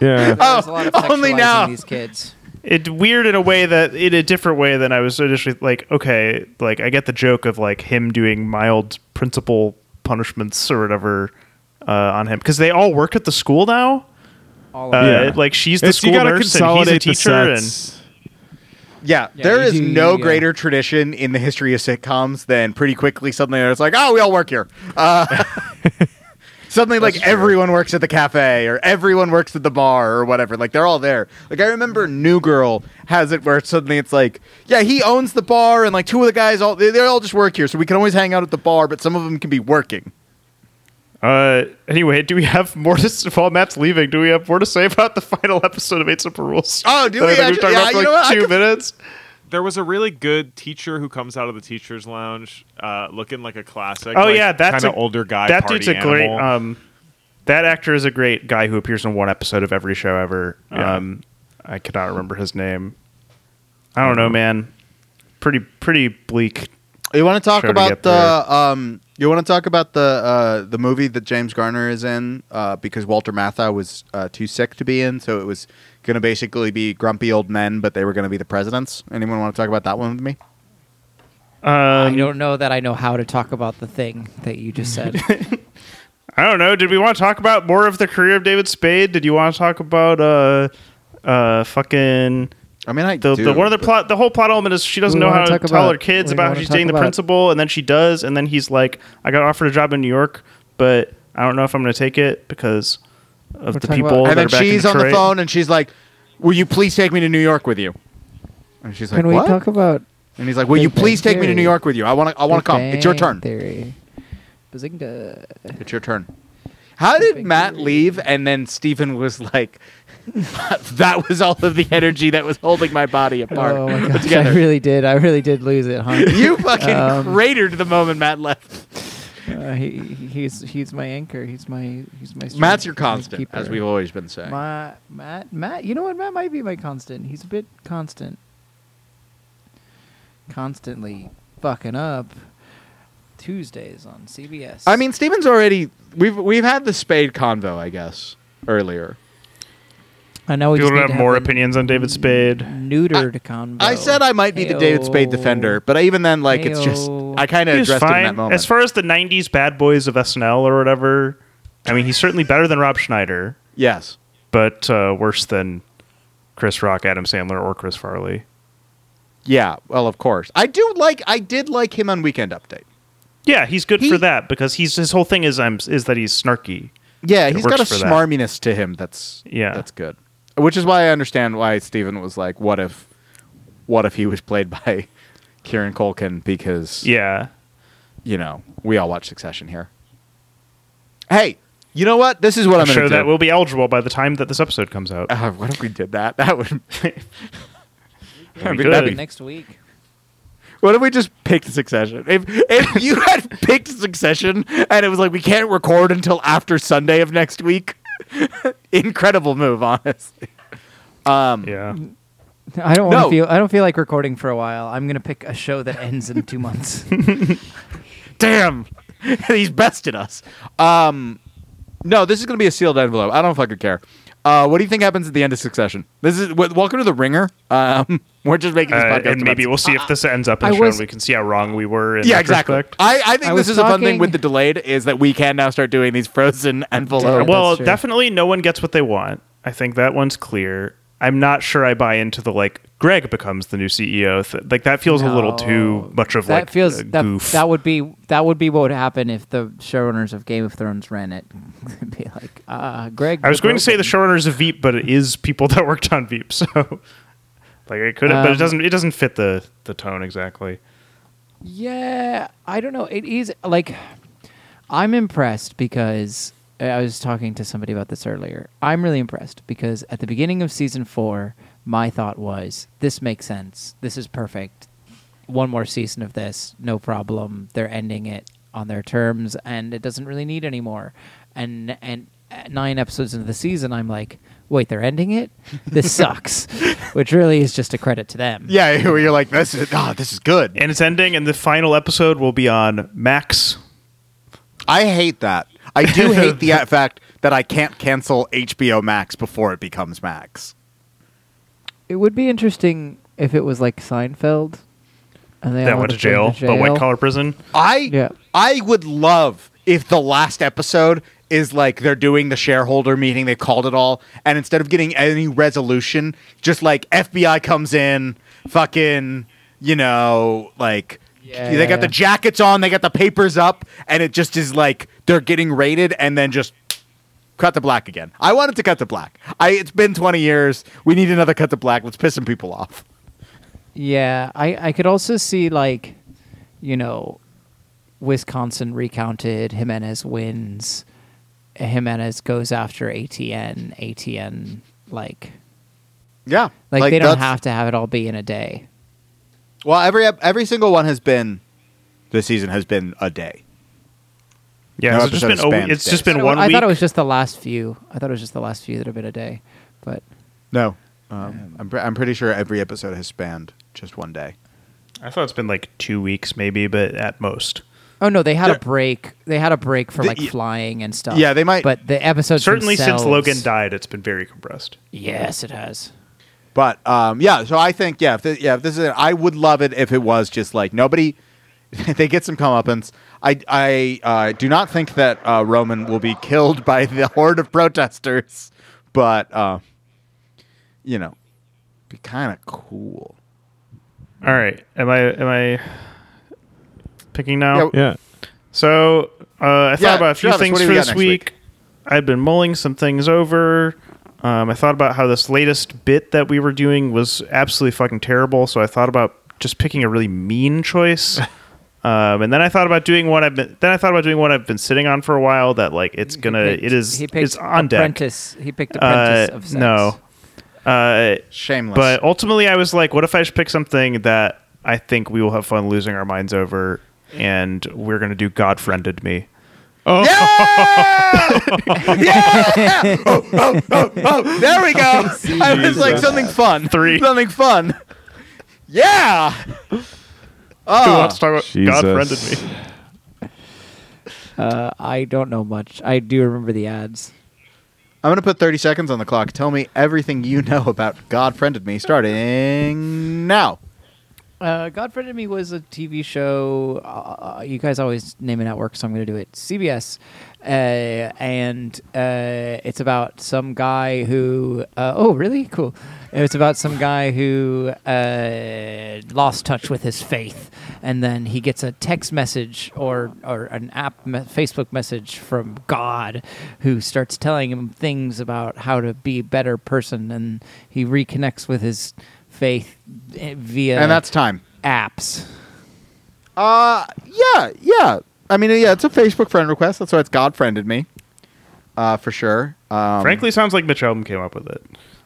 A: Yeah.
D: There's a lot of
B: Oh, only
D: sexualizing
B: now.
D: These kids.
C: it weird in a way that in a different way than I was initially like. Okay, like I get the joke of like him doing mild principal punishments or whatever uh, on him because they all work at the school now.
D: All
C: Uh,
D: of
A: Yeah.
C: Like she's the
A: It's-
C: school
A: you gotta
C: nurse and he's a
A: consolidate the
C: teacher, and
A: sets.
B: yeah,
D: Yeah,
B: there
D: you
B: is
D: do-
B: no
D: yeah.
B: greater tradition in the history of sitcoms than pretty quickly suddenly it's like, oh, we all work here. Uh, suddenly, like everyone works at the cafe or everyone works at the bar or whatever. Like they're all there. Like I remember New Girl has it where suddenly it's like, yeah, he owns the bar and like two of the guys all they, they all just work here, so we can always hang out at the bar, but some of them can be working.
C: Uh, anyway, do we have more to while Matt's leaving? Do we have more to say about the final episode of Eight Simple Rules? Uh,
B: Oh, do
C: That I
B: we
C: think
B: actually-
C: talked
B: yeah,
C: about for
B: you know
C: like
B: what? I
C: two
B: could-
C: minutes.
A: There was a really good teacher who comes out of the teachers' lounge, uh, looking like a classic.
C: Oh
A: like,
C: yeah, that's
A: kinda
C: an
A: older guy.
C: That
A: party
C: dude's a great.
A: animal.
C: Um, that actor is a great guy who appears in one episode of every show ever.
A: Oh, Yeah.
C: Um, I cannot remember his name. I don't
A: Mm-hmm.
C: know, man. Pretty pretty bleak.
B: You want to talk
C: Sure to
B: about
C: get
B: the um, you want to talk about the uh, the movie that James Garner is in uh, because Walter Matthau was uh, too sick to be in, so it was going to basically be grumpy old men, but they were going to be the presidents. Anyone want to talk about that one with me?
D: I
B: Um,
D: don't know that I know how to talk about the thing that you
B: (laughs)
D: just said.
C: I don't know. Did we want to talk about more of the career of David Spade? Did you want to talk about uh, uh, fucking
B: I mean, I
C: the,
B: do,
C: the one of the
B: but-
C: plot the whole plot element is she doesn't
D: We
C: know
D: wanna
C: how to
D: talk
C: tell
D: about-
C: her kids
D: we
C: about how
D: wanna
C: she's
D: talk
C: dating the
D: about-
C: principal and then she does and then he's like i got offered a job in new york but i don't know if i'm going to take it because of the
D: We're talking
C: people
D: about-
B: And
C: that
B: then
C: are back in
B: she's on the
C: Detroit."
B: phone, and she's like, "Will you please take me to New York with you?" And she's like,
D: Can we
B: "What?"
D: talk about
B: and he's like, "Will you
D: Big Bang
B: please take me to
D: Theory?
B: New York with you? I want to. I want to come. It's your turn.
D: Theory. Bazinga.
B: It's your turn. How did
D: Big
B: Matt
D: theory.
B: leave and then Stephen was like, (laughs) that was all of the energy that was holding my body apart?
D: Oh
B: (laughs)
D: my gosh, I
B: together.
D: really did. I really Um, did lose it,
B: (laughs)
D: huh? (laughs)
B: you fucking cratered the moment Matt left.
D: Uh, he, he's he's my anchor. He's my he's my. strength,
B: Matt's your
D: my
B: constant, as
D: keeper.
B: we've always been saying.
D: My, Matt, Matt, you know what? Matt might be my constant. He's a bit constant. Constantly fucking up. Tuesdays on CBS.
B: I mean, Stephen's already. We've we've had the spade convo, I guess, earlier.
D: I know we
C: people
D: just need
C: don't
D: to
C: have more
D: an
C: opinions on david spade
B: Mm-hmm.
D: Neutered convo.
B: I said I might be the David Spade
D: Ayo.
B: defender, but even then, like, it's just.
D: Ayo.
B: I kind of
C: He was
B: addressed it in
C: fine.
B: that moment.
C: as far as the 90s bad boys of snl or whatever i mean he's certainly better than rob schneider
B: yes.
C: but uh, worse than chris rock adam sandler or chris farley
B: Yeah. Well, of course. I do like. I did like him on Weekend Update.
C: yeah he's good
B: He-
C: for that because he's his whole thing is I'm, is that he's snarky
B: Yeah,
C: It
B: he's
C: works
B: got a
C: for that.
B: smarminess to him that's
C: Yeah.
B: that's good. Which is why I understand why Steven was like, "What if, what if he was played (laughs) by Kieran Culkin?" Because
C: yeah
B: you know we all watch Succession here. Hey, You know what? This is what
C: a
B: I'm going to
C: show
B: do.
C: that will be eligible by the time that this episode comes
B: (laughs)
C: out.
B: Uh, what if we did that? That would. (laughs) that'd be,
C: good.
B: that'd be-
D: next week.
B: what if we just picked Succession? If
C: (laughs)
B: if you had picked Succession and it was like we can't record until after Sunday of next week, (laughs) incredible move, honestly. Um,
C: yeah.
D: (laughs) I don't want to
B: No.
D: feel. I don't feel like recording for a while. I'm gonna pick a show that ends in two months.
B: damn, (laughs) he's bested us. Um, no, this is going to be a sealed envelope. I don't fucking care. Uh, what do you think happens at the end of Succession? This is w- welcome to the Ringer. Um, (laughs) we're just making this
C: Uh,
B: podcast.
C: and maybe
B: about-
C: we'll see if this ends up in
D: I
C: the show
D: was-
C: and we can see how wrong we were. In
B: yeah, exactly. Uh,
C: retrospect.
B: I, I think
D: I
B: this
D: was
B: is a fun thing with
D: talking-
B: the delayed is that we can now start doing these
C: (laughs)
B: frozen
D: Yeah,
B: envelopes.
C: well,
D: that's true.
C: definitely no one gets what they want. I think that one's clear. I'm not sure I buy into the like Greg becomes the new CEO. Th- like that feels a little too
D: No.
C: much of
D: that
C: like
D: feels
C: a
D: that,
C: goof.
D: that would be that would be what would happen if the showrunners of Game of Thrones ran it. (laughs) They'd be like, uh, Greg.
C: I was going to say the
D: broken.
C: showrunners of Veep, but it is people (laughs) that worked on Veep, so like it could, have but it
D: Um,
C: doesn't. It doesn't fit the the tone exactly.
D: Yeah, I don't know. It is like I'm impressed because I was talking to somebody about this earlier. I'm really impressed because at the beginning of season 4, my thought was this makes sense. This is perfect. One more season of this, no problem. They're ending it on their terms and it doesn't really need any more. And and at 9 episodes into the season, I'm like, "Wait, they're ending it? This sucks." Which really is just a credit to them.
B: yeah, (laughs) where you're like, this is oh, this is good.
C: And it's ending, and the final episode will be on Max.
B: I hate that. I
C: (laughs)
B: do hate the fact that I can't cancel HBO Max before it becomes Max.
D: It would be interesting if it went to jail, but white-collar- if it was like Seinfeld, and they
C: that went to jail, but white collar prison.
B: I
D: Yeah.
B: I would love if the last episode is like they're doing the shareholder meeting, they called it all, and instead of getting any resolution, just like FBI comes in, fucking, you know, like
D: Yeah,
B: they
D: yeah,
B: got the
D: yeah.
B: jackets on, they got the papers up, and it just is like they're getting raided and then just cut the black again. I wanted to cut the black. I it's been 20 years. We need another cut the black. Let's piss some people off.
D: Yeah, I I could also see like, you know, Wisconsin recounted, Jimenez wins, Jimenez goes after ATN, ATN like
B: Yeah.
D: like, they don't
B: that's-
D: have to have it all be in a day.
B: Well, every ep- every single one has been this season has been a day.
C: Yeah,
B: No
C: it's just
B: episode
C: been a w-
B: spans
C: it's just
B: days.
C: been one
D: I
C: week.
D: thought it was just the last few. I thought it was just the last few that have been a day, but
B: No, um, I'm pre- I'm pretty sure every episode has spanned just one day.
C: I thought it's been like two weeks, maybe, but at most.
D: Oh no, they had
B: There-
D: a break. They had a break for
B: The-
D: like
B: yeah.
D: flying and stuff.
B: Yeah, they might-
D: But the episodes
C: Certainly, since
D: themselves-
C: Logan died, it's been very compressed.
D: Yes, it has.
B: But um, yeah, so I think yeah, if thi- yeah, if this is it, I would love it if it was just like nobody. (laughs) they get some comeuppance. I I uh, do not think that uh, Roman will be killed by the (laughs) horde of protesters, but uh, you know, be kind of cool.
C: All right, am I am I picking now?
B: Yeah,
A: Yeah.
C: So uh, I thought
B: Yeah,
C: about a few
B: Travis,
C: things
B: what do
C: for
B: we got
C: this
B: next
C: week.
B: week?
C: I've been mulling some things over. Um, I thought about how this latest bit that we were doing was absolutely fucking terrible. So I thought about just picking a really
B: (laughs)
C: mean choice. Um, and then I thought about doing one I've been then I thought about doing one I've been sitting on for a while that like it's gonna
D: He picked-
C: it is
D: He picked
C: it's on deck.
D: apprentice. He picked
C: Uh,
D: apprentice of sex.
C: no. Uh,
B: Shameless.
C: but ultimately, I was like, what if I just pick something that I think we will have fun losing our minds over, and we're gonna do God friended me.
B: (laughs) Yeah! yeah! Oh, oh, oh, oh, there we go. I was like something fun.
C: Three.
B: Something fun. Yeah.
C: Who
B: Oh,
C: wants to talk about
A: Jesus.
C: God friended me?
D: Uh, I don't know much. I do remember the ads.
B: I'm gonna put 30 seconds on the clock. Tell me everything you know about God friended me, starting now.
D: Uh, Godfriend and Me was a TV show. Uh, you guys always name a network, so I'm going to do it. CBS. Uh, and uh, it's about some guy who. Uh, oh, really? Cool. It's about some guy who uh, lost touch with his faith, and then he gets a text message or, or an app, me- Facebook message from God, who starts telling him things about how to be a better person, and he reconnects with his faith eh, via
B: And that's time.
D: apps.
B: Uh, yeah, yeah. I mean, yeah, it's a Facebook friend request. That's why it's God friended me. uh, for sure. Um,
C: Frankly, sounds like Mitch Album came up with it.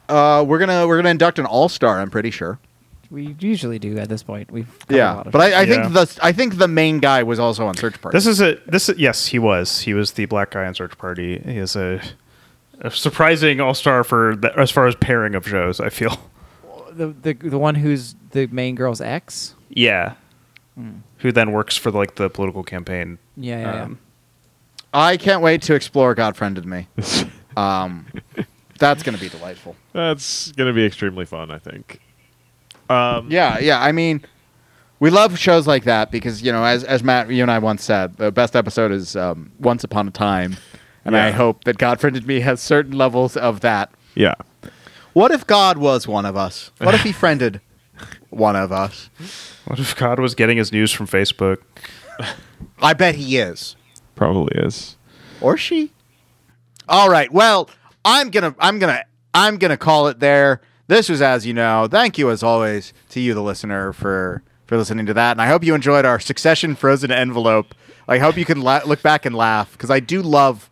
B: uh, we're gonna we're gonna induct an all star. I'm pretty sure.
D: We usually do at this point. We've covered a
B: Yeah,
D: lot of
B: but I, I
C: Yeah.
B: think the I think the main guy was also on Search Party.
C: This is a this. Yes, he was. He was the black guy in Search Party. He is a, a surprising all star for the, as far as pairing of shows. I feel.
D: the, the the one who's the main girl's ex.
C: Yeah. Hmm. Who then works for like the political campaign?
D: Yeah, yeah,
B: Uh,
D: yeah.
C: Um,
B: I can't wait to explore God Friended
C: (laughs)
B: Me. Um, that's gonna be delightful.
A: That's gonna be extremely fun, I think.
B: Yeah, yeah. I mean, we love shows like that because you know, as as Matt, you and I once said, the best episode is um, Once Upon a Time, and I
A: Yeah.
B: hope that God Friended Me has certain levels of that.
A: Yeah.
B: What if God was one of us? What
C: (laughs)
B: if he friended one of us?
C: What if God was getting his news from Facebook?
B: I bet he is.
A: Probably is.
B: or she. All right. Well, I'm gonna I'm gonna I'm gonna call it there. This was as you know. Thank you as always to you, the listener, for for listening to that, and I hope you enjoyed our Succession Frozen envelope. I hope you can la- look back and laugh because I do love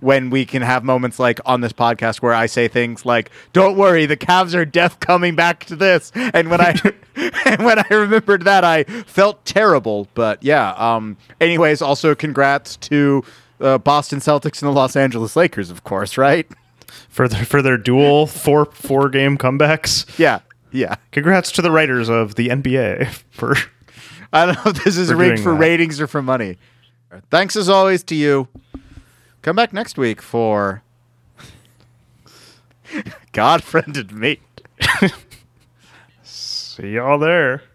B: when we can have moments like on this podcast where I say things like, "Don't worry, the Cavs are deaf coming back to this," and when I (laughs) and when I remembered that, I felt terrible. But yeah. Um. Anyways, also congrats to uh, Boston Celtics and the Los Angeles Lakers, of course, right? (laughs)
C: for their for their dual four four game comebacks.
B: Yeah, yeah.
C: Congrats to the writers of the NBA (laughs) for
B: I don't know if this is
C: For
B: rigged
C: doing
B: for
C: that.
B: ratings or for money. Thanks as always to you. Come back next week for (laughs) God friended me.
C: see y'all there.